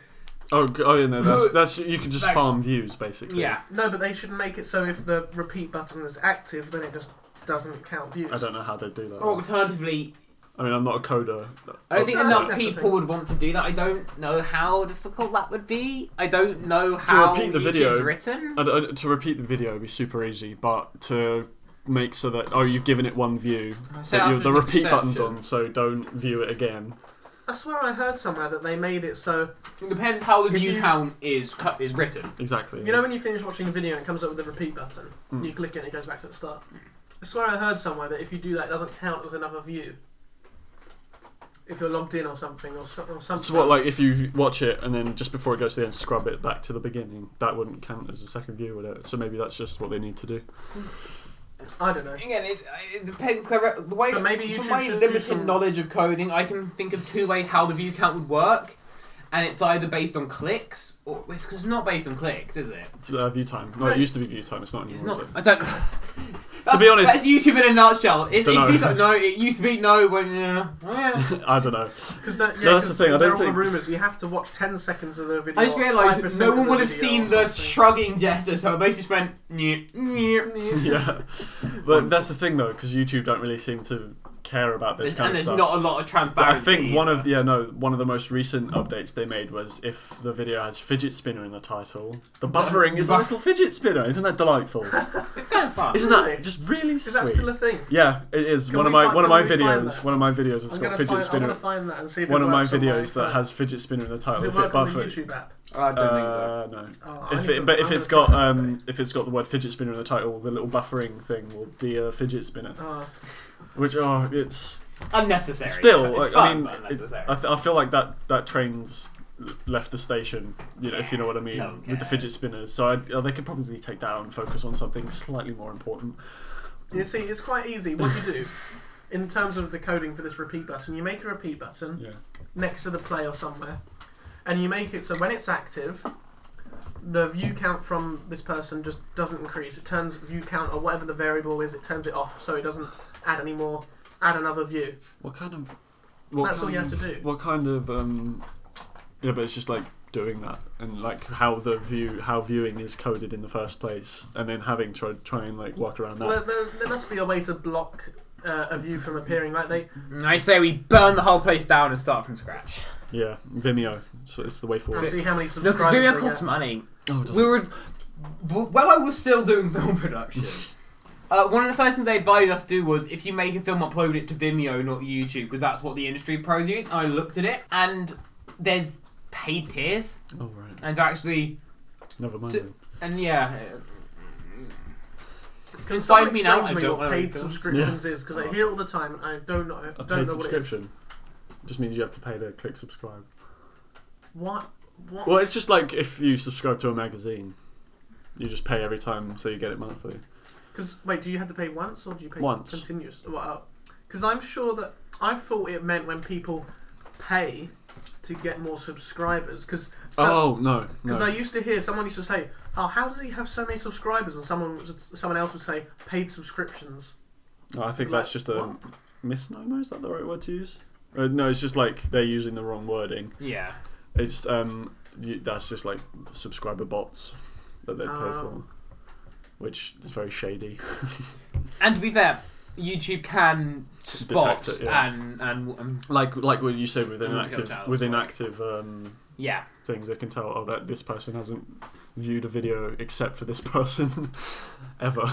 [SPEAKER 3] Oh, g- oh yeah, no, that's that's you can just
[SPEAKER 1] Like-
[SPEAKER 3] farm views basically.
[SPEAKER 1] Yeah.
[SPEAKER 2] No, but they should make it so if the repeat button is active, then it just doesn't count views.
[SPEAKER 3] I don't know how they do that.
[SPEAKER 1] Or alternatively,
[SPEAKER 3] I mean, I'm not a coder.
[SPEAKER 1] Oh. I don't think
[SPEAKER 2] No,
[SPEAKER 1] enough
[SPEAKER 2] that's the
[SPEAKER 1] people
[SPEAKER 2] thing.
[SPEAKER 1] would want to do that. I don't know how difficult that would be. I don't know how
[SPEAKER 3] repeat the
[SPEAKER 1] YouTube's
[SPEAKER 3] video.
[SPEAKER 1] written.
[SPEAKER 3] I'd- I'd- to repeat the video would be super easy, but to make so that oh you've given it one view,
[SPEAKER 1] So
[SPEAKER 3] that you,
[SPEAKER 1] after
[SPEAKER 3] the
[SPEAKER 1] the
[SPEAKER 3] repeat button's
[SPEAKER 1] inception.
[SPEAKER 3] on, so don't view it again.
[SPEAKER 2] I swear I heard somewhere that they made it so
[SPEAKER 1] It depends how the
[SPEAKER 2] If
[SPEAKER 1] view
[SPEAKER 2] you-
[SPEAKER 1] count is cut is written.
[SPEAKER 3] Exactly.
[SPEAKER 2] you know when you finish watching a video and it comes up with the repeat button,
[SPEAKER 3] Hmm.
[SPEAKER 2] you click it and it goes back to the start. I swear I heard somewhere that if you do that, it doesn't count as another view. If you're logged in or something or, so, or something.
[SPEAKER 3] So what, like, if you watch it and then just before it goes to the end, scrub it back to the beginning, that wouldn't count as a second view, would it? So maybe that's just what they need to do.
[SPEAKER 2] I don't know.
[SPEAKER 1] Again, it, it depends. 'cause I re- The way
[SPEAKER 2] But maybe
[SPEAKER 1] from
[SPEAKER 2] YouTube
[SPEAKER 1] my
[SPEAKER 2] should do
[SPEAKER 1] limited
[SPEAKER 2] some-
[SPEAKER 1] knowledge of coding, I can think of two ways how the view count would work, and it's either based on clicks or it's 'cause it's not based on clicks, is it?
[SPEAKER 3] It's, uh, view time. No, it used to be view time. It's not
[SPEAKER 1] It's
[SPEAKER 3] anymore.
[SPEAKER 1] not.
[SPEAKER 3] is
[SPEAKER 1] I don't.
[SPEAKER 3] To be honest-
[SPEAKER 1] that's YouTube in a nutshell. It, it's
[SPEAKER 3] Dunno.
[SPEAKER 1] these- no, it used to be no when. Uh, yeah.
[SPEAKER 3] it? I don't know.
[SPEAKER 2] Because yeah,
[SPEAKER 3] No, that's
[SPEAKER 2] 'cause
[SPEAKER 3] the thing, I
[SPEAKER 2] there
[SPEAKER 3] don't
[SPEAKER 2] are all
[SPEAKER 3] think-
[SPEAKER 2] the rumors. You have to watch ten seconds of the video.
[SPEAKER 1] I just
[SPEAKER 2] or
[SPEAKER 1] realised
[SPEAKER 2] 5%
[SPEAKER 1] no
[SPEAKER 2] of
[SPEAKER 1] one
[SPEAKER 2] the
[SPEAKER 1] would have
[SPEAKER 2] video or
[SPEAKER 1] seen the
[SPEAKER 2] something.
[SPEAKER 1] shrugging gesture, so I basically just went. "Nyeh, nyeh, nyeh."
[SPEAKER 3] yeah, but that's the thing though, because YouTube don't really seem to care about
[SPEAKER 1] There's-
[SPEAKER 3] this kind
[SPEAKER 1] and
[SPEAKER 3] of
[SPEAKER 1] there's
[SPEAKER 3] stuff.
[SPEAKER 1] not a lot of
[SPEAKER 3] But
[SPEAKER 1] transparency.
[SPEAKER 3] I think one of the yeah, no one of the most recent updates they made was if the video has fidget spinner in the title, the buffering is a little fidget spinner. Isn't that delightful?
[SPEAKER 1] it's kind of fun.
[SPEAKER 3] Isn't that just really
[SPEAKER 2] Is that
[SPEAKER 3] sweet?
[SPEAKER 2] still a thing?
[SPEAKER 3] Yeah, it is.
[SPEAKER 2] Can
[SPEAKER 3] one of
[SPEAKER 2] we
[SPEAKER 3] my
[SPEAKER 2] fi-
[SPEAKER 3] one of
[SPEAKER 2] can
[SPEAKER 3] my
[SPEAKER 2] we find
[SPEAKER 3] videos.
[SPEAKER 2] that?
[SPEAKER 3] One of my videos has
[SPEAKER 2] I'm
[SPEAKER 3] got
[SPEAKER 2] gonna
[SPEAKER 3] fidget
[SPEAKER 2] find, I
[SPEAKER 3] spinner.
[SPEAKER 2] want to find that and see if
[SPEAKER 3] one
[SPEAKER 2] it
[SPEAKER 3] of my
[SPEAKER 2] works on
[SPEAKER 3] videos that
[SPEAKER 2] phone.
[SPEAKER 3] has fidget spinner in the title.
[SPEAKER 2] Does it
[SPEAKER 3] If it
[SPEAKER 2] work on the
[SPEAKER 3] buffers,
[SPEAKER 2] YouTube app?
[SPEAKER 1] Oh, I don't think so.
[SPEAKER 3] uh, no.
[SPEAKER 2] Oh, I
[SPEAKER 3] If
[SPEAKER 2] need
[SPEAKER 3] it,
[SPEAKER 2] to-
[SPEAKER 3] but
[SPEAKER 2] I'm
[SPEAKER 3] if
[SPEAKER 2] gonna
[SPEAKER 3] it's
[SPEAKER 2] try
[SPEAKER 3] got
[SPEAKER 2] that
[SPEAKER 3] um,
[SPEAKER 2] today.
[SPEAKER 3] if it's got the word fidget spinner in the title, the little buffering thing will be a fidget spinner,
[SPEAKER 2] Oh,
[SPEAKER 3] which oh, it's
[SPEAKER 1] unnecessary.
[SPEAKER 3] still.
[SPEAKER 1] It's
[SPEAKER 3] like,
[SPEAKER 1] fun,
[SPEAKER 3] I mean,
[SPEAKER 1] but
[SPEAKER 3] it- uh,
[SPEAKER 1] unnecessary.
[SPEAKER 3] I, th- I feel like that that train's l- left the station. You know, if you know what I mean,
[SPEAKER 1] no one
[SPEAKER 3] with the
[SPEAKER 1] cares.
[SPEAKER 3] fidget spinners. So I, uh, they could probably take that out and focus on something slightly more important.
[SPEAKER 2] you see, it's quite easy. What you do, in terms of the coding for this repeat button, you make a repeat button
[SPEAKER 3] Yeah.
[SPEAKER 2] next to the play or somewhere, and you make it so when it's active, the view count from this person just doesn't increase. It turns view count or whatever the variable is, it turns it off, so it doesn't add any more. Add another view.
[SPEAKER 3] What kind of? What
[SPEAKER 2] That's all
[SPEAKER 3] kind
[SPEAKER 2] you have
[SPEAKER 3] of-
[SPEAKER 2] to do.
[SPEAKER 3] What kind of? Um, yeah, but it's just like doing that and like how the view how viewing is coded in the first place, and then having to try and like work around that.
[SPEAKER 2] Well, there, there must be a way to block uh, a view from appearing. Like they,
[SPEAKER 1] I say we burn the whole place down and start from scratch.
[SPEAKER 3] yeah, Vimeo. So it's the way
[SPEAKER 2] I'll
[SPEAKER 3] forward.
[SPEAKER 2] see how many
[SPEAKER 1] Look,
[SPEAKER 2] subscribers.
[SPEAKER 1] Vimeo
[SPEAKER 2] they
[SPEAKER 1] costs
[SPEAKER 2] get.
[SPEAKER 1] money.
[SPEAKER 3] Oh, does
[SPEAKER 1] We
[SPEAKER 3] it?
[SPEAKER 1] were, w- while I was still doing film production, uh, one of the first things they advised us to do was if you make a film, upload it to Vimeo, not YouTube, because that's what the industry pros use. And I looked at it, and there's paid tiers,
[SPEAKER 3] Oh right,
[SPEAKER 1] and to actually,
[SPEAKER 3] never mind.
[SPEAKER 1] D-
[SPEAKER 3] then.
[SPEAKER 1] and yeah,
[SPEAKER 2] Can
[SPEAKER 1] Inside
[SPEAKER 2] someone
[SPEAKER 1] me
[SPEAKER 2] explain
[SPEAKER 1] now, I
[SPEAKER 2] to me
[SPEAKER 1] don't
[SPEAKER 2] what
[SPEAKER 1] know
[SPEAKER 2] paid
[SPEAKER 1] those.
[SPEAKER 2] subscriptions is because I hear all the time and I don't know.
[SPEAKER 3] A
[SPEAKER 2] don't
[SPEAKER 3] paid
[SPEAKER 2] know what it is.
[SPEAKER 3] subscription just means you have to pay to click subscribe.
[SPEAKER 2] What? What?
[SPEAKER 3] Well, it's just like if you subscribe to a magazine, you just pay every time, so you get it monthly.
[SPEAKER 2] Because wait, do you have to pay once or do you pay
[SPEAKER 3] Once.
[SPEAKER 2] continuous? Because I'm sure that I thought it meant when people pay to get more subscribers. Because
[SPEAKER 3] oh no, no.
[SPEAKER 2] because I used to hear someone used to say, "Oh, how does he have so many subscribers?" And someone would- someone else would say, "Paid subscriptions."
[SPEAKER 3] No, I think that's just a
[SPEAKER 2] What?
[SPEAKER 3] misnomer. Is that the right word to use? Uh, no, it's just like they're using the wrong wording.
[SPEAKER 1] yeah.
[SPEAKER 3] It's um, you, that's just like subscriber bots that they pay
[SPEAKER 2] Oh.
[SPEAKER 3] for, which is very shady.
[SPEAKER 1] And to be fair, YouTube can spot
[SPEAKER 3] Detect it, yeah.
[SPEAKER 1] and, and and
[SPEAKER 3] like like what you said with
[SPEAKER 1] Mm,
[SPEAKER 3] inactive
[SPEAKER 1] yeah,
[SPEAKER 3] with
[SPEAKER 1] that's right.
[SPEAKER 3] inactive um,
[SPEAKER 1] yeah.
[SPEAKER 3] things, they can tell oh that this person hasn't viewed a video except for this person ever.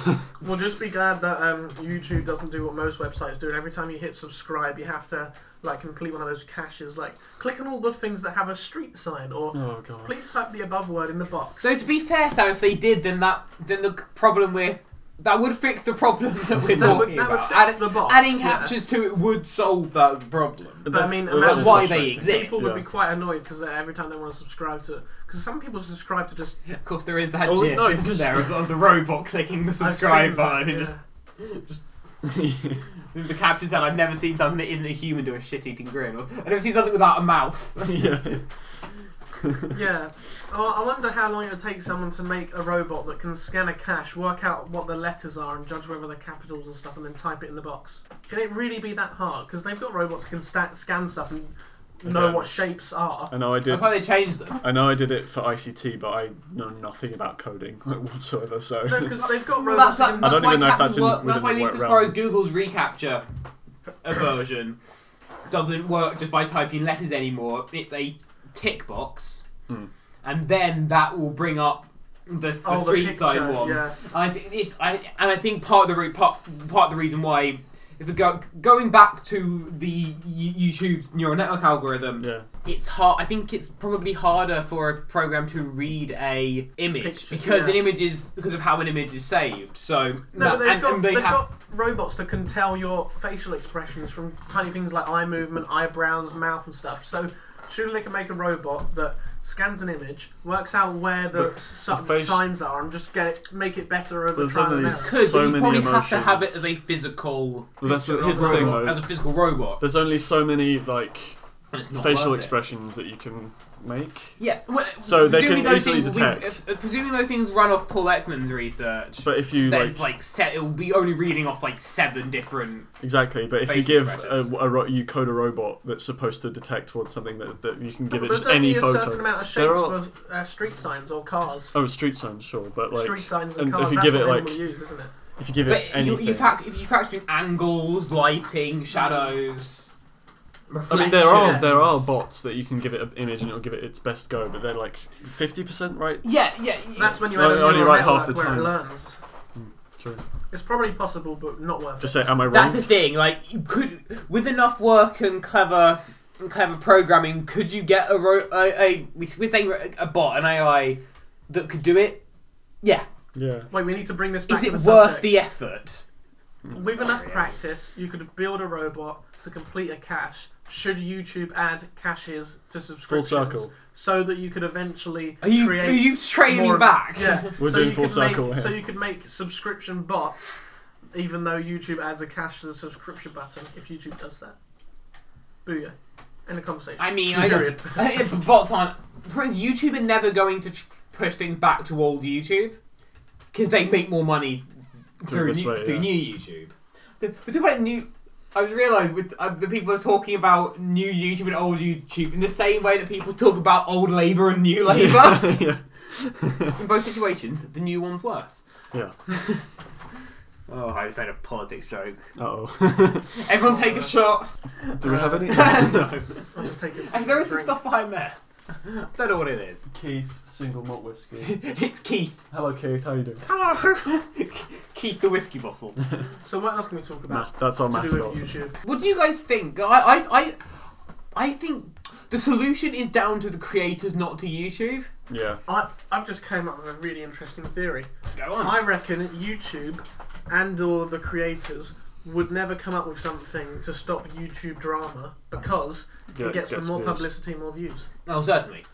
[SPEAKER 2] Well, just be glad that um, YouTube doesn't do what most websites do. And every time you hit subscribe, you have to like complete one of those caches, like click on all the things that have a street sign, or
[SPEAKER 3] oh god.
[SPEAKER 2] please type the above word in the box.
[SPEAKER 1] So to be fair, Sam, if they did, then that then the problem we're that would fix the problem that we're
[SPEAKER 2] That
[SPEAKER 1] talking
[SPEAKER 2] would- that would
[SPEAKER 1] about.
[SPEAKER 2] fix
[SPEAKER 1] Add-
[SPEAKER 2] the box,
[SPEAKER 1] adding
[SPEAKER 2] yeah.
[SPEAKER 1] captures to it would solve that problem.
[SPEAKER 2] But I mean,
[SPEAKER 3] Well,
[SPEAKER 2] imagine-
[SPEAKER 3] that's
[SPEAKER 1] why they
[SPEAKER 3] frustrating.
[SPEAKER 1] exist.
[SPEAKER 2] people would
[SPEAKER 3] Yeah.
[SPEAKER 2] be quite annoyed because every time they want to subscribe to, because some people subscribe to just
[SPEAKER 1] Of course, there is that
[SPEAKER 3] Oh,
[SPEAKER 1] gif,
[SPEAKER 3] no,
[SPEAKER 1] isn't
[SPEAKER 3] just-
[SPEAKER 1] there, of, of the robot clicking the
[SPEAKER 2] I've
[SPEAKER 1] subscribe
[SPEAKER 2] seen
[SPEAKER 1] button
[SPEAKER 2] that,
[SPEAKER 1] and
[SPEAKER 2] yeah.
[SPEAKER 1] just the caption said, "I've never seen something that isn't a human do a shit-eating grin. Or, I've never seen something without a mouth."
[SPEAKER 3] yeah.
[SPEAKER 2] yeah. Oh, I wonder how long it would take someone to make a robot that can scan a cache, work out what the letters are, and judge whether they're capitals and stuff, and then type it in the box. Can it really be that hard? Because they've got robots that can sta scan stuff and know
[SPEAKER 3] Okay.
[SPEAKER 2] what shapes are.
[SPEAKER 3] I know I did.
[SPEAKER 1] That's why they changed them.
[SPEAKER 3] I know I did it for ICT, but I know nothing about coding like whatsoever. So
[SPEAKER 2] No, because they've got
[SPEAKER 1] Well,
[SPEAKER 2] robots.
[SPEAKER 1] that's, that,
[SPEAKER 2] that can,
[SPEAKER 1] that's
[SPEAKER 3] don't
[SPEAKER 1] why
[SPEAKER 3] even know if
[SPEAKER 1] Captain
[SPEAKER 3] that's in-
[SPEAKER 1] work,
[SPEAKER 3] within
[SPEAKER 1] That's why,
[SPEAKER 3] the
[SPEAKER 1] at least
[SPEAKER 3] right
[SPEAKER 1] as far
[SPEAKER 3] realm.
[SPEAKER 1] as Google's recapture version doesn't work just by typing letters anymore. It's a tick box,
[SPEAKER 3] Hmm.
[SPEAKER 1] and then that will bring up the, the
[SPEAKER 2] Oh, the
[SPEAKER 1] street
[SPEAKER 2] picture,
[SPEAKER 1] sign one.
[SPEAKER 2] yeah.
[SPEAKER 1] And I think it's, I, and I think part of the re- part, part of the reason why if we go going back to the Y- YouTube's neural network algorithm,
[SPEAKER 3] Yeah.
[SPEAKER 1] it's hard. I think it's probably harder for a program to read a image
[SPEAKER 2] Picture,
[SPEAKER 1] because
[SPEAKER 2] yeah.
[SPEAKER 1] an image is because of how an image is saved. So
[SPEAKER 2] No,
[SPEAKER 1] that-
[SPEAKER 2] they've,
[SPEAKER 1] and,
[SPEAKER 2] got,
[SPEAKER 1] and they
[SPEAKER 2] they've
[SPEAKER 1] have,
[SPEAKER 2] got robots that can tell your facial expressions from tiny things like eye movement, eyebrows, mouth, and stuff. So surely they can make a robot that scans an image, works out where the, s-
[SPEAKER 3] the face-
[SPEAKER 2] signs are, and just get it, make it better over
[SPEAKER 3] There's
[SPEAKER 2] time. And
[SPEAKER 3] only
[SPEAKER 2] error.
[SPEAKER 3] s-
[SPEAKER 1] could,
[SPEAKER 3] so
[SPEAKER 1] but you
[SPEAKER 3] many
[SPEAKER 1] probably have to
[SPEAKER 3] emotions.
[SPEAKER 1] have it as a physical
[SPEAKER 3] Well, that's the, here's the
[SPEAKER 1] robot,
[SPEAKER 3] thing though.
[SPEAKER 1] as a physical robot.
[SPEAKER 3] There's only so many like
[SPEAKER 1] And it's not
[SPEAKER 3] facial
[SPEAKER 1] worth it.
[SPEAKER 3] expressions that you can make.
[SPEAKER 1] Yeah, well,
[SPEAKER 3] So they
[SPEAKER 1] presuming
[SPEAKER 3] can
[SPEAKER 1] those
[SPEAKER 3] easily
[SPEAKER 1] things will Be,
[SPEAKER 3] detect.
[SPEAKER 1] if- presuming those things run off Paul Ekman's research,
[SPEAKER 3] But if you
[SPEAKER 1] there's
[SPEAKER 3] like,
[SPEAKER 1] like, set. It will be only reading off like seven different.
[SPEAKER 3] exactly, but if you
[SPEAKER 1] facial
[SPEAKER 3] give a,
[SPEAKER 1] expressions.
[SPEAKER 3] a ro- you code a robot that's supposed to detect towards something that, that you can give it
[SPEAKER 2] There's
[SPEAKER 3] just
[SPEAKER 2] only
[SPEAKER 3] any
[SPEAKER 2] a certain
[SPEAKER 3] photo.
[SPEAKER 2] amount of
[SPEAKER 3] There
[SPEAKER 2] shapes
[SPEAKER 3] are-
[SPEAKER 2] for uh, street signs or cars.
[SPEAKER 3] Oh, street signs, sure, but like
[SPEAKER 2] street signs and,
[SPEAKER 3] and
[SPEAKER 2] cars.
[SPEAKER 3] if you
[SPEAKER 2] that's
[SPEAKER 3] give
[SPEAKER 2] what
[SPEAKER 3] it
[SPEAKER 2] they
[SPEAKER 3] like
[SPEAKER 2] will use, isn't it?
[SPEAKER 3] if you give
[SPEAKER 1] But
[SPEAKER 3] it
[SPEAKER 1] you,
[SPEAKER 3] anything,
[SPEAKER 1] you fact, if you factor in angles, lighting, shadows.
[SPEAKER 3] I mean there are
[SPEAKER 1] reflections.
[SPEAKER 3] there are bots that you can give it an image and it'll give it its best go, but they're like fifty percent right.
[SPEAKER 1] Yeah, yeah, yeah.
[SPEAKER 2] That's when you
[SPEAKER 3] No,
[SPEAKER 2] end up
[SPEAKER 3] they only
[SPEAKER 2] neural
[SPEAKER 3] write half
[SPEAKER 2] network
[SPEAKER 3] the
[SPEAKER 2] where it
[SPEAKER 3] time.
[SPEAKER 2] learns.
[SPEAKER 3] True.
[SPEAKER 2] It's probably possible, but not worth
[SPEAKER 3] Just
[SPEAKER 2] it.
[SPEAKER 3] say, am I wrong?
[SPEAKER 1] That's the thing. Like, you could with enough work and clever, and clever programming, could you get a, ro- a, a we- we're saying a bot, an AI that could do it? Yeah.
[SPEAKER 3] yeah.
[SPEAKER 2] Wait, we need to bring this back
[SPEAKER 1] Is
[SPEAKER 2] to
[SPEAKER 1] it
[SPEAKER 2] the
[SPEAKER 1] worth
[SPEAKER 2] subject.
[SPEAKER 1] the effort?
[SPEAKER 2] With enough practice, you could build a robot to complete a cache. Should YouTube add caches to subscriptions?
[SPEAKER 3] circle.
[SPEAKER 2] So that you could eventually
[SPEAKER 1] Are you
[SPEAKER 2] create
[SPEAKER 1] are you
[SPEAKER 2] more
[SPEAKER 1] training
[SPEAKER 2] of-
[SPEAKER 1] back?
[SPEAKER 2] Yeah.
[SPEAKER 3] We're
[SPEAKER 2] so
[SPEAKER 3] doing
[SPEAKER 2] you
[SPEAKER 3] full
[SPEAKER 2] could
[SPEAKER 3] circle
[SPEAKER 2] Make,
[SPEAKER 3] here.
[SPEAKER 2] So you could make subscription bots, even though YouTube adds a cache to the subscription button. If YouTube does that, booyah! End of conversation.
[SPEAKER 1] I mean, I don't.
[SPEAKER 2] Period.
[SPEAKER 1] if bots aren't, YouTube are never going to tr- push things back to old YouTube because they make more money through
[SPEAKER 3] Through this
[SPEAKER 1] new,
[SPEAKER 3] way,
[SPEAKER 1] through
[SPEAKER 3] yeah.
[SPEAKER 1] new YouTube. The- We're talking about new. I was realised with uh, the people are talking about new YouTube and old YouTube in the same way that people talk about old Labour and new Labour.
[SPEAKER 3] yeah.
[SPEAKER 1] in both situations, the new one's worse.
[SPEAKER 3] Yeah.
[SPEAKER 1] Oh, I made a politics joke.
[SPEAKER 3] Uh oh.
[SPEAKER 1] Everyone take a shot.
[SPEAKER 3] Do we have any?
[SPEAKER 1] no.
[SPEAKER 2] I'll just take a sip
[SPEAKER 1] Actually,
[SPEAKER 2] of
[SPEAKER 1] there is some
[SPEAKER 2] drink.
[SPEAKER 1] stuff behind there. Don't know what it is.
[SPEAKER 3] Keith, single malt whiskey.
[SPEAKER 1] it's Keith.
[SPEAKER 3] Hello, Keith. How you doing?
[SPEAKER 1] Hello. Keep the whiskey bottle.
[SPEAKER 2] So what else can we talk about?
[SPEAKER 3] Mas- that's our
[SPEAKER 2] to do
[SPEAKER 3] mascot.
[SPEAKER 2] with YouTube.
[SPEAKER 1] What do you guys think? I, I, I, I think the solution is down to the creators, not to YouTube.
[SPEAKER 3] Yeah.
[SPEAKER 2] I, I've just came up with a really interesting theory.
[SPEAKER 1] Go on.
[SPEAKER 2] I reckon YouTube and or the creators would never come up with something to stop YouTube drama because
[SPEAKER 3] Yeah,
[SPEAKER 2] it gets them more
[SPEAKER 3] views.
[SPEAKER 2] publicity, more views,
[SPEAKER 1] Oh, certainly.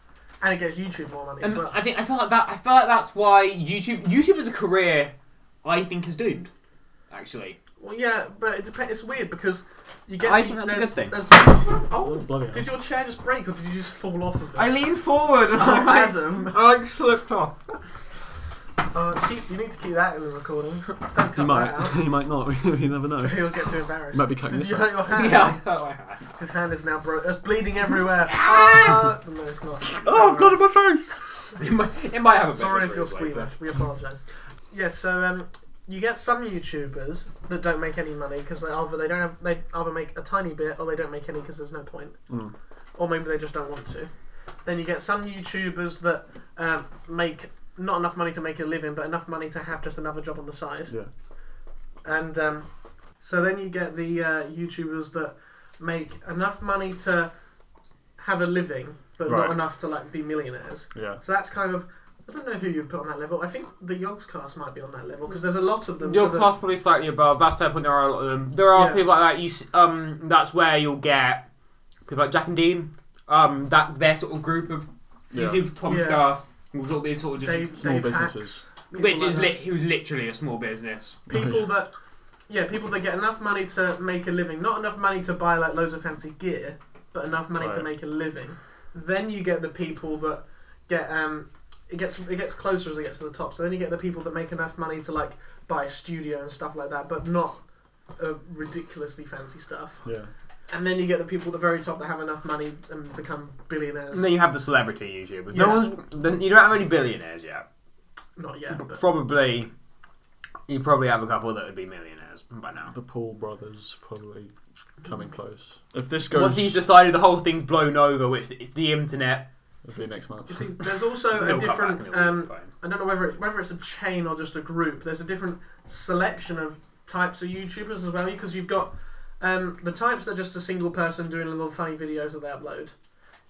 [SPEAKER 2] and it gets YouTube more money as
[SPEAKER 1] And
[SPEAKER 2] well.
[SPEAKER 1] I think I feel like that. I feel like that's why YouTube, YouTube as a career, I think is doomed. Actually,
[SPEAKER 2] well, yeah, but it depends. It's weird because you get.
[SPEAKER 1] I think that's a
[SPEAKER 2] there's-
[SPEAKER 1] good thing.
[SPEAKER 2] there's-
[SPEAKER 3] Oh,
[SPEAKER 2] oh,
[SPEAKER 3] bloody hell.
[SPEAKER 2] did your chair just break or did you just fall off of it?
[SPEAKER 1] leaned forward and
[SPEAKER 2] Oh, Adam.
[SPEAKER 1] I like slipped off.
[SPEAKER 2] Uh, keep, you need to keep that in the recording. Don't cut
[SPEAKER 3] He
[SPEAKER 2] that
[SPEAKER 3] might.
[SPEAKER 2] out.
[SPEAKER 3] He might not. you never know.
[SPEAKER 2] He'll get too embarrassed.
[SPEAKER 3] Might be cutting
[SPEAKER 2] Did
[SPEAKER 3] this
[SPEAKER 2] you
[SPEAKER 3] out.
[SPEAKER 2] hurt your hand?
[SPEAKER 1] Yeah. Oh, I have.
[SPEAKER 2] His hand is now broken. It's bleeding everywhere.
[SPEAKER 1] Ah!
[SPEAKER 2] Uh, no, it's not.
[SPEAKER 3] Oh, blood in my face!
[SPEAKER 1] It might, it might have a bit
[SPEAKER 2] Sorry
[SPEAKER 1] of
[SPEAKER 2] if
[SPEAKER 1] a
[SPEAKER 2] you're
[SPEAKER 1] bruise later.
[SPEAKER 2] squeamish. We apologise. Yeah, so um, you get some YouTubers that don't make any money because they either they don't have, they either make a tiny bit or they don't make any because there's no point,
[SPEAKER 3] Mm.
[SPEAKER 2] or maybe they just don't want to. Then you get some YouTubers that um, make not enough money to make a living, but enough money to have just another job on the side.
[SPEAKER 3] Yeah.
[SPEAKER 2] And um, so then you get the uh, YouTubers that make enough money to have a living, but
[SPEAKER 3] Right.
[SPEAKER 2] not enough to like be millionaires.
[SPEAKER 3] Yeah.
[SPEAKER 2] So that's kind of. I don't know who you'd put on that level. I think the Yogs cast might be on that level because there's a lot of them.
[SPEAKER 1] Your
[SPEAKER 2] so the-
[SPEAKER 1] class probably slightly above. That's fair point. There are a lot of them. There are
[SPEAKER 2] Yeah.
[SPEAKER 1] people like that. You s- um, that's where you'll get people like Jack and Dean. Um, that their sort of group of
[SPEAKER 3] Yeah.
[SPEAKER 1] YouTube Tom
[SPEAKER 2] Yeah.
[SPEAKER 1] Scar will sort of be sort of just
[SPEAKER 2] Dave,
[SPEAKER 3] Small
[SPEAKER 2] Dave
[SPEAKER 3] businesses. Oh,
[SPEAKER 2] Hacks, people
[SPEAKER 1] which
[SPEAKER 2] like
[SPEAKER 1] is
[SPEAKER 2] that.
[SPEAKER 1] lit. Who's literally a small business.
[SPEAKER 2] people that yeah people that get enough money to make a living, not enough money to buy like loads of fancy gear, but enough money to
[SPEAKER 3] Right.
[SPEAKER 2] make a living. Then you get the people that get um it gets it gets closer as it gets to the top. So then you get the people that make enough money to like buy a studio and stuff like that, but not uh, ridiculously fancy stuff.
[SPEAKER 3] Yeah.
[SPEAKER 2] And then you get the people at the very top that have enough money and become billionaires.
[SPEAKER 1] And then you have the celebrity YouTubers. No
[SPEAKER 2] Yeah.
[SPEAKER 1] one's. then You don't have any billionaires yet.
[SPEAKER 2] Not yet, but
[SPEAKER 1] Probably, you probably have a couple that would be millionaires by now.
[SPEAKER 3] The Paul brothers, probably. coming close. If this
[SPEAKER 1] Once
[SPEAKER 3] goes,
[SPEAKER 1] he's decided the whole thing's blown over, which it's the internet.
[SPEAKER 3] it'll be next month.
[SPEAKER 2] You see, there's also
[SPEAKER 1] He'll
[SPEAKER 2] a
[SPEAKER 1] cut back
[SPEAKER 2] different.
[SPEAKER 1] and it'll be
[SPEAKER 2] Um,
[SPEAKER 1] fine.
[SPEAKER 2] I don't know whether it's, whether it's a chain or just a group. There's a different selection of types of YouTubers as well because you've got um, the types that are just a single person doing little funny videos that they upload.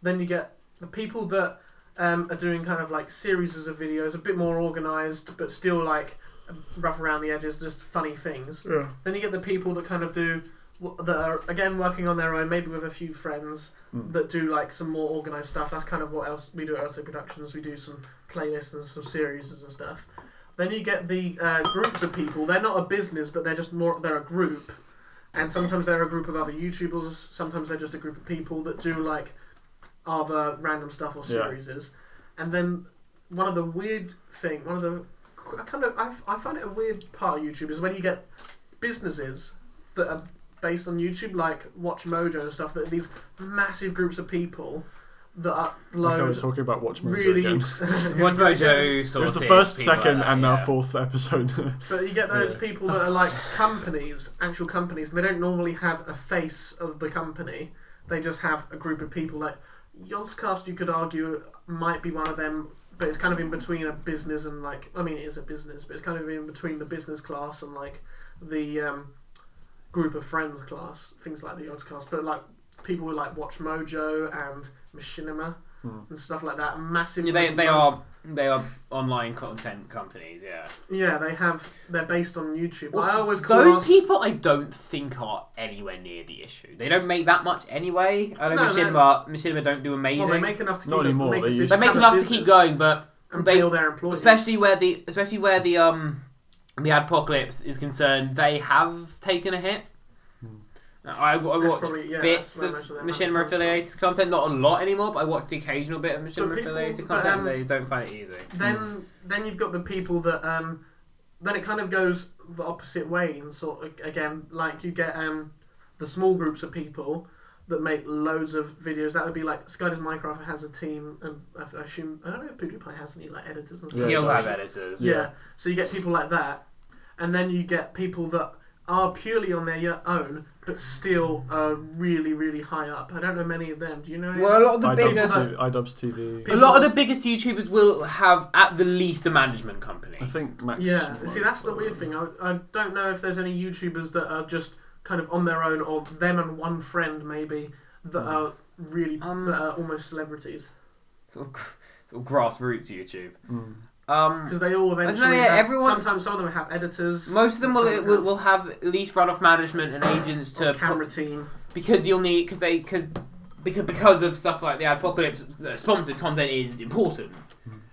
[SPEAKER 2] Then you get the people that um, are doing kind of like series of videos, a bit more organised, but still like um, rough around the edges, just funny things.
[SPEAKER 3] Yeah.
[SPEAKER 2] Then you get the people that kind of do that are again working on their own, maybe with a few friends
[SPEAKER 3] Mm.
[SPEAKER 2] that do like some more organized stuff. That's kind of what else we do at LSO Productions. We do some playlists and some series and stuff. Then you get the uh, groups of people. They're not a business, but they're just more. They're a group, and sometimes they're a group of other YouTubers. Sometimes they're just a group of people that do like other random stuff or
[SPEAKER 3] Yeah.
[SPEAKER 2] series. And then one of the weird thing, one of the I kind of I, I find it a weird part of YouTube is when you get businesses that are based on YouTube, like Watch Mojo and stuff. That are these massive groups of people that
[SPEAKER 3] Like I was
[SPEAKER 2] upload
[SPEAKER 3] talking about Watch Mojo
[SPEAKER 2] really.
[SPEAKER 3] again.
[SPEAKER 1] One mojo
[SPEAKER 3] It
[SPEAKER 1] sort
[SPEAKER 3] was
[SPEAKER 1] of
[SPEAKER 3] the
[SPEAKER 1] thing,
[SPEAKER 3] first,
[SPEAKER 1] people
[SPEAKER 3] second,
[SPEAKER 1] like that,
[SPEAKER 3] and now
[SPEAKER 1] yeah.
[SPEAKER 3] fourth episode.
[SPEAKER 2] But you get those
[SPEAKER 3] Yeah.
[SPEAKER 2] people that are like companies, actual companies, and they don't normally have a face of the company. They just have a group of people. Like Yolscast, you could argue might be one of them, but it's kind of in between a business and like I mean, it is a business, but it's kind of in between the business class and like the um, group of friends class, things like the Yolscast. But like people who like Watch Mojo and Machinima
[SPEAKER 3] Hmm.
[SPEAKER 2] and stuff like that, massive.
[SPEAKER 1] Yeah, they,
[SPEAKER 2] group
[SPEAKER 1] they
[SPEAKER 2] of-
[SPEAKER 1] are they are online content companies. Yeah,
[SPEAKER 2] Yeah, they have. They're based on YouTube. I always call
[SPEAKER 1] those
[SPEAKER 2] us-
[SPEAKER 1] people I don't think are anywhere near the issue. They don't make that much anyway. I know
[SPEAKER 2] No, they-
[SPEAKER 1] Machinima Machinima don't do amazing.
[SPEAKER 2] Well, they make enough to
[SPEAKER 3] Not
[SPEAKER 2] keep
[SPEAKER 3] anymore,
[SPEAKER 2] Make,
[SPEAKER 3] they
[SPEAKER 2] it-
[SPEAKER 3] used
[SPEAKER 1] they
[SPEAKER 2] just
[SPEAKER 3] to.
[SPEAKER 1] make
[SPEAKER 2] have a
[SPEAKER 1] enough to keep
[SPEAKER 2] business
[SPEAKER 1] going, but
[SPEAKER 2] and
[SPEAKER 1] they-
[SPEAKER 2] pay all their employees.
[SPEAKER 1] especially where the especially where the um the apocalypse is concerned, they have taken a hit.
[SPEAKER 2] Hmm.
[SPEAKER 1] I, I watch
[SPEAKER 2] probably- yeah,
[SPEAKER 1] bits of
[SPEAKER 2] that's where most of their money
[SPEAKER 1] Machinima
[SPEAKER 2] comes from.
[SPEAKER 1] affiliated content, not a lot anymore, but I watch the occasional bit of Machinima
[SPEAKER 2] people-
[SPEAKER 1] affiliated
[SPEAKER 2] but,
[SPEAKER 1] content.
[SPEAKER 2] um,
[SPEAKER 1] they don't find it easy.
[SPEAKER 2] then then you've got the people that um then it kind of goes the opposite way and sort of again like you get um the small groups of people that make loads of videos. That would be like Sky does Minecraft has a team, and I I assume I don't know if PewDiePie has any like editors and stuff.
[SPEAKER 3] Yeah,
[SPEAKER 1] You'll
[SPEAKER 3] it does.
[SPEAKER 1] have editors.
[SPEAKER 2] Yeah.
[SPEAKER 3] Yeah.
[SPEAKER 2] So you get people like that, and then you get people that are purely on their own, but still are really, really high up. I don't know many of them. Do you know? any of
[SPEAKER 1] Well, a lot of the
[SPEAKER 3] iDubbbz
[SPEAKER 1] biggest
[SPEAKER 3] TV, iDubbbz TV.
[SPEAKER 1] A lot of the biggest YouTubers will have at the least a management company.
[SPEAKER 3] I think Max.
[SPEAKER 2] Yeah,
[SPEAKER 3] might
[SPEAKER 2] see, that's the
[SPEAKER 3] follow
[SPEAKER 2] weird
[SPEAKER 3] them.
[SPEAKER 2] thing. I, I don't know if there's any YouTubers that are just kind of on their own, or them and one friend maybe that are really
[SPEAKER 1] Um,
[SPEAKER 2] that are almost celebrities
[SPEAKER 1] Sort of, sort of grassroots YouTube.
[SPEAKER 3] Mm.
[SPEAKER 1] Um,
[SPEAKER 2] because they all
[SPEAKER 1] know,
[SPEAKER 2] eventually.
[SPEAKER 1] yeah,
[SPEAKER 2] have-
[SPEAKER 1] everyone-
[SPEAKER 2] Sometimes some of them have editors.
[SPEAKER 1] most of them will,
[SPEAKER 2] some
[SPEAKER 1] will
[SPEAKER 2] have
[SPEAKER 1] will have at least run off management and agents
[SPEAKER 2] a
[SPEAKER 1] to
[SPEAKER 2] camera team.
[SPEAKER 1] because you'll need because they because because because of stuff like the apocalypse, uh, sponsored content is important.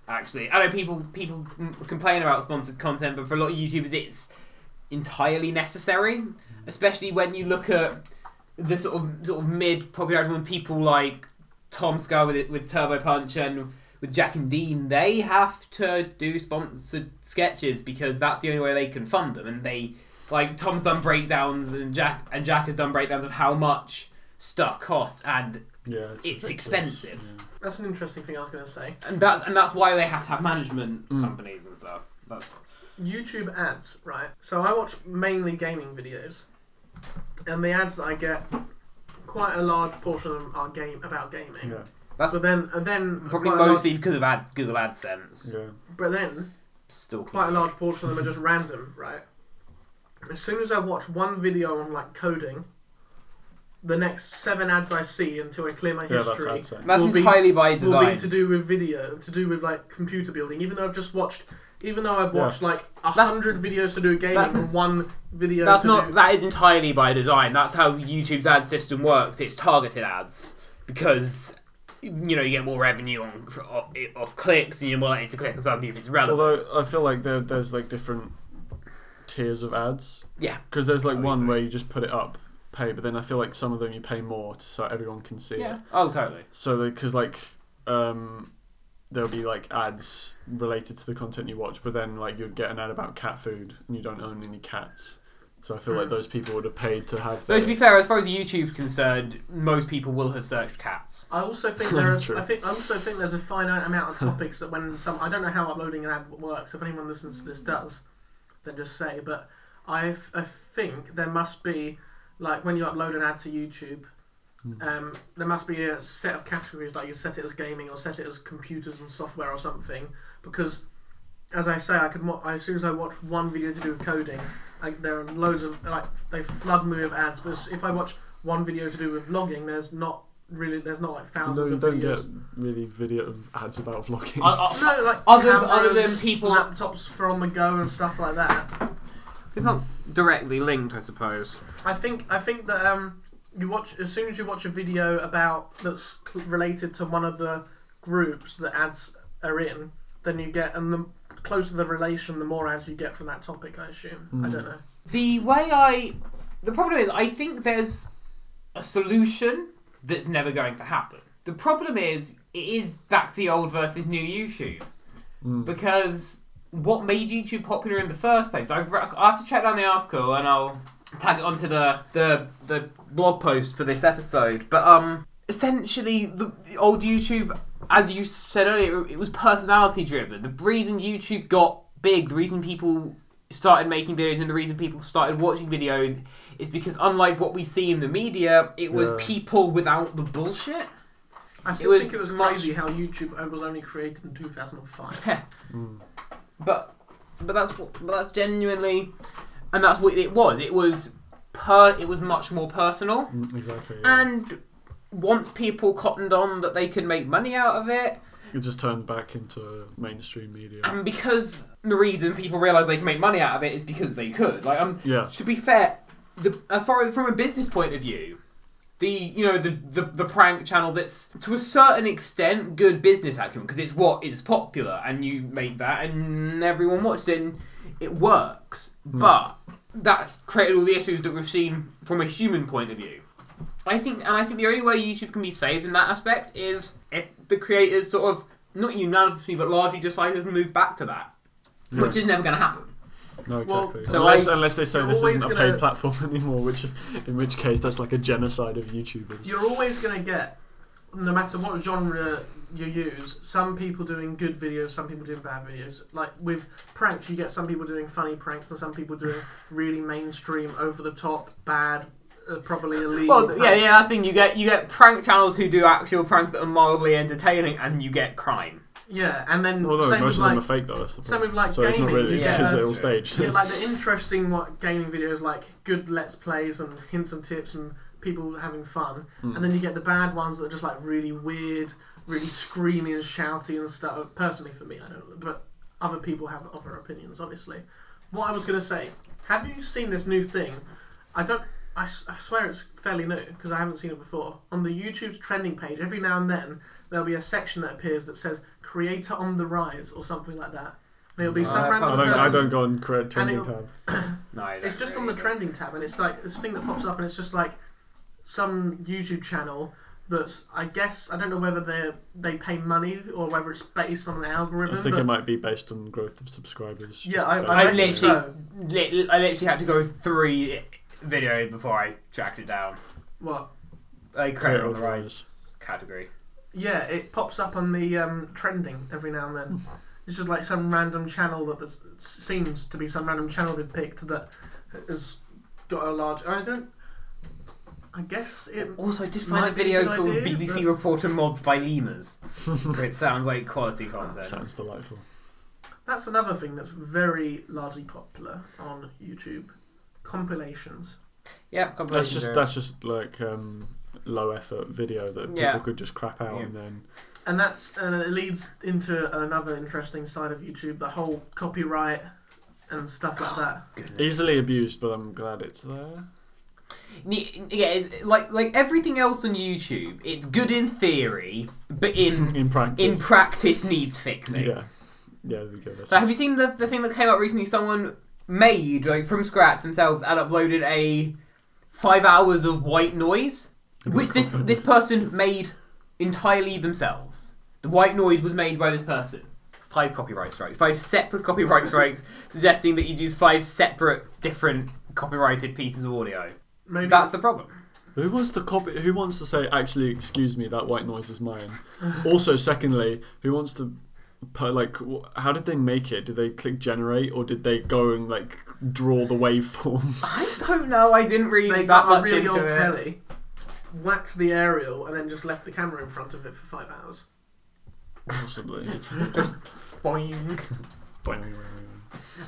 [SPEAKER 1] Actually, I know people people m- complain about sponsored content, but for a lot of YouTubers, it's entirely necessary, especially when you look at the sort of sort of mid popularity when people like Tom Scar with it, with Turbo Punch and with Jack and Dean, they have to do sponsored sketches because that's the only way they can fund them, and they like Tom's done breakdowns and Jack and Jack has done breakdowns of how much stuff costs and
[SPEAKER 3] Yeah,
[SPEAKER 1] It's
[SPEAKER 3] ridiculous.
[SPEAKER 1] expensive.
[SPEAKER 3] Yeah.
[SPEAKER 2] That's an interesting thing I was going to say.
[SPEAKER 1] and that's and that's why they have to have management
[SPEAKER 3] Mm.
[SPEAKER 1] companies and stuff. That's
[SPEAKER 2] YouTube ads, right? So I watch mainly gaming videos, and the ads that I get, quite a large portion of them are game about gaming.
[SPEAKER 3] Yeah,
[SPEAKER 2] But then, and then
[SPEAKER 1] probably
[SPEAKER 2] quite a large-
[SPEAKER 1] mostly because of ads, Google AdSense.
[SPEAKER 3] yeah.
[SPEAKER 2] but then
[SPEAKER 1] Still
[SPEAKER 2] quite a large portion of them are just random, right? As soon as I watch one video on like coding, the next seven ads I see until I clear my
[SPEAKER 3] Yeah, that's
[SPEAKER 2] history
[SPEAKER 3] I'd say.
[SPEAKER 1] That's
[SPEAKER 2] will be-
[SPEAKER 1] entirely by
[SPEAKER 2] will
[SPEAKER 1] design.
[SPEAKER 2] be to do with video, to do with like computer building. Even though I've just watched, even though I've
[SPEAKER 3] Yeah.
[SPEAKER 2] watched like a
[SPEAKER 1] That's-
[SPEAKER 2] hundred videos to do with gaming
[SPEAKER 1] that's-
[SPEAKER 2] and one video
[SPEAKER 1] That's
[SPEAKER 2] to
[SPEAKER 1] not.
[SPEAKER 2] do.
[SPEAKER 1] That is entirely by design. That's how YouTube's ad system works. It's targeted ads because you know you get more revenue on off, off clicks, and you're more likely to click on something if it's relevant.
[SPEAKER 3] Although I feel like there, there's like different tiers of ads.
[SPEAKER 1] Yeah.
[SPEAKER 3] Because there's like
[SPEAKER 1] Oh,
[SPEAKER 3] one
[SPEAKER 1] easily.
[SPEAKER 3] where you just put it up, pay, but then I feel like some of them you pay more to, so everyone can see
[SPEAKER 1] yeah.
[SPEAKER 3] it.
[SPEAKER 1] Oh, totally.
[SPEAKER 3] So because like um, there'll be like ads related to the content you watch, but then like you'd get an ad about cat food and you don't own any cats. So I feel like
[SPEAKER 2] Mm.
[SPEAKER 3] those people would have paid to have.
[SPEAKER 1] Though to
[SPEAKER 3] their-
[SPEAKER 1] Hmm. be fair, as far as YouTube's concerned, most people will have searched cats.
[SPEAKER 2] I also think there is.
[SPEAKER 3] True.
[SPEAKER 2] I think I also think there's a finite amount of topics that when some I don't know how uploading an ad works. If anyone listens to this does, then just say. But I, f- I think there must be like when you upload an ad to YouTube,
[SPEAKER 3] Hmm.
[SPEAKER 2] um, there must be a set of categories, like you set it as gaming or set it as computers and software or something. Because, as I say, I could mo- I, as soon as I watch one video to do with coding, like there are loads of like they flood me with ads. But if I watch one video to do with vlogging, there's not really there's not like
[SPEAKER 3] No,
[SPEAKER 2] thousands
[SPEAKER 3] you
[SPEAKER 2] of
[SPEAKER 3] don't
[SPEAKER 2] videos.
[SPEAKER 3] get really video of ads about vlogging.
[SPEAKER 1] I, I,
[SPEAKER 2] No, like
[SPEAKER 1] Other-
[SPEAKER 2] cameras,
[SPEAKER 1] other than people-
[SPEAKER 2] laptops for on the go and stuff like that.
[SPEAKER 1] it's not directly linked, I suppose.
[SPEAKER 2] I think I think that um, you watch as soon as you watch a video about that's cl- related to one of the groups that ads are in, then you get and the closer the relation, the more ads you get from that topic. I assume. I
[SPEAKER 3] Hmm.
[SPEAKER 2] don't know.
[SPEAKER 1] The way I. The problem is, I think there's a solution that's never going to happen. The problem is, it is back to the old versus new YouTube. Because what made YouTube popular in the first place? I, I have to check down the article and I'll tag it onto the, the, the blog post for this episode. But um, essentially, the, the old YouTube, as you said earlier, it was personality driven. The reason YouTube got big, the reason people started making videos, and the reason people started watching videos is because, unlike what we see in the media, it was
[SPEAKER 3] Yeah.
[SPEAKER 1] people without the bullshit.
[SPEAKER 2] I still
[SPEAKER 1] was
[SPEAKER 2] think it was
[SPEAKER 1] much-
[SPEAKER 2] crazy how YouTube was only created in 2005.
[SPEAKER 1] But but that's what- but that's genuinely, and that's what it was. It was per. It was much more personal,
[SPEAKER 3] Mm, exactly. Yeah.
[SPEAKER 1] and once people cottoned on that they could make money out of it,
[SPEAKER 3] it just turned back into mainstream media.
[SPEAKER 2] Um,
[SPEAKER 1] and because the reason people realised they can make money out of it is because they could. Like, um,
[SPEAKER 3] Yeah.
[SPEAKER 1] to be fair, the, as far as from a business point of view, the you know the the, the prank channels, it's to a certain extent good business acumen because it's what is popular, and you make that, and everyone watches it, and it works. But that's created all the issues that we've seen from a human point of view. I think, and I think the only way YouTube can be saved in that aspect is if the creators sort of not unanimously but largely decided to move back to that, which is never going to happen.
[SPEAKER 3] No,
[SPEAKER 2] Well,
[SPEAKER 3] exactly.
[SPEAKER 1] so
[SPEAKER 3] unless,
[SPEAKER 1] I-
[SPEAKER 3] unless they say
[SPEAKER 2] you're
[SPEAKER 3] this
[SPEAKER 2] always
[SPEAKER 3] isn't a paid
[SPEAKER 2] gonna-
[SPEAKER 3] platform anymore, which in which case that's like a genocide of YouTubers.
[SPEAKER 2] You're always going to get, no matter what genre you use, some people doing good videos, some people doing bad videos. Like with pranks, you get some people doing funny pranks and some people doing really mainstream, over the top, bad, uh, probably illegal.
[SPEAKER 1] Well, yeah,
[SPEAKER 2] pranks.
[SPEAKER 1] yeah, that's the thing. You get you get prank channels who do actual pranks that are mildly entertaining, and you get crime.
[SPEAKER 2] Yeah, and then
[SPEAKER 3] Although
[SPEAKER 2] same with
[SPEAKER 3] most of
[SPEAKER 2] like,
[SPEAKER 3] them are fake though. That's the
[SPEAKER 2] same
[SPEAKER 3] problem.
[SPEAKER 2] with, like,
[SPEAKER 3] so it's not
[SPEAKER 2] gaming,
[SPEAKER 3] really
[SPEAKER 1] yeah.
[SPEAKER 3] because they're all
[SPEAKER 2] Yeah.
[SPEAKER 3] staged.
[SPEAKER 2] yeah, like the interesting what gaming videos, like good let's plays and hints and tips and people having fun,
[SPEAKER 3] Hmm.
[SPEAKER 2] and then you get the bad ones that are just like really weird, really screamy and shouty and stuff. Personally, for me, I don't. But other people have other opinions, obviously. What I was gonna say, have you seen this new thing? I don't. I, s- I swear it's fairly new because I haven't seen it before. On the YouTube's trending page, every now and then there'll be a section that appears that says "creator on the rise" or something like that. And it'll be
[SPEAKER 1] Uh,
[SPEAKER 2] some random
[SPEAKER 3] I
[SPEAKER 1] I
[SPEAKER 3] don't,
[SPEAKER 2] person.
[SPEAKER 3] I don't go on create trending
[SPEAKER 2] it'll-
[SPEAKER 3] tab.
[SPEAKER 1] No,
[SPEAKER 2] It's just on the trending tab, and it's like this thing that pops up, and it's just like some YouTube channel that's. I guess I don't know whether they they pay money or whether it's based on an algorithm.
[SPEAKER 3] I think
[SPEAKER 2] but
[SPEAKER 3] it might be based on growth of subscribers.
[SPEAKER 2] Yeah,
[SPEAKER 3] just
[SPEAKER 2] I-
[SPEAKER 3] based
[SPEAKER 1] I
[SPEAKER 3] on-
[SPEAKER 1] literally,
[SPEAKER 2] So-
[SPEAKER 1] li- I literally had to go three videos before I tracked it down.
[SPEAKER 2] What?
[SPEAKER 1] Like
[SPEAKER 3] Create
[SPEAKER 1] credit on the rise
[SPEAKER 3] otherwise.
[SPEAKER 1] category.
[SPEAKER 2] Yeah, it pops up on the um, trending every now and then. It's just like some random channel that there's- seems to be some random channel they picked that has got a large. I don't. I guess it.
[SPEAKER 1] Also, I did find
[SPEAKER 2] Might
[SPEAKER 1] a
[SPEAKER 2] be a
[SPEAKER 1] video
[SPEAKER 2] good
[SPEAKER 1] called
[SPEAKER 2] idea,
[SPEAKER 1] BBC
[SPEAKER 2] but-
[SPEAKER 1] Reporter Mobbed by Lemurs. it sounds like quality content.
[SPEAKER 3] Sounds delightful.
[SPEAKER 2] That's another thing that's very largely popular on YouTube. Compilations.
[SPEAKER 1] yeah,
[SPEAKER 3] That's just that's just like um, low effort video that people
[SPEAKER 1] Yeah.
[SPEAKER 3] could just crap out and
[SPEAKER 1] Yes.
[SPEAKER 3] then
[SPEAKER 2] and that's and it leads into another interesting side of YouTube, the whole copyright and stuff like that.
[SPEAKER 3] easily abused. But I'm glad it's there.
[SPEAKER 1] Ne- yeah, it's like like everything else on YouTube. It's good in theory, but in
[SPEAKER 3] In practice,
[SPEAKER 1] in practice needs fixing.
[SPEAKER 3] yeah, yeah, there we go. That's
[SPEAKER 1] So have you seen the, the thing that came out recently? Someone made like from scratch themselves and uploaded a five hours of white noise, which this this person made entirely themselves. The white noise was made by this person. Five copyright strikes, five separate copyright strikes, suggesting that you'd use five separate different copyrighted pieces of audio.
[SPEAKER 2] Maybe
[SPEAKER 1] That's the problem.
[SPEAKER 3] Who wants to copy? Who wants to say, actually, excuse me, that white noise is mine? also, secondly, who wants to per, like wh- how did they make it? Did they click generate or did they go and like draw the waveform?
[SPEAKER 1] I don't know. I didn't read
[SPEAKER 2] They
[SPEAKER 1] that
[SPEAKER 2] got a
[SPEAKER 1] much
[SPEAKER 2] really
[SPEAKER 1] into
[SPEAKER 2] old
[SPEAKER 1] it.
[SPEAKER 2] telly, whacked the aerial, and then just left the camera in front of it for five hours.
[SPEAKER 3] Possibly.
[SPEAKER 1] Boing.
[SPEAKER 3] Boing.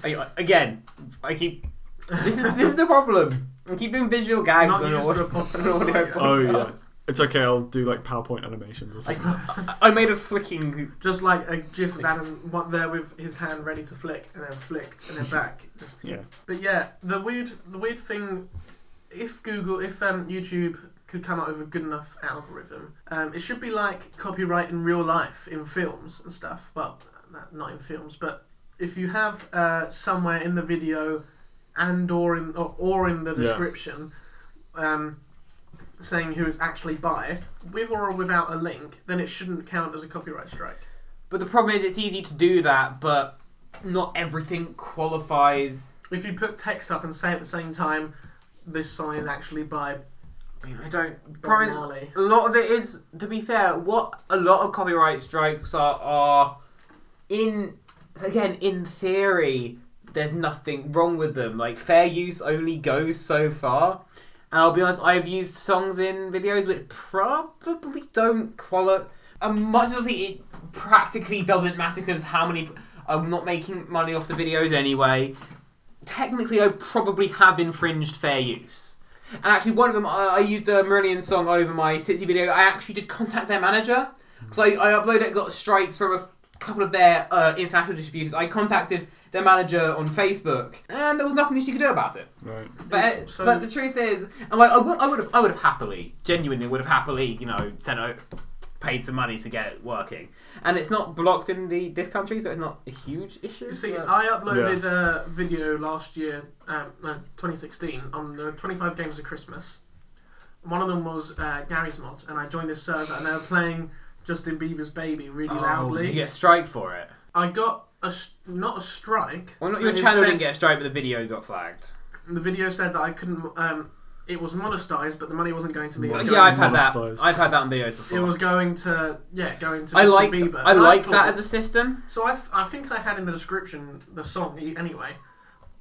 [SPEAKER 1] I- Again, I keep. This is this is the problem. I keep doing visual gags
[SPEAKER 2] Not
[SPEAKER 1] on
[SPEAKER 2] used
[SPEAKER 1] audio,
[SPEAKER 2] to a podcast,
[SPEAKER 1] on audio
[SPEAKER 2] are you?
[SPEAKER 3] oh yeah,
[SPEAKER 1] podcasts.
[SPEAKER 3] it's okay. I'll do like PowerPoint animations or
[SPEAKER 1] Like,
[SPEAKER 3] something.
[SPEAKER 1] I, I made a flicking.
[SPEAKER 2] Just like a gif of Adam what, there with his hand ready to flick, and then flicked, and then back. Just,
[SPEAKER 3] yeah.
[SPEAKER 2] but yeah, the weird, the weird thing, if Google, if um, YouTube could come up with a good enough algorithm, um, it should be like copyright in real life in films and stuff. Well, not- not in films, but if you have uh, somewhere in the video and or in or, or in the
[SPEAKER 3] Yeah.
[SPEAKER 2] description. Um, saying who it's actually by, with or without a link, then it shouldn't count as a copyright strike.
[SPEAKER 1] But the problem is, it's easy to do that, but not everything qualifies.
[SPEAKER 2] If you put text up and say at the same time, this song is actually by
[SPEAKER 1] I don't.
[SPEAKER 2] Bob
[SPEAKER 1] Problem is,
[SPEAKER 2] Marley.
[SPEAKER 1] a lot of it is, to be fair, what a lot of copyright strikes are are in again in theory. There's nothing wrong with them. Like fair use only goes so far. And I'll be honest, I've used songs in videos which probably don't qualify. And much as it practically doesn't matter because how many I'm not making money off the videos anyway. Technically, I probably have infringed fair use. And actually, one of them, I, I used a Marillion song over my City video. I actually did contact their manager because I, I uploaded, got strikes from a couple of their uh, international distributors. I contacted their manager on Facebook, and there was nothing that she could do about it.
[SPEAKER 3] Right.
[SPEAKER 1] But,
[SPEAKER 2] So-
[SPEAKER 1] but the truth is, and like I would, I would have, I would have happily, genuinely would have happily, you know, sent out, paid some money to get it working. And it's not blocked in the this country, so it's not a huge issue.
[SPEAKER 2] You see,
[SPEAKER 1] but-
[SPEAKER 2] I uploaded a video last year, um, no, 2016, on the 25 Games of Christmas. One of them was uh, Gary's Mod, and I joined this server, and they were playing Justin Bieber's Baby really
[SPEAKER 1] oh,
[SPEAKER 2] loudly.
[SPEAKER 1] did you get a strike for it?
[SPEAKER 2] I got a s- not a strike.
[SPEAKER 1] Well, not your
[SPEAKER 2] but it
[SPEAKER 1] channel
[SPEAKER 2] said-
[SPEAKER 1] didn't get a strike, but the video got flagged.
[SPEAKER 2] The video said that I couldn't. Um, it was monetized, but the money wasn't going to me. It was
[SPEAKER 3] Monetized.
[SPEAKER 2] going
[SPEAKER 1] Yeah, I've had that.
[SPEAKER 3] Monostoized.
[SPEAKER 1] I've had that on videos before.
[SPEAKER 2] It was going to yeah, going to
[SPEAKER 1] I
[SPEAKER 2] Justin
[SPEAKER 1] like
[SPEAKER 2] Bieber.
[SPEAKER 1] I
[SPEAKER 2] And
[SPEAKER 1] like
[SPEAKER 2] thought-
[SPEAKER 1] that as a system.
[SPEAKER 2] So I, I think I had in the description the song e- anyway.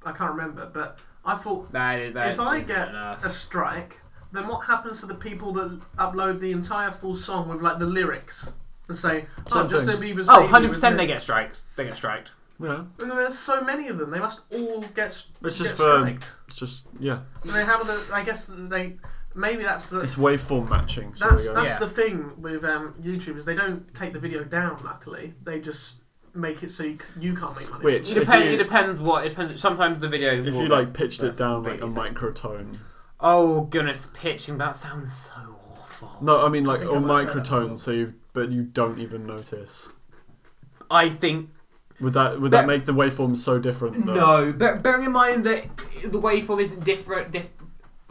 [SPEAKER 2] I can't remember, but I thought
[SPEAKER 1] That, that
[SPEAKER 2] if I
[SPEAKER 1] isn't
[SPEAKER 2] get
[SPEAKER 1] enough.
[SPEAKER 2] a strike, then what happens to the people that upload the entire full song with like the lyrics and say, "Oh,
[SPEAKER 3] Same
[SPEAKER 2] Justin
[SPEAKER 3] thing.
[SPEAKER 2] Bieber's
[SPEAKER 1] oh,
[SPEAKER 2] baby
[SPEAKER 1] 100
[SPEAKER 2] was
[SPEAKER 1] percent
[SPEAKER 2] the-"
[SPEAKER 1] they get strikes. They get striked.
[SPEAKER 3] Yeah.
[SPEAKER 2] And then there's so many of them; they must all get. s-
[SPEAKER 3] It's
[SPEAKER 2] get
[SPEAKER 3] just for- um,
[SPEAKER 2] striked.
[SPEAKER 3] It's just yeah.
[SPEAKER 2] And they have the. I guess they. Maybe that's the.
[SPEAKER 3] It's waveform matching. So
[SPEAKER 2] That's
[SPEAKER 3] there we go.
[SPEAKER 2] that's
[SPEAKER 1] Yeah.
[SPEAKER 2] the thing with um, YouTube is they don't take the video down. Luckily, they just make it so you, c- you can't make money.
[SPEAKER 3] Which
[SPEAKER 1] It,
[SPEAKER 3] if
[SPEAKER 1] depend,
[SPEAKER 3] you-
[SPEAKER 1] it depends what. It depends. Sometimes the video.
[SPEAKER 3] If
[SPEAKER 1] will
[SPEAKER 3] you
[SPEAKER 1] get-
[SPEAKER 3] like pitched it down like a
[SPEAKER 1] completely.
[SPEAKER 3] microtone.
[SPEAKER 1] Oh goodness, pitching that sounds so awful.
[SPEAKER 3] No, I mean
[SPEAKER 2] I
[SPEAKER 3] like
[SPEAKER 2] think
[SPEAKER 3] or
[SPEAKER 2] I've heard that
[SPEAKER 3] microtone. So you but you don't even notice.
[SPEAKER 1] I think
[SPEAKER 3] Would that would that
[SPEAKER 1] That-
[SPEAKER 3] make the waveform so different? Though?
[SPEAKER 1] no. But bearing in mind that the waveform is different. Diff-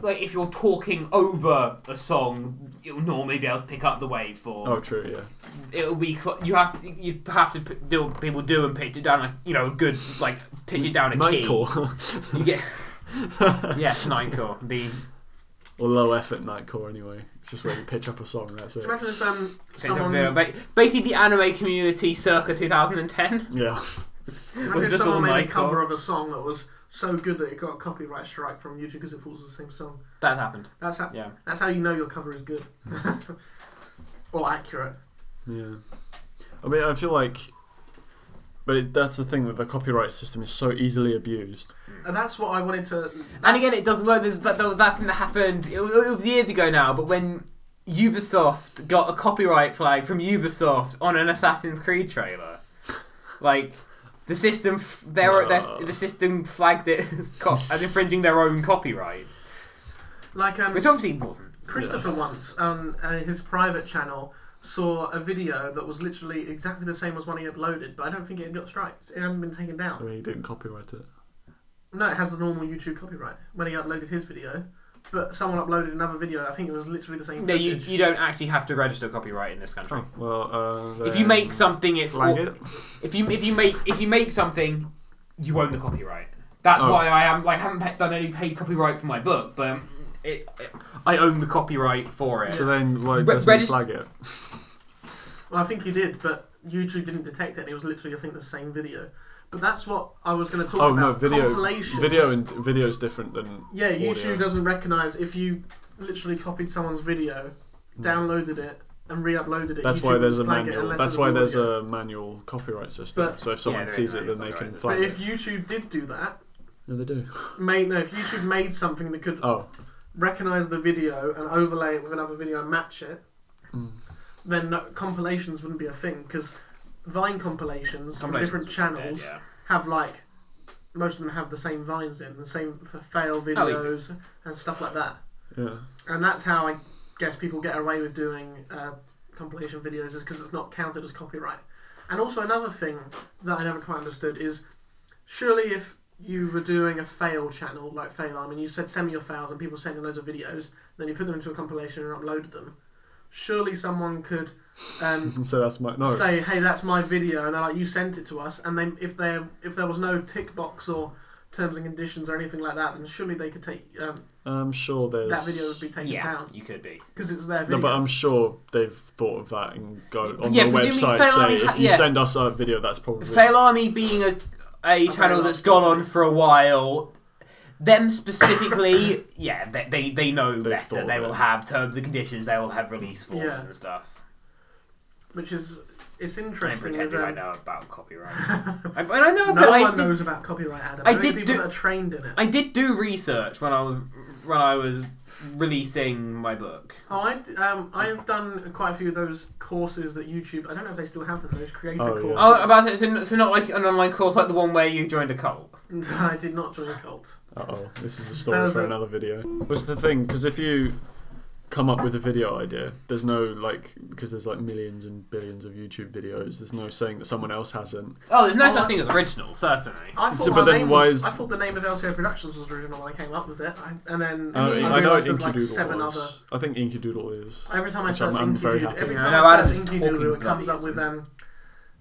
[SPEAKER 1] like if you're talking over a song, you'll normally be able to pick up the waveform.
[SPEAKER 3] Oh, true. Yeah.
[SPEAKER 1] It'll be cl- you have you have to p- do what people do and pitch it down like you know a good like pitch it down a key.
[SPEAKER 3] Nightcore
[SPEAKER 1] You get yes, Nightcore. The
[SPEAKER 3] or low effort nightcore. Anyway, it's just where you pitch up a song. That's
[SPEAKER 2] Do
[SPEAKER 3] it.
[SPEAKER 2] you imagine if um, someone
[SPEAKER 1] Someone... basically the anime community circa 2010.
[SPEAKER 3] Yeah.
[SPEAKER 2] Imagine if
[SPEAKER 1] just all
[SPEAKER 2] someone made a
[SPEAKER 1] Michael.
[SPEAKER 2] cover of a song that was so good that it got a copyright strike from YouTube because it falls to the same song.
[SPEAKER 1] That happened.
[SPEAKER 2] That's how.
[SPEAKER 1] Yeah.
[SPEAKER 2] That's how you know your cover is good or accurate.
[SPEAKER 3] Yeah, I mean, I feel like, but it, that's the thing that the copyright system is so easily abused.
[SPEAKER 2] And that's what I wanted to.
[SPEAKER 1] And again, it doesn't work. There's that, there was that thing that happened. It was, it was years ago now, but when Ubisoft got a copyright flag from Ubisoft on an Assassin's Creed trailer, like the system, f- their, their
[SPEAKER 3] Oh.
[SPEAKER 1] the system flagged it as, co- as infringing their own copyright,
[SPEAKER 2] like um,
[SPEAKER 1] which obviously it wasn't.
[SPEAKER 2] Christopher once on uh, his private channel saw a video that was literally exactly the same as one he uploaded, but I don't think it had got striked. It hadn't been taken
[SPEAKER 3] I
[SPEAKER 2] down.
[SPEAKER 3] mean, he didn't copyright it.
[SPEAKER 2] No, it has the normal YouTube copyright when he uploaded his video. But someone uploaded another video. I think it was literally the same.
[SPEAKER 1] No, you,
[SPEAKER 2] footage.
[SPEAKER 1] you don't actually have to register copyright in this country.
[SPEAKER 3] Oh well. Uh,
[SPEAKER 1] If
[SPEAKER 3] then
[SPEAKER 1] you make something, it's
[SPEAKER 3] flag
[SPEAKER 1] au-
[SPEAKER 3] it.
[SPEAKER 1] If you if you make if you make something, you own the copyright. That's
[SPEAKER 3] Oh.
[SPEAKER 1] why I am like haven't pa- done any paid copyright for my book, but um, it, it, I own the copyright for it.
[SPEAKER 3] So then, why
[SPEAKER 1] Re-
[SPEAKER 3] doesn't he
[SPEAKER 1] regis-
[SPEAKER 3] flag it?
[SPEAKER 2] Well, I think he did, but YouTube didn't detect it, and it was literally I think the same video. But that's what I was going to talk
[SPEAKER 3] Oh no,
[SPEAKER 2] about.
[SPEAKER 3] video,
[SPEAKER 2] compilations.
[SPEAKER 3] video, and video's different than
[SPEAKER 2] yeah, YouTube
[SPEAKER 3] audio.
[SPEAKER 2] doesn't recognize if you literally copied someone's video, downloaded it, and re-uploaded it.
[SPEAKER 3] Hmm. That's
[SPEAKER 2] YouTube
[SPEAKER 3] why there's a
[SPEAKER 2] wouldn't flag it
[SPEAKER 3] manual.
[SPEAKER 2] unless
[SPEAKER 3] That's
[SPEAKER 2] it was
[SPEAKER 3] why there's
[SPEAKER 2] audio.
[SPEAKER 3] a manual copyright system.
[SPEAKER 2] But-
[SPEAKER 3] so if someone
[SPEAKER 1] Yeah, there is
[SPEAKER 3] sees it,
[SPEAKER 1] no
[SPEAKER 3] then they
[SPEAKER 1] copyright
[SPEAKER 3] can
[SPEAKER 1] system.
[SPEAKER 3] flag
[SPEAKER 2] But
[SPEAKER 3] it.
[SPEAKER 2] if YouTube did do that,
[SPEAKER 3] no, they do.
[SPEAKER 2] made no, if YouTube made something that could
[SPEAKER 3] Oh,
[SPEAKER 2] recognize the video and overlay it with another video and match it,
[SPEAKER 3] Mm.
[SPEAKER 2] then no, compilations wouldn't be a thing because Vine compilations, from different
[SPEAKER 1] Compilations
[SPEAKER 2] channels
[SPEAKER 1] are dead,
[SPEAKER 2] have like most of them have the same vines in the same f- fail
[SPEAKER 1] Oh, easy.
[SPEAKER 2] videos and stuff like that,
[SPEAKER 3] yeah.
[SPEAKER 2] and that's how I guess people get away with doing uh, compilation videos is because it's not counted as copyright. And also another thing that I never quite understood is surely if you were doing a fail channel like Fail Arm and you said send me your fails and people sent you loads of videos, then you put them into a compilation and uploaded them. Surely someone could um,
[SPEAKER 3] So that's my no.
[SPEAKER 2] say, "Hey, that's my video," and they're like, "You sent it to us." And then if there if there was no tick box or terms and conditions or anything like that, then surely they could take um,
[SPEAKER 3] I'm sure there's
[SPEAKER 2] that video would be
[SPEAKER 1] Yeah,
[SPEAKER 2] taken
[SPEAKER 1] yeah
[SPEAKER 2] down
[SPEAKER 1] you could be.
[SPEAKER 2] because it's their
[SPEAKER 3] No,
[SPEAKER 2] video.
[SPEAKER 3] but um, I'm sure they've thought of that and go on
[SPEAKER 1] Yeah,
[SPEAKER 3] their
[SPEAKER 1] presumably
[SPEAKER 3] website
[SPEAKER 1] Fail
[SPEAKER 3] say
[SPEAKER 1] Army ha-
[SPEAKER 3] if you
[SPEAKER 1] yeah.
[SPEAKER 3] send us a video, that's probably
[SPEAKER 1] Fail Army being a a channel
[SPEAKER 2] very
[SPEAKER 1] that's
[SPEAKER 2] large
[SPEAKER 1] gone
[SPEAKER 2] company.
[SPEAKER 1] on for a while, them specifically, yeah, they they, they know
[SPEAKER 3] They've
[SPEAKER 1] better.
[SPEAKER 3] thought
[SPEAKER 1] They
[SPEAKER 3] of
[SPEAKER 1] will
[SPEAKER 3] it.
[SPEAKER 1] have terms and conditions. They will have release forms
[SPEAKER 2] Yeah.
[SPEAKER 1] and stuff.
[SPEAKER 2] which is it's
[SPEAKER 1] I'm
[SPEAKER 2] interesting. with,
[SPEAKER 1] pretending I
[SPEAKER 2] um,
[SPEAKER 1] know about copyright. I, and I know,
[SPEAKER 2] No
[SPEAKER 1] but I
[SPEAKER 2] one
[SPEAKER 1] did,
[SPEAKER 2] knows about copyright, Adam.
[SPEAKER 1] I
[SPEAKER 2] Only
[SPEAKER 1] did
[SPEAKER 2] people
[SPEAKER 1] do-
[SPEAKER 2] that are trained in it.
[SPEAKER 1] I did do research when I was when I was releasing my book.
[SPEAKER 2] Oh, I d- um, I have done quite a few of those courses that YouTube. I don't know if they still have them. Those creator
[SPEAKER 3] Oh, yeah.
[SPEAKER 2] courses.
[SPEAKER 1] Oh, about it. So, so not like an online course, like the one where you joined a cult.
[SPEAKER 2] I did not join a cult.
[SPEAKER 3] Uh oh, this is a
[SPEAKER 2] That
[SPEAKER 3] story
[SPEAKER 2] was
[SPEAKER 3] for
[SPEAKER 2] a-
[SPEAKER 3] another video. What's the thing? Because if you come up with a video idea, there's no like because there's like millions and billions of YouTube videos. There's no saying that someone else hasn't.
[SPEAKER 1] Oh, there's no
[SPEAKER 2] Oh,
[SPEAKER 1] such
[SPEAKER 2] I-
[SPEAKER 1] thing as original, certainly.
[SPEAKER 2] I thought,
[SPEAKER 3] So,
[SPEAKER 2] our
[SPEAKER 3] but then
[SPEAKER 2] name
[SPEAKER 3] why
[SPEAKER 2] was-
[SPEAKER 3] is-
[SPEAKER 2] I thought the name of LCO Productions was original when I came up with it, I, and then
[SPEAKER 3] Oh,
[SPEAKER 2] I,
[SPEAKER 3] I know
[SPEAKER 2] realised
[SPEAKER 3] Inky
[SPEAKER 2] there's like
[SPEAKER 3] Doodle
[SPEAKER 2] seven
[SPEAKER 3] was.
[SPEAKER 2] other.
[SPEAKER 3] I think Inky Doodle is.
[SPEAKER 2] Every time I
[SPEAKER 3] Which I'm-
[SPEAKER 2] search
[SPEAKER 3] I'm
[SPEAKER 2] Inky
[SPEAKER 3] very
[SPEAKER 2] Doodle,
[SPEAKER 3] happy
[SPEAKER 2] every
[SPEAKER 1] with.
[SPEAKER 2] time
[SPEAKER 1] No,
[SPEAKER 2] I
[SPEAKER 1] Adam's
[SPEAKER 2] search Inky
[SPEAKER 1] talking
[SPEAKER 2] Doodle, it comes
[SPEAKER 1] bloody
[SPEAKER 2] up with um.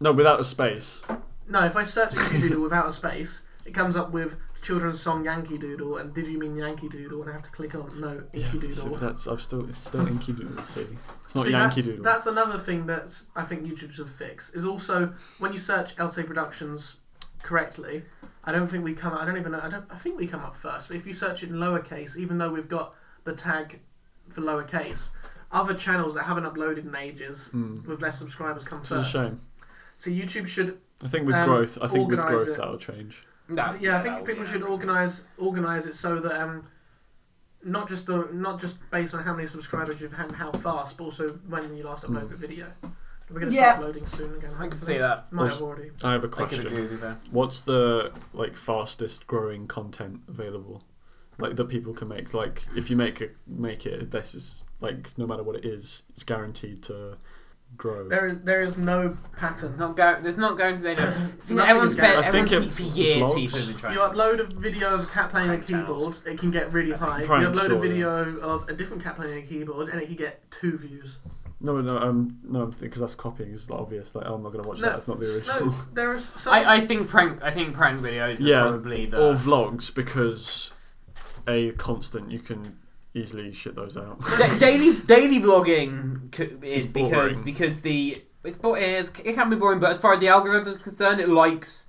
[SPEAKER 3] No, without a space.
[SPEAKER 2] No, if I search Inky Doodle without a space, it comes up with children's song Yankee Doodle and Did You Mean Yankee Doodle? And I have to click on no Inky
[SPEAKER 3] Yeah, so
[SPEAKER 2] Doodle.
[SPEAKER 3] that's I've still it's still Inky Doodle. See, it's not
[SPEAKER 2] See,
[SPEAKER 3] Yankee
[SPEAKER 2] that's,
[SPEAKER 3] Doodle.
[SPEAKER 2] That's another thing that I think YouTube should fix. Is also when you search LC Productions correctly, I don't think we come. I don't even know. I don't. I think we come up first. But if you search it in lowercase, even though we've got the tag for lowercase, other channels that haven't uploaded in ages
[SPEAKER 3] Hmm.
[SPEAKER 2] with less subscribers come
[SPEAKER 3] It's a
[SPEAKER 2] first.
[SPEAKER 3] shame.
[SPEAKER 2] So YouTube should.
[SPEAKER 3] I think with
[SPEAKER 2] Um,
[SPEAKER 3] growth, I think with
[SPEAKER 2] organise
[SPEAKER 3] growth
[SPEAKER 2] it.
[SPEAKER 3] that'll change.
[SPEAKER 1] No,
[SPEAKER 2] yeah,
[SPEAKER 1] that would
[SPEAKER 2] I think
[SPEAKER 1] be
[SPEAKER 2] people should
[SPEAKER 1] inaccurate.
[SPEAKER 2] organize organize it so that um. Not just the not just based on how many subscribers you've had and how fast, but also when you last uploaded
[SPEAKER 3] Hmm.
[SPEAKER 2] a video. We're gonna
[SPEAKER 1] Yeah.
[SPEAKER 2] start uploading soon
[SPEAKER 1] I
[SPEAKER 2] again.
[SPEAKER 1] can
[SPEAKER 2] hopefully.
[SPEAKER 1] see that.
[SPEAKER 2] Might
[SPEAKER 3] Also-
[SPEAKER 2] have already.
[SPEAKER 3] I have a
[SPEAKER 1] I could
[SPEAKER 3] question.
[SPEAKER 1] agree with you there.
[SPEAKER 3] What's the like fastest growing content available? Like that people can make. Like if you make a make it, this is like no matter what it is, it's guaranteed to grow.
[SPEAKER 2] There is there is no pattern.
[SPEAKER 1] There's not, go- there's not going to. They don't.
[SPEAKER 2] Nothing
[SPEAKER 1] everyone's
[SPEAKER 2] is
[SPEAKER 1] been,
[SPEAKER 2] going-
[SPEAKER 3] I think
[SPEAKER 1] everyone's
[SPEAKER 3] it
[SPEAKER 1] for years
[SPEAKER 3] vlogs.
[SPEAKER 1] people have been
[SPEAKER 2] You
[SPEAKER 1] trying.
[SPEAKER 2] upload a video of a cat playing a
[SPEAKER 1] Prank channels.
[SPEAKER 2] keyboard, it can get really high. you
[SPEAKER 3] Prank,
[SPEAKER 2] upload a
[SPEAKER 3] sure,
[SPEAKER 2] video of a different cat playing a keyboard, and it can get two views.
[SPEAKER 3] No, no, um, no, because that's copying. It's obvious. Like, oh, I'm not gonna watch
[SPEAKER 2] No,
[SPEAKER 3] that. It's not the original.
[SPEAKER 2] No, there is some.
[SPEAKER 1] I, I think prank. I think prank videos are
[SPEAKER 3] Yeah,
[SPEAKER 1] probably the.
[SPEAKER 3] Or vlogs because a constant you can easily shit those out.
[SPEAKER 1] Da- daily daily vlogging c- is
[SPEAKER 3] It's
[SPEAKER 1] because
[SPEAKER 3] boring.
[SPEAKER 1] because the it's bo- it's, it can be boring, but as far as the algorithm is concerned, it likes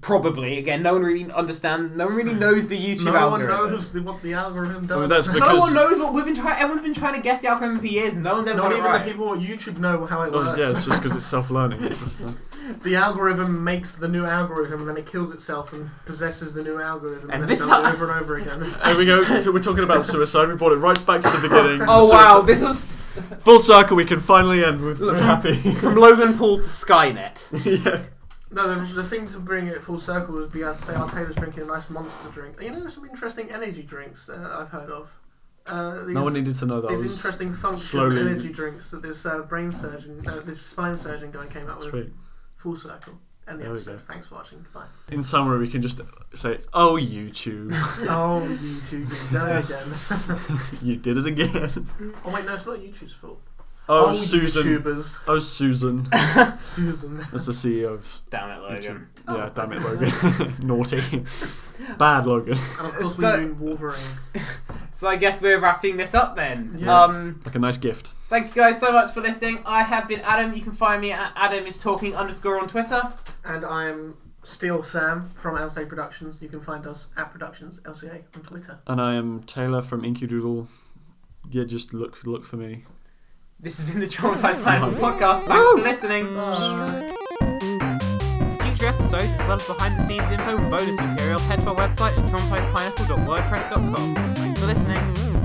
[SPEAKER 1] probably again. No one really understands. No one really knows the YouTube
[SPEAKER 2] no one
[SPEAKER 1] algorithm.
[SPEAKER 2] knows the, what the algorithm does.
[SPEAKER 3] Well, that's
[SPEAKER 1] No
[SPEAKER 3] Because-
[SPEAKER 1] one knows what we've been trying. Everyone's been trying to guess the algorithm for years. and No one's ever
[SPEAKER 2] not
[SPEAKER 1] got it
[SPEAKER 2] even
[SPEAKER 1] right.
[SPEAKER 2] the people at YouTube know how it
[SPEAKER 3] Oh,
[SPEAKER 2] works.
[SPEAKER 3] yeah, it's just because it's self-learning. It's just like,
[SPEAKER 2] The algorithm makes the new algorithm, and then it kills itself and possesses the new algorithm,
[SPEAKER 1] And
[SPEAKER 2] and,
[SPEAKER 1] this
[SPEAKER 2] it's
[SPEAKER 1] al-
[SPEAKER 2] done it over and over again.
[SPEAKER 3] there we go. So we're talking about suicide. We brought it right back to the beginning.
[SPEAKER 1] Oh
[SPEAKER 3] Suicide-
[SPEAKER 1] wow! This was
[SPEAKER 3] Full circle, we can finally end with
[SPEAKER 1] Look,
[SPEAKER 3] we're happy.
[SPEAKER 1] from Logan Paul to Skynet.
[SPEAKER 3] yeah.
[SPEAKER 2] No, the, the thing to bring it full circle would be I'd say Arteta's drinking a nice monster drink. You know, there's some interesting energy drinks uh, I've heard of. Uh, these,
[SPEAKER 3] No one needed to know that. I
[SPEAKER 2] these
[SPEAKER 3] was
[SPEAKER 2] interesting function
[SPEAKER 3] slowly-
[SPEAKER 2] energy drinks that this uh, brain surgeon, uh, this spine surgeon guy came up with.
[SPEAKER 3] sweet.
[SPEAKER 2] Full circle. End the
[SPEAKER 3] There we
[SPEAKER 2] episode.
[SPEAKER 3] go.
[SPEAKER 2] Thanks for watching. Goodbye.
[SPEAKER 3] In summary, we can just say, "Oh, YouTube,
[SPEAKER 2] oh, YouTube, you've done it again.
[SPEAKER 3] you did it again."
[SPEAKER 2] Oh wait, no, it's not YouTube's fault.
[SPEAKER 3] Oh,
[SPEAKER 2] Old
[SPEAKER 3] Susan.
[SPEAKER 2] YouTubers,
[SPEAKER 3] Oh, Susan.
[SPEAKER 2] Susan.
[SPEAKER 3] That's the CEO of
[SPEAKER 1] Damn it,
[SPEAKER 3] YouTube.
[SPEAKER 1] Logan.
[SPEAKER 3] yeah,
[SPEAKER 2] Oh,
[SPEAKER 3] damn it,
[SPEAKER 2] that's
[SPEAKER 3] Logan. Naughty. Bad Logan.
[SPEAKER 2] And of course,
[SPEAKER 1] So-
[SPEAKER 2] we mean Wolverine.
[SPEAKER 1] So I guess we're wrapping this up then.
[SPEAKER 2] Yes.
[SPEAKER 1] Um,
[SPEAKER 3] Like a nice gift.
[SPEAKER 1] Thank you guys so much for listening. I have been Adam. You can find me at Adam is talking underscore on Twitter.
[SPEAKER 2] And I'm Steel Sam from LCA Productions. You can find us at Productions LCA on Twitter.
[SPEAKER 3] And I am Taylor from Incudoodle. Yeah, just look look for me.
[SPEAKER 1] This has been the Traumatized Pineapple Podcast. Thanks for listening. Future episodes, as well as behind the scenes info and bonus material, head to our website at traumatizedpineapple.wordpress.com. Thanks for listening.